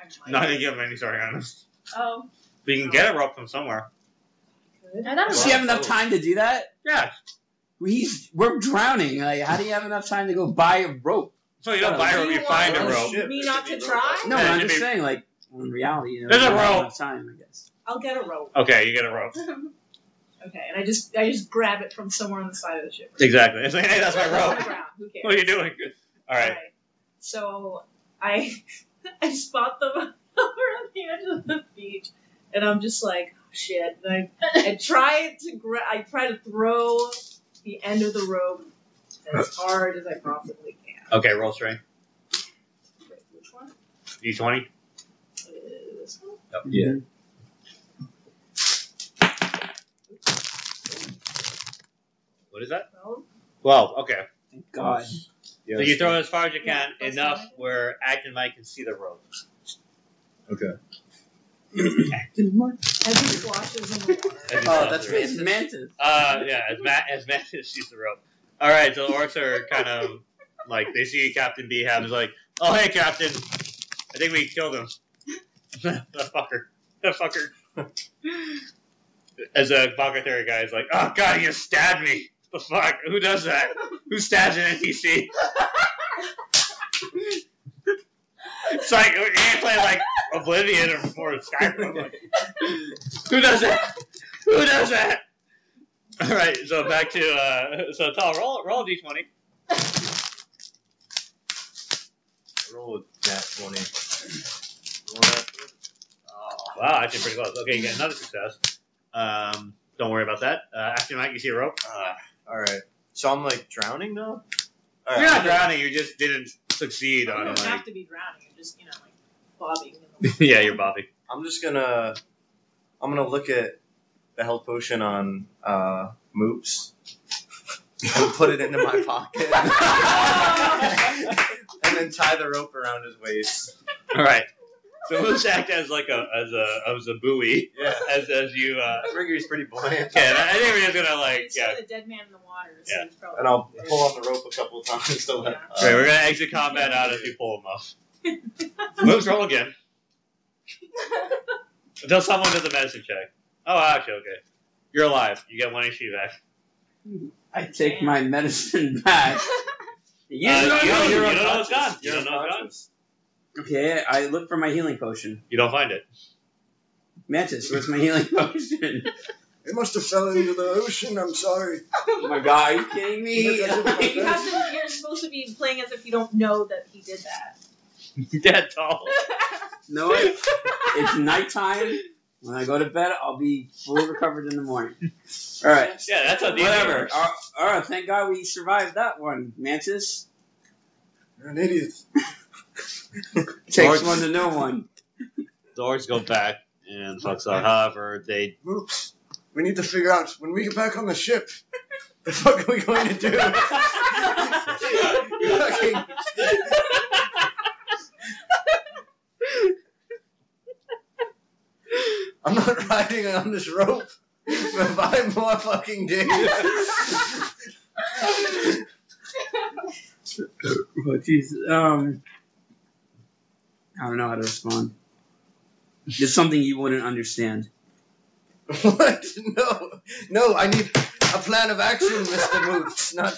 Speaker 2: I might.
Speaker 3: Not gonna give him any sarcasm.
Speaker 5: Oh,
Speaker 3: We can get a rope from somewhere.
Speaker 2: Good.
Speaker 5: I thought it
Speaker 4: Does
Speaker 5: was.
Speaker 4: she have enough time to do that?
Speaker 3: Yeah.
Speaker 4: He's we're drowning. Like, how do you have enough time to go buy a rope?
Speaker 3: So you don't buy a rope. You find a
Speaker 1: Oh,
Speaker 3: rope.
Speaker 1: shit,
Speaker 2: Me
Speaker 1: there
Speaker 2: not
Speaker 1: should
Speaker 2: to
Speaker 1: be a rope.
Speaker 2: try?
Speaker 4: No,
Speaker 3: Yeah,
Speaker 4: I'm
Speaker 3: you
Speaker 4: just
Speaker 3: mean-
Speaker 4: saying, like in reality, you know,
Speaker 3: There's a
Speaker 4: you don't have
Speaker 3: rope.
Speaker 4: enough time, I guess.
Speaker 2: I'll get a rope.
Speaker 3: Okay. You get a rope.
Speaker 2: Okay, and I just I just grab it from somewhere on the side of the ship.
Speaker 3: Exactly. It's like, hey, that's my
Speaker 2: On the
Speaker 3: rope.
Speaker 2: ground. Who cares?
Speaker 3: What are you doing? All right.
Speaker 2: Alright. So I I spot them over on the edge of the beach, and I'm just like oh, shit. And I, I try to gra- I try to throw the end of the rope as hard as I possibly can.
Speaker 3: Okay. Roll strength.
Speaker 2: Wait, which one?
Speaker 3: D20.
Speaker 2: Uh, this one?
Speaker 4: Mm-hmm.
Speaker 1: Yeah.
Speaker 3: What is that?
Speaker 2: No.
Speaker 3: Twelve. Okay.
Speaker 4: Thank God.
Speaker 1: Yeah,
Speaker 3: so you throw it as far as you
Speaker 2: Yeah,
Speaker 3: can,
Speaker 2: that's
Speaker 3: enough
Speaker 2: fine.
Speaker 3: where Acton Mike can see the rope.
Speaker 1: Okay.
Speaker 2: As he squashes in the water.
Speaker 3: As he
Speaker 4: Oh,
Speaker 3: stops
Speaker 4: that's
Speaker 3: the rope.
Speaker 4: it's Mantis.
Speaker 3: Uh, yeah, as Matt as Matt sees the rope. All right, so the orcs are kind of like they see Captain B Habs like, oh hey Captain, I think we killed him. that fucker, that fucker. As a Bakatari guy is like, oh god, he just stabbed me. The fuck? Who does that? Who stabs an NPC? it's like you can't play like Oblivion or before Skyrim. Like, who does that? Who does that? All right, so back to uh, so Tal, roll roll a d twenty.
Speaker 1: Roll a nat 20.
Speaker 3: Wow, actually pretty close. Okay, you get another success. Um, don't worry about that. Uh, after Mike, you see a rope. Uh,
Speaker 1: ah, Alright. So I'm like drowning now?
Speaker 3: you're not drowning. You just didn't succeed
Speaker 2: You
Speaker 3: on
Speaker 2: don't
Speaker 3: like.
Speaker 2: have to be drowning. You're just, you know, like bobbing. In the
Speaker 3: yeah, you're Bobby.
Speaker 1: I'm just gonna I'm gonna look at the health potion on uh Moops and put it into my pocket and then tie the rope around his waist.
Speaker 3: All right. So let's act as like a as a as a buoy
Speaker 1: Yeah.
Speaker 3: as as you. Uh,
Speaker 1: I figure he's pretty buoyant.
Speaker 3: yeah, I think we're just gonna like
Speaker 2: It's
Speaker 3: yeah.
Speaker 2: still a dead man in the water, so
Speaker 3: Yeah.
Speaker 2: it's probably.
Speaker 1: And I'll pull on the rope a couple of times to let uh,
Speaker 3: All right, we're gonna exit combat out as you pull him off. Moves roll again until someone does a medicine check. Oh, actually, okay. You're alive. You get one HP back.
Speaker 4: I take my medicine back. You
Speaker 3: Uh,
Speaker 4: don't
Speaker 3: you
Speaker 4: know
Speaker 3: don't- you
Speaker 4: you're
Speaker 3: don't know it's
Speaker 4: unconscious.
Speaker 3: gone. You don't know it's gone.
Speaker 4: Okay, I look for my healing potion.
Speaker 3: You don't find it.
Speaker 4: Mantis, where's my healing potion?
Speaker 6: It must have fell into the ocean. I'm sorry.
Speaker 4: Oh my god, are you kidding
Speaker 6: Look, I took my
Speaker 2: You
Speaker 4: me?
Speaker 2: have to, you're supposed to be playing as if you don't know that he did that.
Speaker 3: Dead tall.
Speaker 4: no, it's, it's nighttime. When I go to bed, I'll be fully recovered in the morning. All right.
Speaker 3: Yeah, that's how these
Speaker 4: Whatever.
Speaker 3: works.
Speaker 4: Oh, oh, thank God we survived that one, Mantis.
Speaker 6: You're an idiot.
Speaker 4: Takes
Speaker 3: Lord.
Speaker 4: one to know one.
Speaker 3: The orcs go back and fucks up. However, they
Speaker 6: Oops. We need to figure out when we get back on the ship. The fuck are we going to do?
Speaker 2: Oh
Speaker 6: Fucking- I'm not riding on this rope for five more fucking days.
Speaker 4: Oh, jeez. Um, I don't know how to respond. It's something you wouldn't understand.
Speaker 6: What? No, no. I need a plan of action, Mister Moots. Not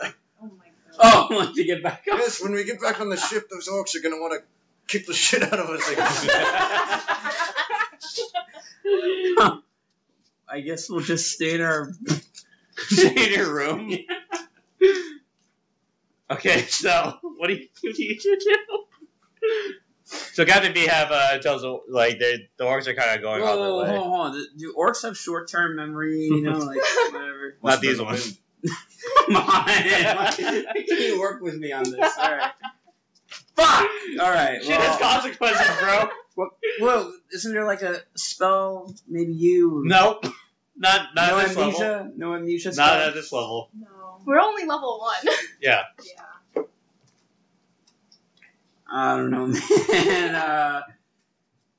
Speaker 2: Oh my god.
Speaker 4: Oh, I want to get back up.
Speaker 6: yes. When we get back on the ship, those orcs are gonna want to kick the shit out of us. Like,
Speaker 4: I guess we'll just stay in our
Speaker 3: stay in your room. Okay, so what do you, what do, you do? So Captain B have uh, tells the- like they, the orcs are kind of going
Speaker 4: Whoa,
Speaker 3: all their
Speaker 4: whoa,
Speaker 3: way.
Speaker 4: hold on, hold on. Do- Do orcs have short term memory? You know, like whatever.
Speaker 3: Not these ones.
Speaker 4: Come on, can you work with me on this? All right. Fuck. All right.
Speaker 3: Shit has
Speaker 4: Well,
Speaker 3: consequences, bro.
Speaker 4: well, isn't there like a spell? Maybe you.
Speaker 3: Nope. Not not
Speaker 4: no
Speaker 3: at this
Speaker 4: amnesia.
Speaker 3: level.
Speaker 4: No amnesia. Spell?
Speaker 3: Not at this level.
Speaker 2: No.
Speaker 5: We're only level one.
Speaker 3: Yeah.
Speaker 2: Yeah.
Speaker 4: I don't know, man. Uh,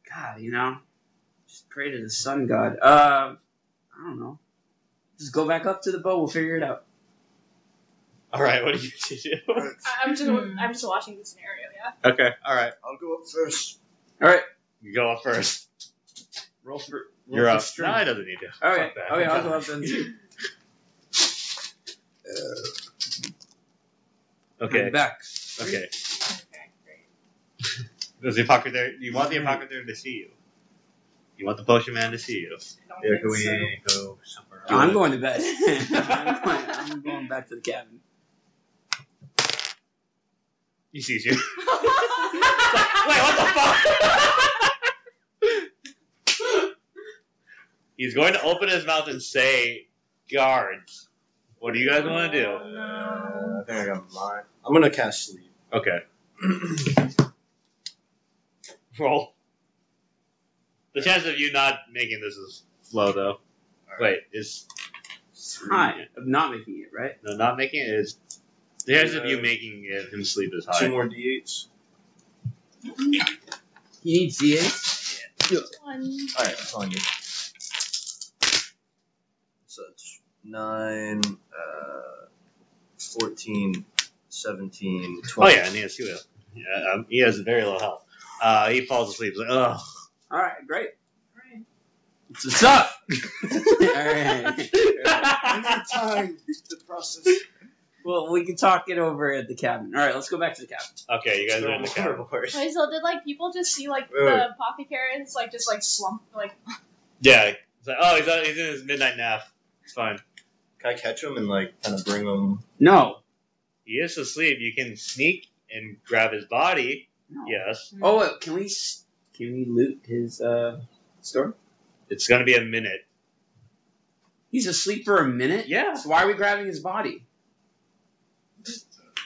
Speaker 4: God, you know, just pray to the sun god. Uh, I don't know. Just go back up to the boat. We'll figure it out.
Speaker 3: All right. What do you do?
Speaker 5: I- I'm just
Speaker 2: Hmm.
Speaker 5: I'm just watching the scenario. Yeah.
Speaker 3: okay. All right.
Speaker 6: I'll go up first.
Speaker 3: You go up first.
Speaker 4: Roll for. Roll
Speaker 3: You're
Speaker 4: for
Speaker 3: up. No,
Speaker 4: Strength.
Speaker 3: it doesn't need to.
Speaker 4: okay.
Speaker 3: Fuck that.
Speaker 4: Okay, I'll go up then too. I'm
Speaker 3: Okay.
Speaker 4: back.
Speaker 3: Okay.
Speaker 2: Okay, great.
Speaker 3: There's the apothecary. You want the apothecary to see you. You want the potion man to see you.
Speaker 2: I don't
Speaker 1: Yeah,
Speaker 2: think
Speaker 1: can we
Speaker 2: so.
Speaker 1: go somewhere
Speaker 3: You
Speaker 4: I'm
Speaker 3: wanna-
Speaker 4: going to bed. I'm, going, I'm going back to the cabin.
Speaker 3: He sees you. Wait, what the fuck? He's going to open his mouth and say, "Guards, what do you guys want to do?"
Speaker 1: Uh, I think I got mine. I'm gonna cast sleep.
Speaker 3: Okay. Roll. The chance of you not making this is low, though. Wait, is
Speaker 4: Time of not making it right.
Speaker 3: no not making it is The odds of you making it, him sleep is high.
Speaker 1: Two more d8s.
Speaker 4: You need eh? Z8?
Speaker 5: One.
Speaker 1: All right, it's on you. So it's 9, uh, 14, 17,
Speaker 3: Oh
Speaker 1: 20.
Speaker 3: yeah, and he has two. health. Yeah, um, he has very low health. Uh, he falls asleep. He's like, ugh.
Speaker 4: Alright, great.
Speaker 2: Alright.
Speaker 4: What's up? Alright.
Speaker 7: time to process.
Speaker 4: Well, we can talk it over at the cabin. Alright, let's go back to the cabin.
Speaker 3: okay, you guys are in the cabin.
Speaker 5: Wait, so did like people just see like
Speaker 1: Wait, wait.
Speaker 5: the apothecaries like just like slump like
Speaker 3: Yeah. It's like, oh, he's, on, he's in his midnight nap. It's fine.
Speaker 1: Can I catch him and, like, kind of bring him?
Speaker 4: No.
Speaker 3: He is asleep. You can sneak and grab his body. Yes.
Speaker 4: Oh, wait, can we s- can we loot his uh store?
Speaker 3: It's gonna be a minute.
Speaker 4: He's asleep for a minute.
Speaker 3: Yeah.
Speaker 4: So why are we grabbing his body?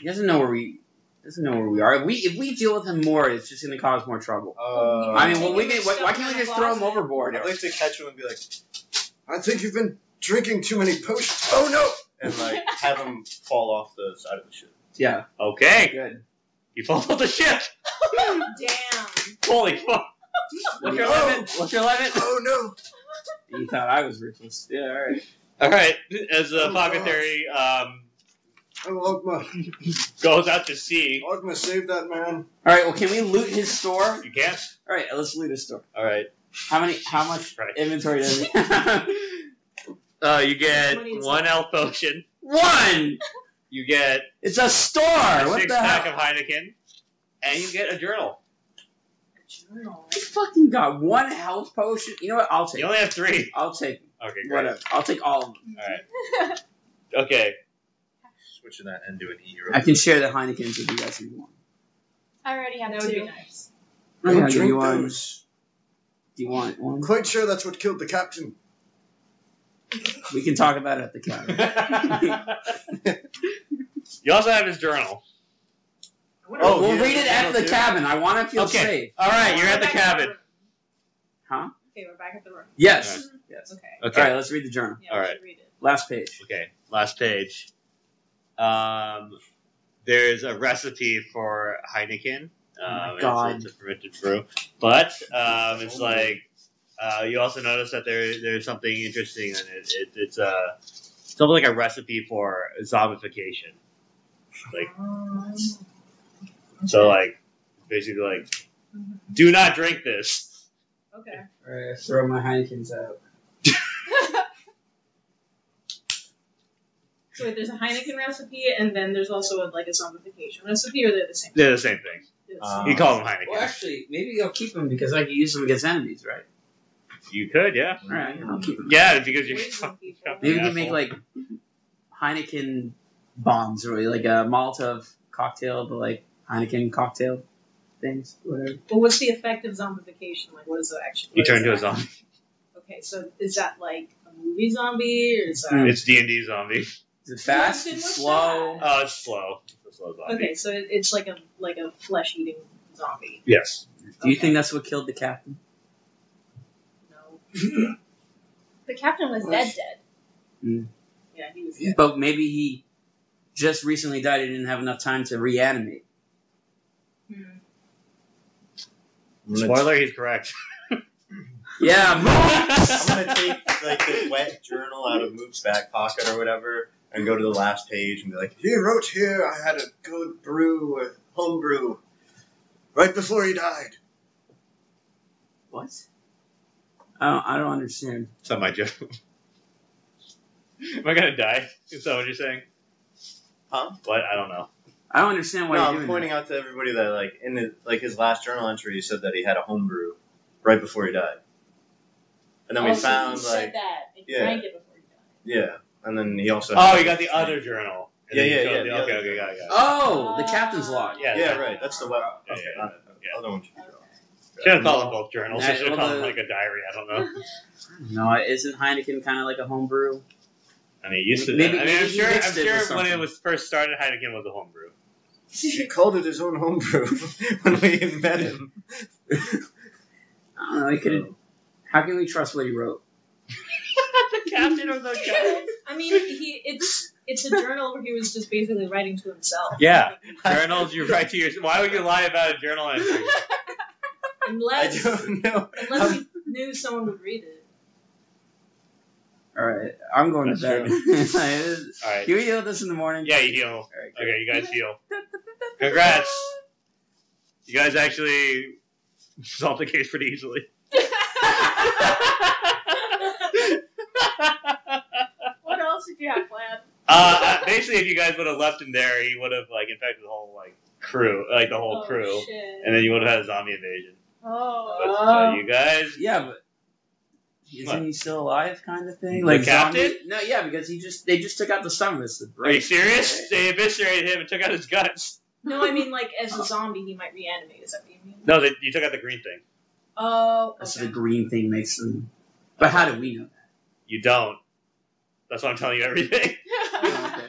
Speaker 4: He doesn't know where we doesn't know where we are. If we if we deal with him more, it's just going to cause more trouble.
Speaker 1: Uh,
Speaker 4: I mean,
Speaker 2: Take
Speaker 4: well, we
Speaker 2: him
Speaker 4: can.
Speaker 2: and
Speaker 4: Why,
Speaker 2: stuff
Speaker 4: why
Speaker 2: him
Speaker 4: can't
Speaker 2: in
Speaker 4: we
Speaker 2: a
Speaker 4: just throw him
Speaker 2: closet.
Speaker 4: overboard?
Speaker 1: I'd like to catch him and be like,
Speaker 7: I think you've been drinking too many potions. Oh no!
Speaker 1: and, like, have him fall off the side of the ship.
Speaker 4: Yeah.
Speaker 3: Okay.
Speaker 4: Good.
Speaker 3: You fall off the ship.
Speaker 2: Damn.
Speaker 3: Holy fuck.
Speaker 4: What's your
Speaker 7: Oh.
Speaker 4: limit? What's your limit?
Speaker 7: Oh no!
Speaker 4: You thought I was ruthless. Yeah. All right.
Speaker 3: All right. As the
Speaker 7: Oh,
Speaker 3: apothecary um,
Speaker 7: Oh Ogma,
Speaker 3: goes out to sea,
Speaker 7: Ogma, save that man.
Speaker 4: All right. Well, can we loot his store? All
Speaker 3: you can't.
Speaker 4: right. Let's loot his store.
Speaker 3: All right.
Speaker 4: How many? How much
Speaker 3: Right.
Speaker 4: inventory does he? have?
Speaker 3: Uh, you get
Speaker 2: Money inside.
Speaker 3: one health potion.
Speaker 4: One.
Speaker 3: You get
Speaker 4: It's a store.
Speaker 3: a
Speaker 4: what
Speaker 3: six
Speaker 4: the
Speaker 3: pack
Speaker 4: heck?
Speaker 3: of Heineken, and you get a journal.
Speaker 2: Journal.
Speaker 4: I fucking got one health potion. You know what? I'll take.
Speaker 3: You
Speaker 4: it.
Speaker 3: only have three.
Speaker 4: I'll take
Speaker 3: Okay, great.
Speaker 4: whatever. I'll take all of them.
Speaker 3: All right. Okay.
Speaker 1: Switching that into an E.
Speaker 4: I can share the Heinekens with you guys if you want.
Speaker 5: I already have
Speaker 2: That
Speaker 5: two.
Speaker 2: would be nice.
Speaker 7: Don't
Speaker 4: Yeah, do
Speaker 7: drink
Speaker 4: you want-
Speaker 7: those.
Speaker 4: Do you want one?
Speaker 7: I'm quite sure that's what killed the captain.
Speaker 4: We can talk about it at the cabin.
Speaker 3: Oh, you also have his journal.
Speaker 2: I wonder
Speaker 1: Oh,
Speaker 2: if-
Speaker 4: we'll
Speaker 1: yeah,
Speaker 4: read it
Speaker 1: yeah,
Speaker 4: at the
Speaker 1: okay.
Speaker 4: cabin. I want to feel
Speaker 3: Okay.
Speaker 4: safe.
Speaker 3: All right, you're
Speaker 2: We're
Speaker 3: at the
Speaker 2: back at
Speaker 3: cabin.
Speaker 2: room.
Speaker 4: Huh?
Speaker 2: Okay, we're back at the room.
Speaker 4: Yes.
Speaker 2: That's okay.
Speaker 3: Okay.
Speaker 4: All right, let's read the journal.
Speaker 2: Yeah, we
Speaker 3: Alright.
Speaker 2: should read it.
Speaker 4: Last page.
Speaker 3: Okay. Last page. Um, there's a recipe for Heineken. Um,
Speaker 4: Oh my
Speaker 3: it's-
Speaker 4: God.
Speaker 3: It's, a fermented brew, but um, it's like uh, you also notice that there there's something interesting in it. it it's a uh, something like a recipe for zombification. Like
Speaker 2: Um,
Speaker 3: so, like basically like do not drink this.
Speaker 2: okay.
Speaker 4: All right, throw my Heinekens out.
Speaker 2: So wait, there's a Heineken recipe, and then there's also a, like a zombification recipe, or they're the same.
Speaker 3: They're the same thing.
Speaker 2: They're the
Speaker 1: Uh,
Speaker 2: same.
Speaker 3: You call them Heineken.
Speaker 4: Well, actually, maybe I'll keep them because I can use them against enemies, right?
Speaker 3: You could, yeah,
Speaker 1: Um,
Speaker 4: All right, I'll keep them.
Speaker 3: yeah, because you.
Speaker 2: Poison people.
Speaker 4: Maybe we
Speaker 3: Yeah.
Speaker 4: can make like Heineken bombs or like a Molotov cocktail, but like Heineken cocktail things, whatever.
Speaker 2: But what's the effect of zombification? Like, what is it actually?
Speaker 3: You
Speaker 2: what
Speaker 3: turn
Speaker 2: is
Speaker 3: to a
Speaker 2: that?
Speaker 3: zombie.
Speaker 2: Okay, so is that like a movie zombie, or is that?
Speaker 4: Mm.
Speaker 3: It's D and D zombie.
Speaker 4: Is it fast?
Speaker 2: What's in
Speaker 4: It's
Speaker 2: with
Speaker 4: slow?
Speaker 2: that?
Speaker 3: Oh, it's slow. It's a slow zombie.
Speaker 2: Okay, so it, it's like a like a flesh eating zombie.
Speaker 3: Yes.
Speaker 4: Do you
Speaker 2: Okay.
Speaker 4: think that's what killed the captain?
Speaker 2: No.
Speaker 5: The captain was dead dead.
Speaker 2: Yeah, he was.
Speaker 4: But maybe he just recently died and didn't have enough time to reanimate.
Speaker 2: Hmm.
Speaker 1: I'm gonna-
Speaker 3: Spoiler, he's correct.
Speaker 4: Yeah,
Speaker 1: I'm gonna take like the wet journal out of Moop's back pocket or whatever, and go to the last page and be like,
Speaker 7: He wrote here I had a good brew, a home brew, right before he died.
Speaker 4: What? I don't, I don't understand.
Speaker 3: It's not my joke. Am I gonna die? Is that what you're saying?
Speaker 1: huh?
Speaker 3: What? I don't know.
Speaker 4: I don't understand why
Speaker 1: no,
Speaker 4: you're
Speaker 1: I'm
Speaker 4: doing
Speaker 1: pointing
Speaker 4: that.
Speaker 1: out to everybody that like in his, like his last journal entry, he said that he had a homebrew right before he died, and then we
Speaker 2: Also, Oh, he
Speaker 1: found
Speaker 2: said
Speaker 1: like
Speaker 2: that and he
Speaker 1: yeah.
Speaker 2: drank it before he died.
Speaker 1: yeah, and then he also
Speaker 3: Oh,
Speaker 1: had-
Speaker 3: you got the other journal. And
Speaker 1: Yeah,
Speaker 3: then you
Speaker 1: yeah,
Speaker 3: showed
Speaker 1: yeah,
Speaker 3: the-
Speaker 1: the
Speaker 3: okay,
Speaker 1: other
Speaker 3: okay, got
Speaker 1: journal.
Speaker 3: it, got it.
Speaker 4: Oh,
Speaker 3: Uh,
Speaker 4: the captain's log.
Speaker 3: Yeah,
Speaker 1: yeah, right. That's the well.
Speaker 3: Yeah,
Speaker 1: Okay,
Speaker 3: yeah,
Speaker 1: not- the other one should be wrong.
Speaker 3: Should have called them both journals. I
Speaker 4: Nah,
Speaker 3: should have
Speaker 4: well,
Speaker 3: called them
Speaker 4: the-
Speaker 3: like a diary. I don't know.
Speaker 4: No, isn't Heineken kind of like a homebrew?
Speaker 3: I mean, it used to.
Speaker 4: Maybe-
Speaker 3: I mean,
Speaker 4: maybe
Speaker 3: I'm
Speaker 4: he
Speaker 3: sure.
Speaker 4: mixed
Speaker 3: I'm
Speaker 4: it with
Speaker 3: sure when it
Speaker 4: something.
Speaker 3: was first started, Heineken was a homebrew.
Speaker 7: He called it his own home brew.
Speaker 1: when we met him,
Speaker 4: I don't know. He could. How can we trust what he wrote?
Speaker 3: the captain of the
Speaker 2: I mean, he it's it's a journal where he was just basically writing to himself.
Speaker 3: Yeah. Journals you write to your. Why would you lie about a journal entry?
Speaker 1: I
Speaker 2: Unless
Speaker 1: don't know.
Speaker 2: unless he knew someone would read it.
Speaker 4: All right, I'm going to bed. Can
Speaker 3: All right.
Speaker 4: we deal with this in the morning?
Speaker 3: Yeah, you heal.
Speaker 4: All right,
Speaker 3: Okay, you guys heal. Congrats. You guys actually solved the case pretty easily.
Speaker 5: What else did you have planned?
Speaker 3: Uh, basically, if you guys would have left him there, he would have like infected the whole like crew, like the whole
Speaker 2: oh,
Speaker 3: crew,
Speaker 2: Shit.
Speaker 3: and then you would have had a zombie invasion. But,
Speaker 5: Oh.
Speaker 3: uh, you guys,
Speaker 4: Yeah, but isn't
Speaker 3: What?
Speaker 4: he still alive? Kind of thing.
Speaker 3: The
Speaker 4: Like zombie-
Speaker 3: captain?
Speaker 4: No, yeah, because he just they just took out the stomachs. The
Speaker 3: are you
Speaker 4: brain.
Speaker 3: serious? They eviscerated him and took out his guts.
Speaker 2: No, I mean like as a zombie, he might reanimate. Is that what you mean?
Speaker 3: No, they, you took out the green thing.
Speaker 2: Oh,
Speaker 4: That's
Speaker 2: okay.
Speaker 4: the green thing makes them. But how do we know?
Speaker 3: You don't. That's why I'm telling you everything.
Speaker 4: That? okay.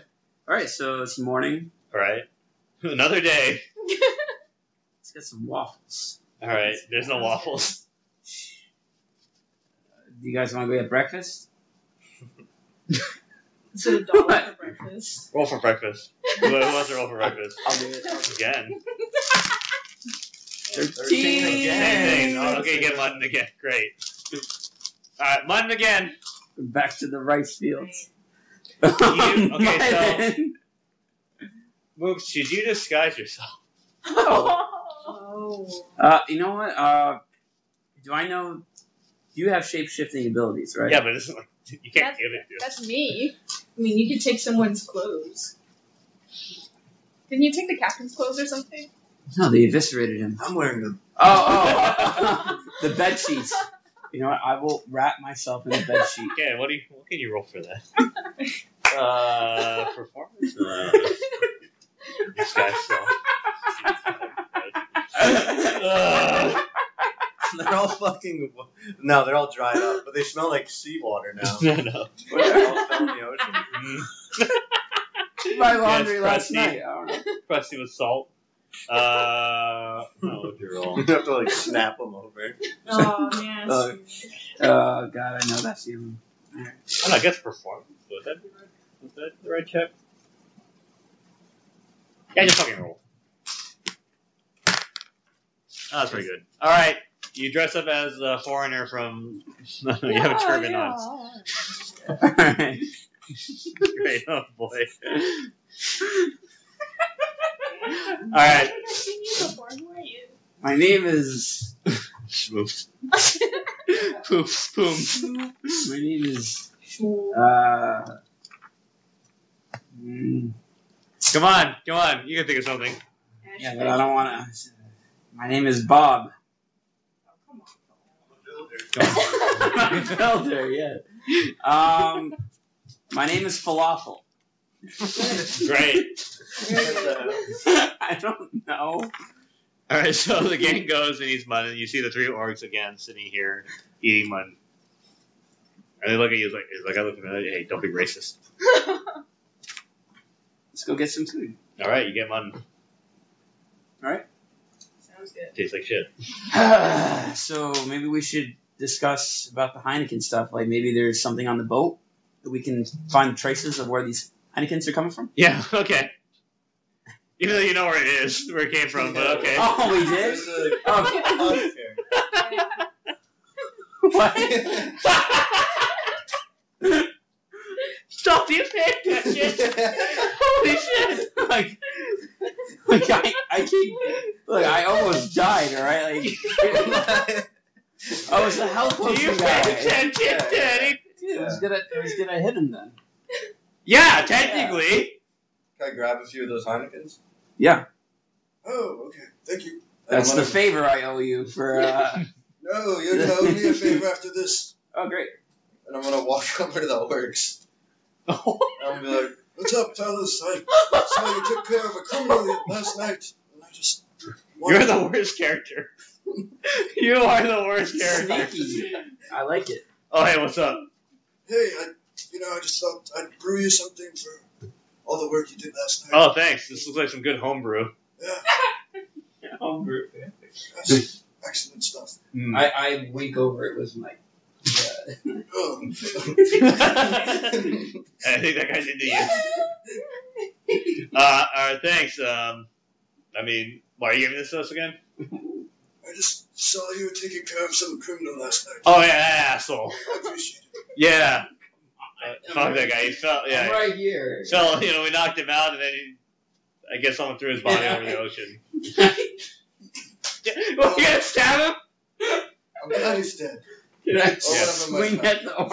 Speaker 4: All right, so it's morning.
Speaker 3: All right, another day.
Speaker 4: Let's get some waffles.
Speaker 3: All right, there's no waffles.
Speaker 4: Do you guys want to go get breakfast?
Speaker 2: so a dog for
Speaker 4: What?
Speaker 2: breakfast.
Speaker 3: Roll for breakfast. Who wants to roll for breakfast
Speaker 4: I'll do it.
Speaker 3: again?
Speaker 4: Thirteen
Speaker 3: Same thing.
Speaker 4: again.
Speaker 3: Oh, okay, get Mutton again. Great. All right, Mutton again.
Speaker 4: Back to the rice fields.
Speaker 3: okay, so-
Speaker 4: Mutton.
Speaker 3: Mooks, should you disguise yourself?
Speaker 2: Oh.
Speaker 4: Uh, you know what? Uh, do I know? You have shape shifting abilities, right?
Speaker 3: Yeah, but it's like you can't
Speaker 5: That's-
Speaker 3: give it to.
Speaker 5: That's me.
Speaker 2: I mean, you could take someone's clothes.
Speaker 5: Didn't you take the captain's clothes or something?
Speaker 4: No, they eviscerated him.
Speaker 1: I'm wearing them.
Speaker 4: Oh, oh, the bed sheets. You know what? I will wrap myself in a bed sheet.
Speaker 3: Okay, what do you? What can you roll for that? Uh, performance. Uh, disguise self. Uh,
Speaker 1: They're all fucking. No, they're all dried up, but they smell like seawater now.
Speaker 3: no, no.
Speaker 1: Well, they all fell in the ocean.
Speaker 3: Mm,
Speaker 4: My laundry
Speaker 3: Yes,
Speaker 4: last
Speaker 3: Rusty.
Speaker 4: night. I don't know.
Speaker 3: Crusty with salt. Uh, no, what'd you roll?
Speaker 1: You have to like snap them over.
Speaker 2: Oh man.
Speaker 4: Uh, Oh God, I know that's you.
Speaker 3: I, don't know, I guess performance. Would that be right? Was that the right check? Yeah, just fucking roll. Oh, that's pretty good. All right, you dress up as a foreigner from. you have a
Speaker 5: Oh,
Speaker 3: turban on.
Speaker 4: Alright.
Speaker 3: Great, oh boy. All right,
Speaker 5: I've seen you before. Who are you?
Speaker 4: My name is.
Speaker 3: Oops. Poops, poops.
Speaker 4: My name is.
Speaker 2: Sure.
Speaker 4: Uh. mm,
Speaker 3: Come on, come on. You can think of something.
Speaker 4: yeah, but I don't want to. My name is Bob.
Speaker 3: Come on.
Speaker 4: Felder, yeah. Um, my name is Falafel.
Speaker 3: Great.
Speaker 4: Uh, I don't know.
Speaker 3: All right, so the gang goes and eats mutton. You see the three orcs again sitting here eating mutton. And they look at you like, is like I look familiar? Hey, don't be racist.
Speaker 4: Let's go get some food.
Speaker 3: All right, you get mutton.
Speaker 2: Sounds good.
Speaker 3: Tastes like shit.
Speaker 4: so maybe we should discuss about the Heineken stuff. Like maybe there's something on the boat that we can find traces of where these Heinekens are coming from.
Speaker 3: Yeah, okay. Even though you know where it is, where it came from, but okay.
Speaker 4: Oh, we did.
Speaker 1: There's a
Speaker 4: Oh.
Speaker 1: pug here.
Speaker 4: what?
Speaker 3: Stop you saying that Holy shit!
Speaker 4: like, like I, I keep, look, I almost died. All right, like, I was a hell
Speaker 3: Do
Speaker 4: close
Speaker 3: you
Speaker 4: to
Speaker 3: pay
Speaker 4: die.
Speaker 3: attention to any-
Speaker 4: I was gonna, I was gonna hit him then.
Speaker 3: Yeah, technically.
Speaker 1: Can I grab a few of those Heinekens?
Speaker 4: Yeah.
Speaker 6: Oh, okay. Thank you.
Speaker 4: That's
Speaker 1: I'm
Speaker 4: the
Speaker 1: gonna-
Speaker 4: favor I owe you for. Uh,
Speaker 6: No, you are owe me a favor after this.
Speaker 4: oh, great.
Speaker 1: And I'm gonna walk over to the orcs. And I'm gonna be like,
Speaker 6: What's up, fellas? I saw you took care of a criminal last night, and I just
Speaker 3: You're
Speaker 6: wanted
Speaker 3: the worst character. you are the worst character.
Speaker 4: Sneaky. I like it.
Speaker 3: Oh, hey, what's up?
Speaker 6: Hey, I, you know, I just thought I'd brew you something for all the work you did last night.
Speaker 3: Oh, thanks. This looks like some good homebrew.
Speaker 6: That's excellent stuff.
Speaker 4: I, I wink over it with my. Uh,
Speaker 6: Um,
Speaker 3: I think that guy's into you. Uh, all right, thanks. Um, I mean, why are you giving this to us again?
Speaker 6: I just saw you were taking care of some criminal last night.
Speaker 3: Oh yeah, that asshole.
Speaker 6: I appreciate it.
Speaker 3: Yeah. Uh, fuck that guy. He fell.
Speaker 4: I'm
Speaker 3: Yeah.
Speaker 4: right here.
Speaker 3: He fell. You know, we knocked him out, and then he, I guess someone threw his body over the ocean. well, you gonna stab him?
Speaker 6: I'm glad he's dead.
Speaker 4: Did I
Speaker 6: Oh,
Speaker 3: Yeah.
Speaker 6: whatever, my
Speaker 4: swing
Speaker 6: friend.
Speaker 4: at the arc?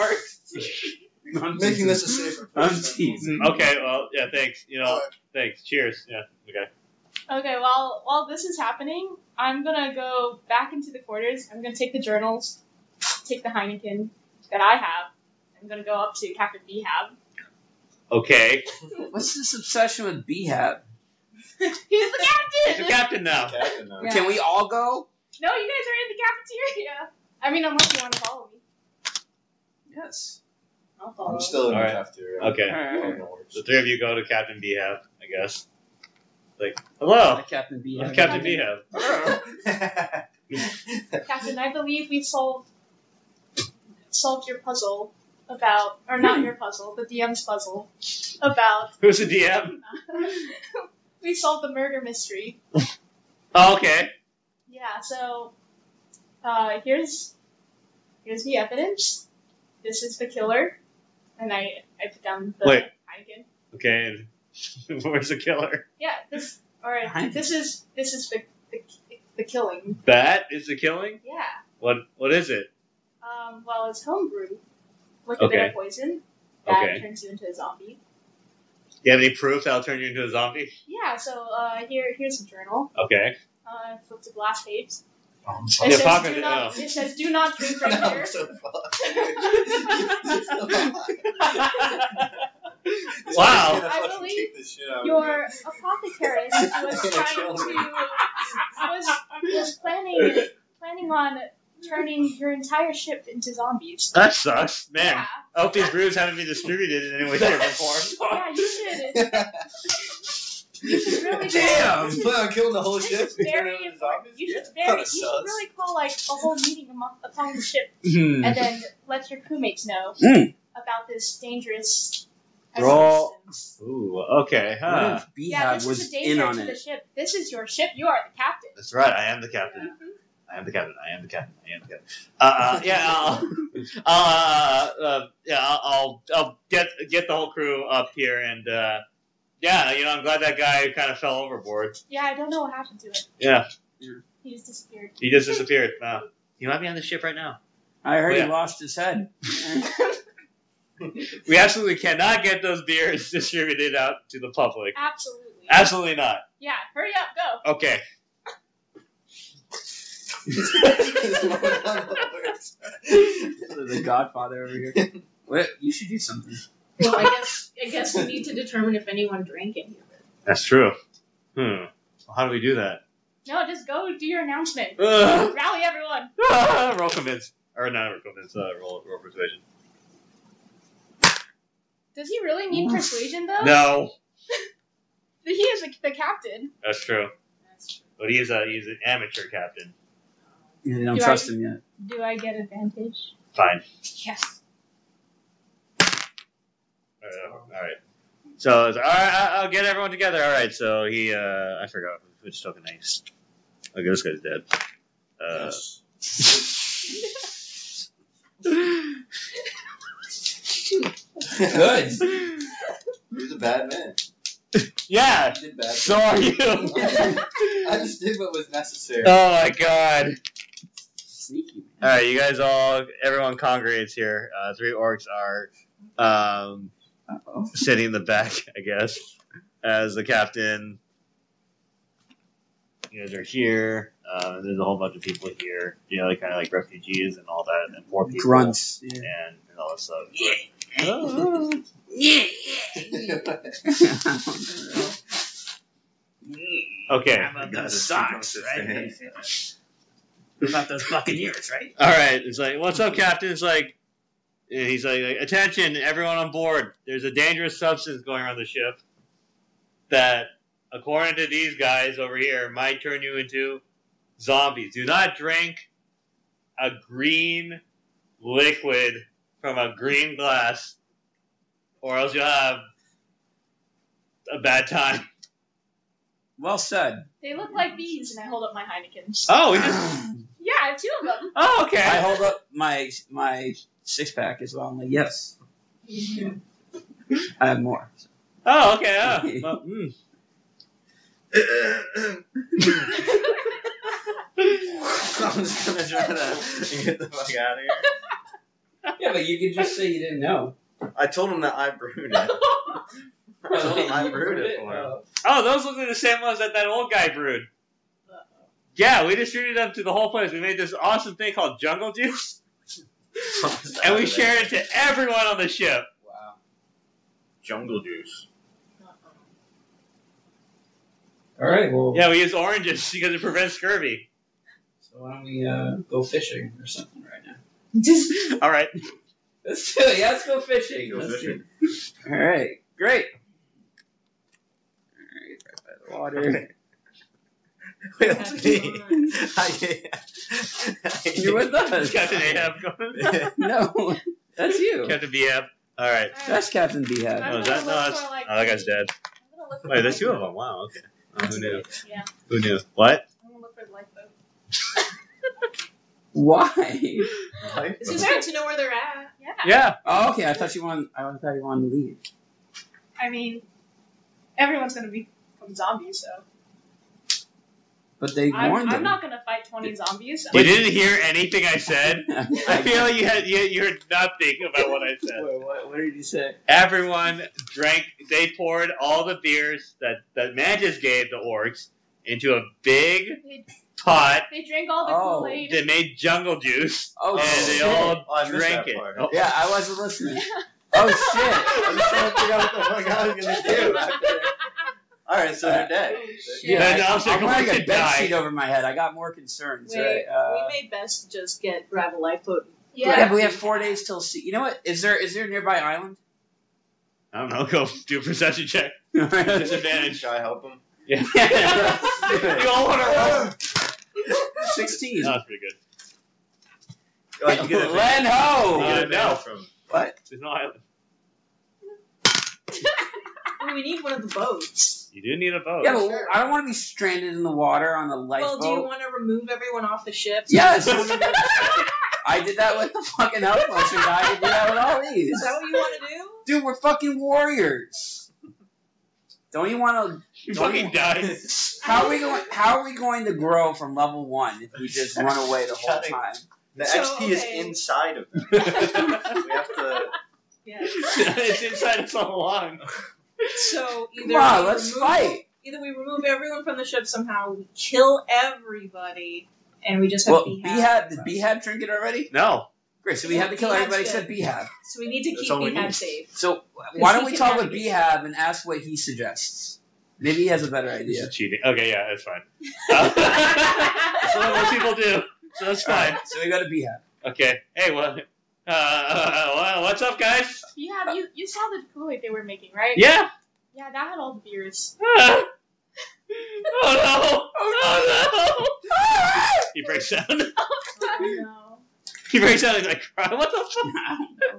Speaker 4: I'm
Speaker 6: Making
Speaker 4: teasing.
Speaker 6: this a safer
Speaker 4: I'm
Speaker 6: place.
Speaker 4: teasing.
Speaker 3: Okay. Well, yeah. Thanks. You know.
Speaker 6: All right.
Speaker 3: Thanks. Cheers. Yeah. Okay.
Speaker 5: Okay, while while this is happening, I'm gonna go back into the quarters. I'm gonna take the journals, take the Heineken that I have. I'm gonna go up to Captain Behab.
Speaker 3: Okay.
Speaker 4: What's this obsession with BHAP?
Speaker 5: He's the
Speaker 3: He's
Speaker 5: captain.
Speaker 3: a captain now.
Speaker 1: Captain, though.
Speaker 5: Yeah.
Speaker 4: Can we all go?
Speaker 5: no, you guys are in the cafeteria. I mean, unless you want to follow me,
Speaker 4: Yes.
Speaker 5: I'll follow.
Speaker 1: I'm still in the
Speaker 3: Alright.
Speaker 1: cafeteria.
Speaker 3: Okay.
Speaker 1: I don't
Speaker 4: Alright.
Speaker 1: know where it's-
Speaker 3: The three of you go to Captain Beehab, I guess. Like, hello,
Speaker 4: Hi, Captain B.
Speaker 3: I'm Oh. Captain Beehab.
Speaker 5: Captain, I believe we solved solved your puzzle about, or not your puzzle, the DM's puzzle about.
Speaker 3: Who's the DM?
Speaker 5: we solved the murder mystery.
Speaker 3: Oh, okay.
Speaker 5: Yeah, so uh, here's here's the evidence. This is the killer, and I I put down the
Speaker 3: Wait.
Speaker 5: Heineken.
Speaker 3: Okay. Where's the killer?
Speaker 5: Yeah, this all right.
Speaker 4: Heineken.
Speaker 5: This is this is the the, the killing.
Speaker 3: That is the killing.
Speaker 5: Yeah.
Speaker 3: What? What is it?
Speaker 5: Um, well, it's homebrew with a bit
Speaker 3: Okay.
Speaker 5: of poison that
Speaker 3: Okay.
Speaker 5: turns you into a zombie.
Speaker 3: You have any proof that'll turn you into a zombie?
Speaker 5: Yeah. So uh, here here's a journal.
Speaker 3: Okay.
Speaker 5: Uh, flip to the last page.
Speaker 1: I'm
Speaker 5: It
Speaker 3: Yeah,
Speaker 5: says,
Speaker 3: fuck it,
Speaker 5: do not,
Speaker 3: no.
Speaker 5: it says do not drink from
Speaker 1: No,
Speaker 5: here.
Speaker 1: I'm so fucked.
Speaker 3: Wow.
Speaker 1: I'm gonna
Speaker 5: I
Speaker 1: fucking
Speaker 5: believe
Speaker 1: kick the shit out of
Speaker 5: Your apothecary was trying to was, was planning planning on turning your entire ship into zombies.
Speaker 3: That sucks, man.
Speaker 5: Yeah,
Speaker 3: I hope these brews haven't been distributed in any way, shape, or form.
Speaker 5: yeah, you should. You should really.
Speaker 4: Damn!
Speaker 5: Call,
Speaker 1: you. Plan on killing the whole
Speaker 5: this
Speaker 1: ship?
Speaker 5: is
Speaker 1: and turning
Speaker 5: very
Speaker 1: it into
Speaker 5: important.
Speaker 1: zombies?
Speaker 5: You should
Speaker 1: Yeah,
Speaker 5: very.
Speaker 1: kinda
Speaker 5: You should
Speaker 1: sucks.
Speaker 5: really call like a whole meeting among, upon the ship,
Speaker 4: Hmm.
Speaker 5: and then let your crewmates know
Speaker 4: Hmm.
Speaker 5: about this dangerous.
Speaker 4: Roll.
Speaker 5: substance.
Speaker 3: Ooh. Okay.
Speaker 4: What
Speaker 3: Huh.
Speaker 4: if Beehab
Speaker 5: Yeah, this is a
Speaker 4: was in
Speaker 5: danger
Speaker 4: on
Speaker 5: to the
Speaker 4: it?
Speaker 5: ship. This is your ship. You are the captain. Mm-hmm.
Speaker 3: That's right. I am the captain. I am the captain. I am the captain. I am the captain. Uh, uh, yeah, I'll, I'll, uh, uh, yeah, I'll, I'll, I'll get get the whole crew up here, and uh, yeah, you know, I'm glad that guy kind of fell overboard.
Speaker 5: Yeah, I don't know what happened to it.
Speaker 3: Yeah.
Speaker 4: Yeah.
Speaker 5: He's disappeared.
Speaker 3: He just disappeared. Wow. He might be on the ship right now.
Speaker 4: I heard
Speaker 3: Yeah.
Speaker 4: he lost his head.
Speaker 3: We absolutely cannot get those beers distributed out to the public.
Speaker 5: Absolutely.
Speaker 3: Absolutely not.
Speaker 5: yeah, hurry up, go.
Speaker 3: Okay.
Speaker 1: It's not worse.
Speaker 4: the Godfather over here. What? You should do something.
Speaker 2: Well, I guess I guess we need to determine if anyone drank any of it.
Speaker 3: That's true. Hmm. Well, how do we do that?
Speaker 5: No, just go do your announcement.
Speaker 3: Ugh.
Speaker 5: Rally everyone.
Speaker 3: Ah, Uh, roll convince. Or not roll convince, uh, roll, roll persuasion.
Speaker 5: Does he really need
Speaker 4: Oof.
Speaker 5: persuasion though?
Speaker 3: No.
Speaker 5: He is the, the captain.
Speaker 3: That's true.
Speaker 5: That's true.
Speaker 3: But he's a he's an amateur captain.
Speaker 4: Yeah, they don't
Speaker 5: Do I-
Speaker 4: trust him yet.
Speaker 5: Do I get advantage?
Speaker 3: Fine.
Speaker 5: Yes.
Speaker 3: Uh, all right. So it's, all right, I- I'll get everyone together. All right. So he, uh, I forgot which token I used. Okay, this guy's dead. Uh,
Speaker 1: Yes.
Speaker 4: Good.
Speaker 1: He was a bad man.
Speaker 3: yeah.
Speaker 1: He did bad.
Speaker 3: So are you.
Speaker 1: things. I just did what was necessary.
Speaker 3: Oh my god.
Speaker 4: Sneaky.
Speaker 3: All right, you guys all, everyone congregates here. Uh, three orcs are um,
Speaker 4: Uh oh.
Speaker 3: sitting in the back, I guess, as the captain. You guys are here. Uh, there's a whole bunch of people here. You know, kind of like refugees and all that, and poor people.
Speaker 4: Grunts.
Speaker 3: And, and all that stuff. Oh. Okay.
Speaker 4: about
Speaker 1: those socks, right?
Speaker 4: about those Buccaneers, right?
Speaker 3: All right. It's like, what's up, captain? It's like, and he's like, like, attention, everyone on board. There's a dangerous substance going around the ship that, according to these guys over here, might turn you into zombies. Do not drink a green liquid from a green glass, or else you'll have a bad time.
Speaker 4: Well said.
Speaker 5: They look like bees, and I hold up my Heinekens.
Speaker 3: Oh, we just.
Speaker 5: Yeah, I have two of them.
Speaker 3: Oh, okay.
Speaker 4: I hold up my my six pack as well. I'm like, yes, I have more.
Speaker 3: Oh, okay. Oh, well, mm.
Speaker 4: I'm just gonna try to get the fuck out of here. Yeah, but you could just say you didn't know.
Speaker 1: I told him that I brewed it. I told him I brewed it for him.
Speaker 3: Oh, those look like the same ones that that old guy brewed. Yeah, we distributed them to the whole place. We made this awesome thing called Jungle Juice, and we shared it to everyone on the ship.
Speaker 4: Wow.
Speaker 1: jungle juice.
Speaker 2: Mm-hmm.
Speaker 4: All right. Well.
Speaker 3: Yeah, we use oranges because it prevents scurvy.
Speaker 4: So why don't we uh, go fishing or something right now?
Speaker 3: All right.
Speaker 4: Let's do it. Yeah, let's go fishing.
Speaker 1: Go
Speaker 4: Let's do
Speaker 1: fishing.
Speaker 4: it. All right. Great. All right. Right by the water.
Speaker 1: Wait,
Speaker 2: That's
Speaker 1: that's me.
Speaker 2: fine.
Speaker 1: I-
Speaker 4: You're with us.
Speaker 3: Captain Ahab going.
Speaker 4: No, that's you.
Speaker 3: Captain Ahab. All right.
Speaker 4: That's Captain
Speaker 5: I'm
Speaker 3: Oh,
Speaker 4: Beehab.
Speaker 3: is
Speaker 5: gonna
Speaker 3: that, no,
Speaker 5: look
Speaker 3: that's,
Speaker 5: for, like,
Speaker 3: oh, that guy's dead.
Speaker 5: I'm gonna look for
Speaker 3: Wait, there's
Speaker 5: the
Speaker 3: two of
Speaker 5: lifeboat.
Speaker 3: them. Wow. Okay. Oh, who knew?
Speaker 5: Yeah,
Speaker 3: Who knew? What?
Speaker 5: I'm gonna look for the lifeboat.
Speaker 4: Why?
Speaker 2: It's just good to know where they're at.
Speaker 5: Yeah.
Speaker 3: Yeah.
Speaker 4: Oh, okay. I thought you wanted. I thought you wanted to leave.
Speaker 5: I mean, everyone's gonna become zombies, so
Speaker 4: But they
Speaker 5: I'm,
Speaker 4: warned
Speaker 5: I'm
Speaker 4: them.
Speaker 5: not gonna fight 20 zombies.
Speaker 3: You didn't hear anything I said. I
Speaker 4: I
Speaker 3: feel like you had you, you heard nothing about what I said.
Speaker 4: Wait, what, what did you say?
Speaker 3: Everyone drank. They poured all the beers that that Mantis gave the orcs into a big
Speaker 5: They,
Speaker 3: pot.
Speaker 5: they drank all the
Speaker 4: Oh.
Speaker 5: Kool-Aid.
Speaker 3: They made jungle juice
Speaker 4: Oh
Speaker 3: and they
Speaker 4: shit!
Speaker 3: all
Speaker 1: Oh, I missed
Speaker 3: drank
Speaker 1: that
Speaker 3: it.
Speaker 1: part.
Speaker 3: Oh,
Speaker 4: Yeah, I wasn't listening. Oh shit!
Speaker 1: I'm trying to figure
Speaker 6: Oh
Speaker 1: out what the fuck I was gonna do. All right, so they're dead.
Speaker 2: Oh, shit.
Speaker 4: Yeah,
Speaker 3: Then
Speaker 4: I,
Speaker 3: I'll take
Speaker 4: I'm wearing
Speaker 3: one
Speaker 4: a
Speaker 3: to
Speaker 4: bed
Speaker 3: die.
Speaker 4: sheet over my head. I got more concerns.
Speaker 2: Wait,
Speaker 4: right? Uh,
Speaker 2: we may best just get grab a lifeboat.
Speaker 4: yeah.
Speaker 5: yeah.
Speaker 4: but we have four days till sea. You know what? Is there is there a nearby island?
Speaker 3: I don't know. Go do a perception check. Disadvantage.
Speaker 1: Should I help him?
Speaker 3: Yeah.
Speaker 4: Yeah.
Speaker 3: you all want to roll.
Speaker 4: Sixteen.
Speaker 3: That's pretty good.
Speaker 1: Oh, you get a-
Speaker 4: Len Ho!
Speaker 1: you
Speaker 3: Uh,
Speaker 1: get a
Speaker 3: no.
Speaker 1: from him.
Speaker 4: what?
Speaker 3: There's no island.
Speaker 2: Well, we need one of the boats.
Speaker 3: You do need a boat.
Speaker 4: yeah, but
Speaker 2: sure.
Speaker 4: I don't want to be stranded in the water on a
Speaker 2: well,
Speaker 4: lifeboat.
Speaker 2: do you want to remove everyone off the ship?
Speaker 4: Yes.
Speaker 2: Is that
Speaker 4: I did that with the fucking health potion. and I did that with all these.
Speaker 2: what you want to do?
Speaker 4: Dude, we're fucking warriors. Don't you want
Speaker 3: you fucking died.
Speaker 4: to? How are we going? How are we going to grow from level one if we just run away the whole time?
Speaker 1: The
Speaker 2: So,
Speaker 1: XP is
Speaker 2: okay.
Speaker 1: inside of them. We have to.
Speaker 2: Yeah.
Speaker 3: it's inside us all along.
Speaker 2: So either
Speaker 4: Come on,
Speaker 2: we
Speaker 4: let's
Speaker 2: remove-
Speaker 4: fight.
Speaker 2: Either we remove everyone from the ship somehow, we kill everybody, and we just have
Speaker 4: Well,
Speaker 2: Behab.
Speaker 4: Behab, did Behab drink it already?
Speaker 3: No.
Speaker 4: Great. So we have to kill
Speaker 2: Behab's
Speaker 4: everybody
Speaker 2: good.
Speaker 4: except Behab.
Speaker 2: So we need to
Speaker 1: That's
Speaker 2: keep
Speaker 1: all we
Speaker 2: Behab
Speaker 1: need.
Speaker 2: safe.
Speaker 4: So why don't
Speaker 2: he
Speaker 4: we
Speaker 2: can
Speaker 4: talk with
Speaker 2: navigate.
Speaker 4: Behab and ask what he suggests? Maybe he has a better
Speaker 3: This
Speaker 4: idea.
Speaker 3: is cheating. Okay, yeah, that's fine. that's what most people do. So that's
Speaker 4: All
Speaker 3: fine.
Speaker 4: right, so we go to Behab.
Speaker 3: Okay. Hey, well, uh, uh, well, what's up, guys?
Speaker 5: Yeah, you, you saw the Kool-Aid they were making, right?
Speaker 3: Yeah.
Speaker 5: Yeah, that had all the beers.
Speaker 3: Ah. oh no! Oh
Speaker 4: Ah!
Speaker 3: no! he breaks down.
Speaker 5: Oh,
Speaker 3: He breaks down. He's like, cry. What the fuck?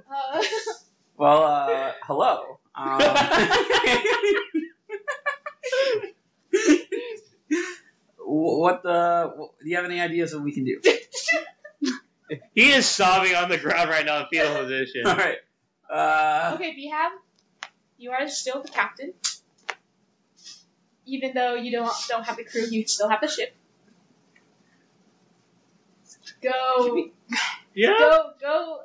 Speaker 5: no. Uh,
Speaker 4: Well, uh, hello. Um, wh- what the? wh- do you have any ideas what we can do?
Speaker 3: he is sobbing on the ground right now in fetal position.
Speaker 4: All right. Uh,
Speaker 5: okay, Behab, you are still the captain. Even though you don't don't have the crew, you still have the ship. Go,
Speaker 3: Yeah.
Speaker 5: go, go,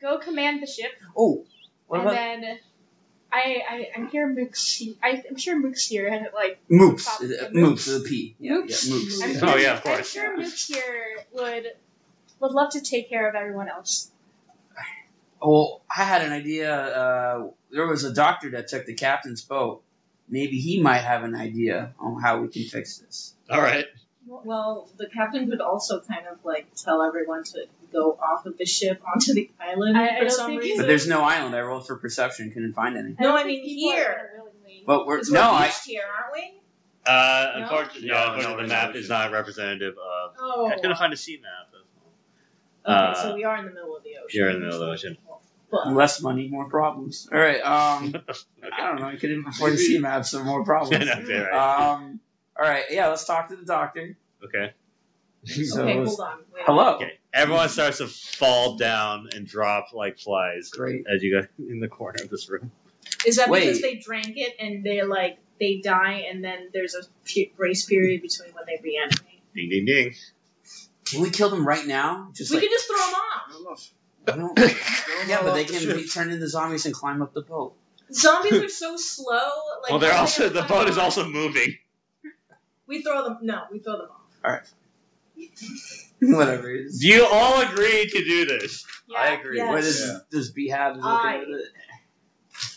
Speaker 5: go! Command the ship,
Speaker 4: Oh, what
Speaker 5: and
Speaker 4: about
Speaker 5: then I, I I'm here Mook's. he- I, I'm sure Mook's here, and like
Speaker 4: Moops?
Speaker 5: Pop-
Speaker 4: Is it-
Speaker 5: Moops?
Speaker 4: Moops is a P. Yeah,
Speaker 5: Moops?
Speaker 4: yeah, Moops.
Speaker 5: I'm
Speaker 4: yeah.
Speaker 5: sure,
Speaker 3: Oh, yeah, of
Speaker 5: I'm
Speaker 3: course.
Speaker 5: sure Mook's here would would love to take care of everyone else.
Speaker 4: Well, I had an idea. Uh, there was a doctor that took the captain's boat. Maybe he might have an idea on how we can fix this.
Speaker 3: All right.
Speaker 2: Well, the captain could also kind of like tell everyone to go off of the ship onto the island
Speaker 5: I- I
Speaker 2: for
Speaker 5: don't
Speaker 2: some
Speaker 5: think
Speaker 2: reason.
Speaker 4: But there's no island. I rolled for perception, couldn't find any.
Speaker 2: No,
Speaker 5: don't
Speaker 2: I
Speaker 5: think
Speaker 2: mean
Speaker 5: people are
Speaker 2: here.
Speaker 5: gonna willingly-
Speaker 4: But we're
Speaker 2: Because
Speaker 4: no,
Speaker 2: we're
Speaker 4: I
Speaker 2: beached here, aren't we?
Speaker 3: Uh,
Speaker 2: No?
Speaker 3: unfortunately,
Speaker 1: No,
Speaker 3: no, unfortunately,
Speaker 1: no,
Speaker 3: the map
Speaker 1: no.
Speaker 3: is not representative of.
Speaker 2: Oh.
Speaker 3: I couldn't find a C map.
Speaker 2: Okay,
Speaker 1: Uh,
Speaker 2: so we are in the middle of the ocean.
Speaker 1: You're in the middle of the ocean.
Speaker 2: Fuck.
Speaker 4: Less money, more problems. All right. Um, oh, I don't know. You couldn't afford to see maps, so more problems.
Speaker 3: okay, right.
Speaker 4: Um, all right. Yeah, let's talk to the doctor.
Speaker 3: okay.
Speaker 4: So
Speaker 2: okay,
Speaker 4: it was-
Speaker 2: hold on. Wait,
Speaker 4: hello.
Speaker 3: Okay. Everyone starts to fall down and drop like flies
Speaker 4: Great.
Speaker 3: as you go in the corner of this room.
Speaker 2: Is that because
Speaker 4: Wait.
Speaker 2: they drank it and they're like they die and then there's a pe- grace period between when they reanimate?
Speaker 3: Ding, ding, ding.
Speaker 4: Can we kill them right now? Just
Speaker 2: we
Speaker 4: like
Speaker 2: could just throw them
Speaker 6: I
Speaker 2: off.
Speaker 6: don't know if-
Speaker 4: I don't- yeah, but they can be turned into zombies and climb up the boat.
Speaker 2: Zombies are so slow. Like
Speaker 3: well, they're
Speaker 2: how
Speaker 3: also
Speaker 2: are they
Speaker 3: the
Speaker 2: gonna
Speaker 3: boat
Speaker 2: find
Speaker 3: is
Speaker 2: one?
Speaker 3: also moving.
Speaker 2: We throw them. No, we throw them off.
Speaker 4: Whatever. it is.
Speaker 3: Do you all agree to do this?
Speaker 5: Yeah.
Speaker 4: agree.
Speaker 2: Yes.
Speaker 4: What is
Speaker 6: Yeah.
Speaker 4: does Behab is
Speaker 2: I-
Speaker 4: okay with it?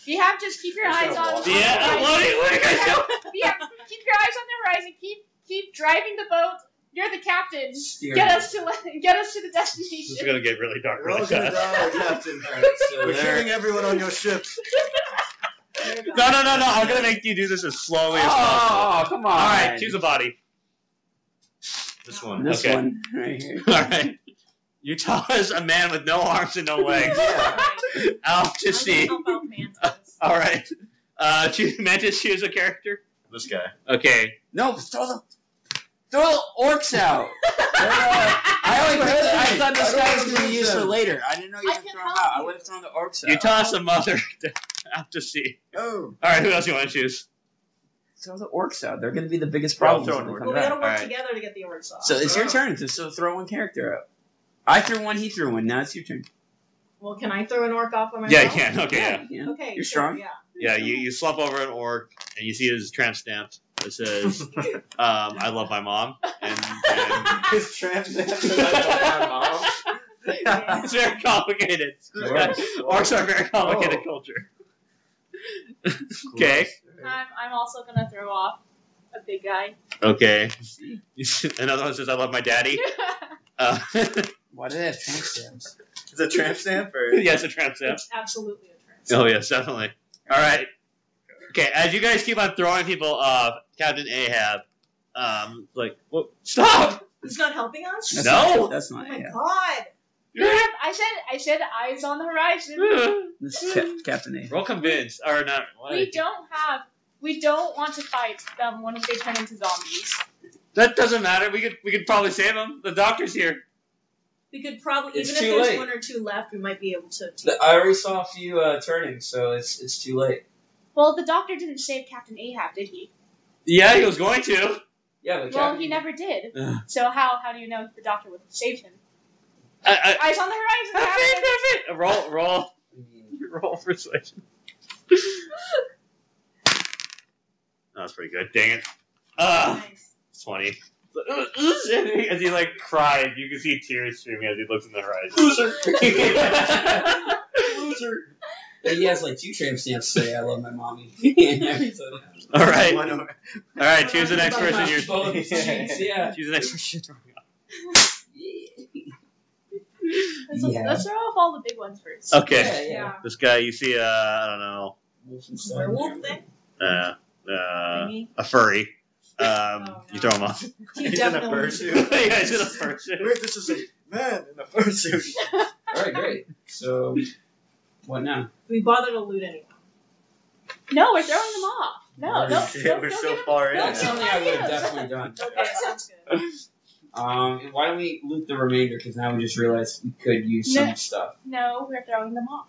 Speaker 5: You have just keep your
Speaker 6: Is
Speaker 5: eyes
Speaker 6: that
Speaker 5: on.
Speaker 6: water?
Speaker 5: on the
Speaker 3: Yeah.
Speaker 5: horizon.
Speaker 3: What are you, what are you guys doing?
Speaker 5: Yeah, keep your eyes on the horizon. Keep keep driving the boat. You're the captain.
Speaker 4: Steer.
Speaker 5: Get us to get us to the
Speaker 3: This is
Speaker 5: destination.
Speaker 3: gonna get really dark
Speaker 6: We're
Speaker 3: really
Speaker 6: all gonna
Speaker 3: fast.
Speaker 6: die, Captain.
Speaker 4: All right, so
Speaker 6: We're
Speaker 4: there-
Speaker 6: killing everyone on your ship.
Speaker 2: They're
Speaker 3: No,
Speaker 2: gone.
Speaker 3: no, no, no! I'm gonna make you do this as slowly as possible.
Speaker 4: Oh, come on.
Speaker 3: All right, choose a body.
Speaker 1: This one.
Speaker 4: This
Speaker 3: Okay.
Speaker 4: one right here.
Speaker 3: All right. You tell us a man with no arms and no legs
Speaker 4: Yeah.
Speaker 3: out to
Speaker 2: I'm
Speaker 3: sea.
Speaker 2: gonna help out Mantis.
Speaker 3: All right. Uh, choose, Mantis, choose a character.
Speaker 1: This guy.
Speaker 3: Okay.
Speaker 4: No, throw the throw the orcs out. I only heard that. I thought this
Speaker 6: I don't
Speaker 4: guy
Speaker 6: wanna
Speaker 4: was gonna
Speaker 6: lose
Speaker 4: be used for
Speaker 6: them.
Speaker 4: later. I didn't know you
Speaker 5: I
Speaker 4: were
Speaker 5: can
Speaker 4: thrown
Speaker 5: help
Speaker 4: out. I
Speaker 5: you.
Speaker 4: would have thrown the orcs out.
Speaker 3: You tell us a mother out to sea.
Speaker 6: Oh,
Speaker 3: All right. Who else you want to choose?
Speaker 4: throw the orcs out. They're gonna be the biggest
Speaker 3: Yeah, I'll
Speaker 4: problems
Speaker 3: throw
Speaker 4: when
Speaker 2: Well, we
Speaker 3: an orc.
Speaker 4: they come back.
Speaker 2: gotta work
Speaker 3: Alright.
Speaker 2: together to get the orcs off.
Speaker 4: So it's your turn to so throw one character out. I threw one. He threw one. Now it's your turn.
Speaker 2: well, can I throw an orc off on myself?
Speaker 3: Yeah, you can. Okay. Yeah.
Speaker 4: you can.
Speaker 2: Okay,
Speaker 4: You're
Speaker 2: sure,
Speaker 4: strong.
Speaker 2: Yeah.
Speaker 3: Yeah. You, you slump over an orc and you see his tramp stamp that says, um, "I love my mom." And, and
Speaker 4: His tramps
Speaker 2: Yeah.
Speaker 3: it's very complicated. Orcs are a very complicated
Speaker 1: Oh.
Speaker 3: culture. Okay.
Speaker 5: I'm, I'm also gonna throw off a big guy.
Speaker 3: Okay. Another one says, "I love my daddy." Uh,
Speaker 4: Why do they have tramp stamps?
Speaker 1: Is it tramp stamp or?
Speaker 3: yes, a tramp stamp.
Speaker 2: It's absolutely a trance.
Speaker 3: Oh yes, definitely. All right. Okay, as you guys keep on throwing people off, Captain Ahab, um, like, well, stop!
Speaker 2: He's not helping us.
Speaker 4: That's
Speaker 3: No!
Speaker 4: not- that's
Speaker 2: Oh
Speaker 4: not.
Speaker 2: my
Speaker 4: Yeah.
Speaker 2: god.
Speaker 5: You have, I said I said eyes on the horizon.
Speaker 4: This is Cap- Captain A.
Speaker 3: Roll convinced or not?
Speaker 5: We don't have. We don't want to fight them once they turn into zombies.
Speaker 3: That doesn't matter. We could we could probably save them. The doctor's here.
Speaker 2: We could probably,
Speaker 4: It's
Speaker 2: even if
Speaker 4: too
Speaker 2: there's
Speaker 4: late.
Speaker 2: one or two left, we might be able to.
Speaker 4: I already saw a few uh, turnings, so it's it's too late.
Speaker 5: Well, the doctor didn't save Captain Ahab, did he?
Speaker 3: Yeah, he was going to.
Speaker 4: Yeah, but
Speaker 5: Well, he never did.
Speaker 4: Ugh.
Speaker 5: So how how do you know if the doctor would have saved him?
Speaker 3: I,
Speaker 5: Eyes on the
Speaker 3: I,
Speaker 5: horizon.
Speaker 3: that's
Speaker 5: Captain.
Speaker 3: it, that's it. Roll, roll, roll persuasion. That's pretty good. Dang it. Uh,
Speaker 2: Nice.
Speaker 3: twenty. As he like cried, you can see tears streaming as he looks in the horizon.
Speaker 4: Loser.
Speaker 3: yeah,
Speaker 4: Loser. And he has like two tramp stamps say, I love my mommy. All
Speaker 3: All right.
Speaker 1: One or-
Speaker 3: All right. Choose the next person. You're
Speaker 4: yeah.
Speaker 3: choose the next person. You're throwing out.
Speaker 5: Let's,
Speaker 4: Yeah.
Speaker 5: let's throw off all the big ones first.
Speaker 3: Okay.
Speaker 4: yeah.
Speaker 3: This guy, you see, uh, I don't know,
Speaker 2: Werewolf thing?
Speaker 3: uh, uh,
Speaker 2: thingy.
Speaker 3: a furry. Um,
Speaker 2: no.
Speaker 3: you throw him off.
Speaker 2: He
Speaker 1: He's in a
Speaker 2: definitely.
Speaker 1: fursuit.
Speaker 3: yeah, he's in a fursuit.
Speaker 6: wait, this is a man in a fursuit.
Speaker 4: All right, great. So, what now?
Speaker 2: we bother to loot anyone.
Speaker 5: No, we're throwing them off. No,
Speaker 4: We're-
Speaker 5: don't, don't,
Speaker 1: Yeah, we're
Speaker 5: don't
Speaker 1: so
Speaker 5: give them-
Speaker 1: far in.
Speaker 4: That's something I would have
Speaker 5: Yeah.
Speaker 4: definitely done.
Speaker 2: Okay, sounds good.
Speaker 4: Um, why don't we loot the remainder? Because now we just realized we could use some
Speaker 5: No.
Speaker 4: stuff.
Speaker 5: No, we're throwing them off.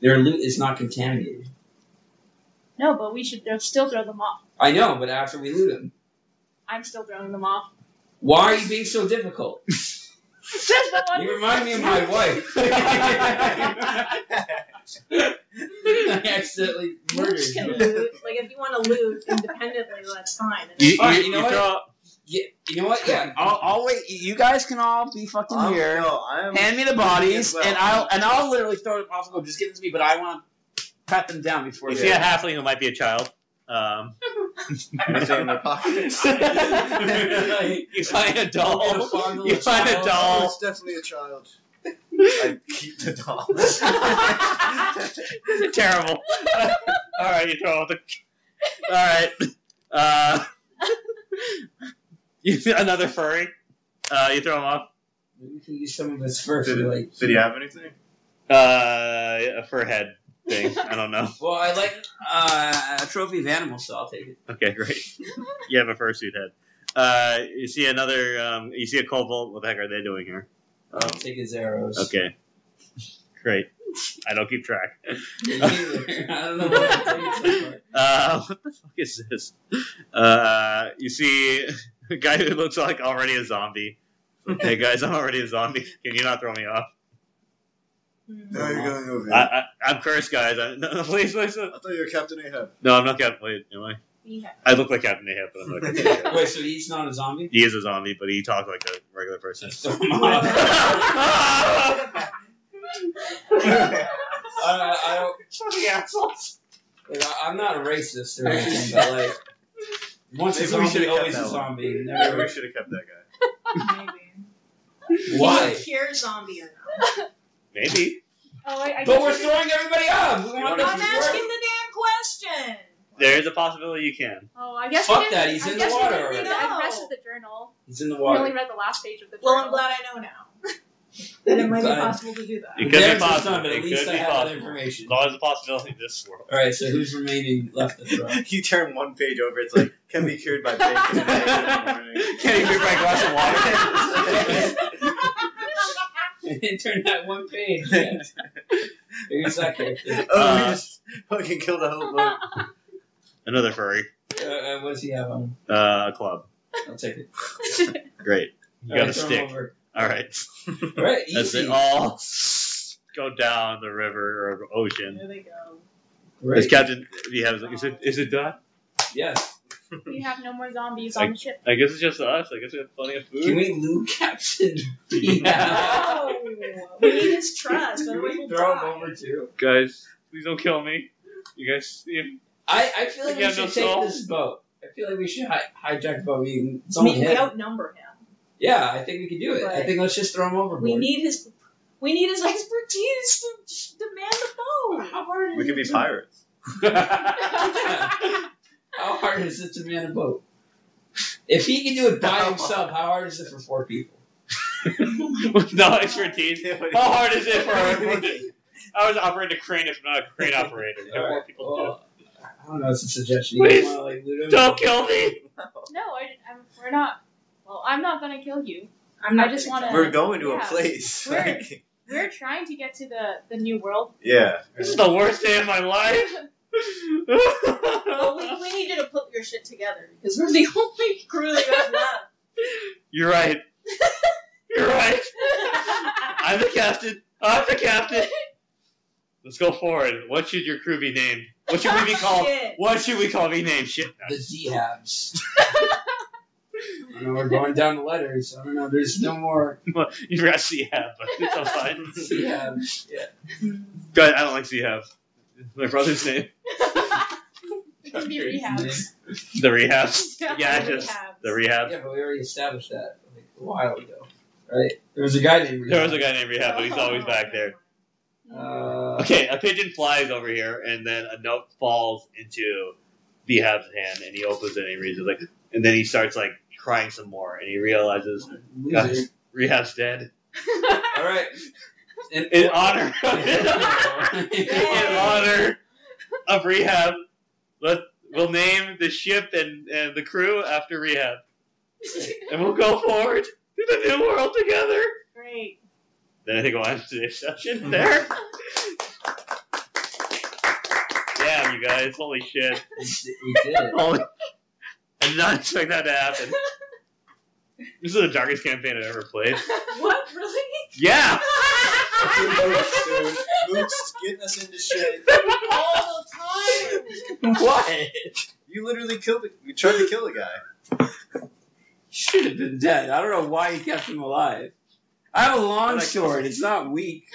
Speaker 4: Their loot is not contaminated.
Speaker 5: No, but we should throw, still throw them off.
Speaker 4: I know, but after we loot them,
Speaker 5: I'm still throwing them off.
Speaker 4: why are you being so difficult?
Speaker 5: Says the one.
Speaker 4: You remind me of my wife. I accidentally murdered
Speaker 2: Mooch can
Speaker 4: you.
Speaker 2: loot. Like, if you want to loot independently, that's fine. And then-
Speaker 3: You, you,
Speaker 4: Alright, you know
Speaker 3: you
Speaker 4: what?
Speaker 3: throw.
Speaker 4: Yeah, you know what? Yeah, I'll, I'll wait. You guys can all be fucking
Speaker 1: I'm-
Speaker 4: here.
Speaker 1: No, I'm.
Speaker 4: Hand me the
Speaker 1: as
Speaker 4: bodies,
Speaker 1: well.
Speaker 4: and I'll and I'll literally throw them off the boat. Just give them to me, but I want to pat them down before.
Speaker 3: You
Speaker 4: they-
Speaker 3: see a halfling who might be a child. Um,
Speaker 1: Is it in their pockets?
Speaker 4: Like,
Speaker 3: you find a
Speaker 4: I'm gonna
Speaker 3: doll.
Speaker 4: fondle
Speaker 3: You find a
Speaker 4: child.
Speaker 3: doll.
Speaker 6: Oh, it's definitely a child.
Speaker 1: I keep the dolls.
Speaker 3: You're terrible. All right, you throw out the. All right. Uh, you another furry. Uh, you throw him off.
Speaker 4: Maybe we can use some of his first.
Speaker 1: Did-
Speaker 4: like,
Speaker 1: Did he have anything?
Speaker 3: Uh, for a head thing. I don't know.
Speaker 4: well, I like uh, a trophy of animals, so I'll take it.
Speaker 3: Okay, great. You have a fursuit head. Uh, you see another. Um, you see a cobalt. What the heck are they doing here?
Speaker 4: I'll take his arrows.
Speaker 3: Oh. Okay, great. I don't keep track.
Speaker 4: Me neither. I don't know what I'm taking so far.
Speaker 3: Uh, what the fuck is this? Uh, you see a guy who looks like already a zombie. Hey guys, I'm already a zombie. Can you not throw me off?
Speaker 6: Now you're going over
Speaker 3: I, I, I'm cursed, guys. I, no, no, please, please.
Speaker 6: I thought you were Captain Ahab.
Speaker 3: No, I'm not Captain. Wait, am I?
Speaker 5: We have
Speaker 3: I look like Captain Ahab, but I'm not Captain Ahab.
Speaker 4: Wait, so he's not a zombie?
Speaker 3: He is a zombie, but he talks like a regular person.
Speaker 4: So am I. I, I don't,
Speaker 3: Fucking assholes.
Speaker 4: like, I- I'm not a racist or anything, but like, once
Speaker 3: Maybe
Speaker 4: a
Speaker 3: we
Speaker 4: zombie,
Speaker 3: should've kept
Speaker 4: always
Speaker 3: that
Speaker 4: a
Speaker 3: one.
Speaker 4: zombie.
Speaker 3: Yeah,
Speaker 4: Never.
Speaker 3: we should have kept that guy.
Speaker 2: Maybe.
Speaker 4: Why?
Speaker 2: Is he a pure zombie or not?
Speaker 3: Maybe.
Speaker 5: Oh, I, I
Speaker 4: But
Speaker 5: guess
Speaker 4: we're
Speaker 5: we-
Speaker 4: throwing everybody up. We want
Speaker 2: I'm
Speaker 4: this
Speaker 2: asking the
Speaker 4: to work.
Speaker 2: damn question.
Speaker 3: There is a possibility you can.
Speaker 5: Oh, I guess
Speaker 4: Fuck
Speaker 5: we didn't,
Speaker 4: that, he's
Speaker 5: I
Speaker 4: in
Speaker 5: guess
Speaker 4: the
Speaker 5: we
Speaker 4: water
Speaker 5: didn't read
Speaker 2: already.
Speaker 5: the-
Speaker 2: No.
Speaker 5: I rest of the journal.
Speaker 4: He's in the
Speaker 5: We only
Speaker 4: water.
Speaker 5: read the last page of the journal.
Speaker 2: Well, I'm glad I know now that it might be
Speaker 4: Glad.
Speaker 2: possible to do that.
Speaker 3: It could
Speaker 4: There's
Speaker 3: be
Speaker 4: the
Speaker 3: possible.
Speaker 4: sun, but at
Speaker 3: It
Speaker 4: least
Speaker 3: could
Speaker 4: I
Speaker 3: be
Speaker 4: have
Speaker 3: possible.
Speaker 4: the information.
Speaker 3: There's always a possibility in this world.
Speaker 4: All right, so who's remaining left to throw?
Speaker 1: You turn one page over, it's like, can be cured by bacon and eggs in the morning.
Speaker 3: Can't even my glass of water.
Speaker 4: Turn that one page. Yes. Who's that character?
Speaker 1: Oh, we
Speaker 3: Uh,
Speaker 1: just fucking killed a whole boat.
Speaker 3: Another furry.
Speaker 4: Uh, uh, what does he have on? him?
Speaker 3: Uh, a club.
Speaker 4: I'll take it.
Speaker 3: Great. You got
Speaker 4: All
Speaker 3: a
Speaker 4: right, throw him
Speaker 3: stick.
Speaker 4: over.
Speaker 3: All right.
Speaker 4: All right,
Speaker 3: That's
Speaker 4: easy.
Speaker 3: it. All go down the river or ocean.
Speaker 2: There they go.
Speaker 3: Is
Speaker 4: Great.
Speaker 3: Captain? You have? Is it? Is it done?
Speaker 4: Yes.
Speaker 5: We have no more zombies
Speaker 3: Like-
Speaker 5: on the ship.
Speaker 3: I guess it's just us. I guess we have plenty of
Speaker 4: Can
Speaker 3: food.
Speaker 4: we loot Captain?
Speaker 2: No, we need his trust.
Speaker 4: Can
Speaker 2: Otherwise,
Speaker 4: we
Speaker 2: we'll
Speaker 4: throw him
Speaker 2: die.
Speaker 4: over too?
Speaker 3: Guys, please don't kill me. You guys, you-
Speaker 4: I, I feel like
Speaker 3: You
Speaker 4: we
Speaker 3: have
Speaker 4: should
Speaker 3: no
Speaker 4: take
Speaker 3: soul?
Speaker 4: this boat. I feel like we should hi- hijack the boat. We can, it's
Speaker 2: I
Speaker 4: only
Speaker 2: mean, we
Speaker 4: him.
Speaker 2: outnumber him.
Speaker 4: Yeah, I think we can do it. I
Speaker 2: Right.
Speaker 4: think let's just throw him overboard.
Speaker 2: We need his. We need his expertise to demand the phone.
Speaker 4: How hard is
Speaker 1: We
Speaker 4: it
Speaker 1: could be
Speaker 4: to-
Speaker 1: pirates.
Speaker 4: How hard is it to man a boat? If he can do it by himself, how hard is it for four people?
Speaker 3: with no expertise. How hard is it for? I was operating a crane if not a crane operator. There are more
Speaker 4: Alright,
Speaker 3: people to do it.
Speaker 4: well, I don't know. It's a suggestion. You don't
Speaker 3: Please,
Speaker 4: wanna, like, loot him?
Speaker 3: Don't kill me.
Speaker 5: No, I, I'm, we're not. Well, I'm not gonna kill you.
Speaker 2: I'm not
Speaker 5: I just
Speaker 2: gonna
Speaker 5: wanna-
Speaker 2: tell.
Speaker 1: We're going to a
Speaker 5: Yeah.
Speaker 1: place.
Speaker 5: Where?
Speaker 1: like-
Speaker 5: We're trying to get to the, the new world.
Speaker 1: yeah.
Speaker 3: This is the worst day of my life.
Speaker 2: Well, we, we need you to put your shit together because we're the only crew that got left.
Speaker 3: You're right. You're right. I'm the captain. I'm the captain. Let's go forward. What should your crew be named? What should we be called?
Speaker 2: Shit.
Speaker 3: What should we call be named? Shit.
Speaker 4: The Zehabs. I know we're going down the letters. I don't know. There's no more
Speaker 3: You forgot Seahab, but it's all fine.
Speaker 4: Zehabs. Yeah.
Speaker 3: God, I don't like Seahab. My brother's name.
Speaker 5: It can be rehabs.
Speaker 3: The rehab. Yeah, I
Speaker 2: We
Speaker 3: just
Speaker 2: have-
Speaker 3: the rehab.
Speaker 4: Yeah, but we already established that like, a while ago, right? There was a guy named.
Speaker 3: There was a guy named Rehab, but he's always back there.
Speaker 4: Uh,
Speaker 3: Okay, a pigeon flies over here, and then a note falls into Behab's hand, and he opens it, and he reads it, like, and then he starts like crying some more, and he realizes
Speaker 4: loser.
Speaker 3: Rehab's dead.
Speaker 4: All right. And
Speaker 3: In honor, in
Speaker 2: Yay.
Speaker 3: honor of Rehab, let we'll name the ship and and the crew after Rehab, and we'll go forward to the new world together.
Speaker 2: Great.
Speaker 3: Then I think we'll end today's session there. Damn, you guys! Holy shit!
Speaker 4: we did we did it.
Speaker 3: Holy, I did not expect that to happen. This is the darkest campaign I've ever played.
Speaker 2: What really?
Speaker 3: Yeah!
Speaker 1: Boots, dude. Boots getting us into shape.
Speaker 2: All the time.
Speaker 4: What?
Speaker 1: You literally killed a, you tried to kill a guy.
Speaker 4: Should have been dead. I don't know why he kept him alive. I have a long
Speaker 1: Like-
Speaker 4: sword. It's not weak.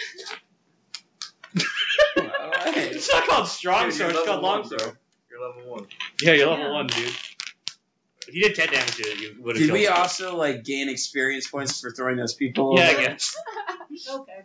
Speaker 4: Alright.
Speaker 3: It's not called strong
Speaker 1: Dude, you're
Speaker 3: sword, it's
Speaker 1: level
Speaker 3: called long
Speaker 1: one,
Speaker 3: sword.
Speaker 1: bro. You're level one.
Speaker 3: Yeah, you're level
Speaker 2: Yeah.
Speaker 3: one, dude. If you did 10 damage to it, you would have
Speaker 4: Did
Speaker 3: killed
Speaker 4: we
Speaker 3: him.
Speaker 4: also like gain experience points for throwing those people?
Speaker 3: Yeah, I
Speaker 4: over?
Speaker 3: guess.
Speaker 2: Okay.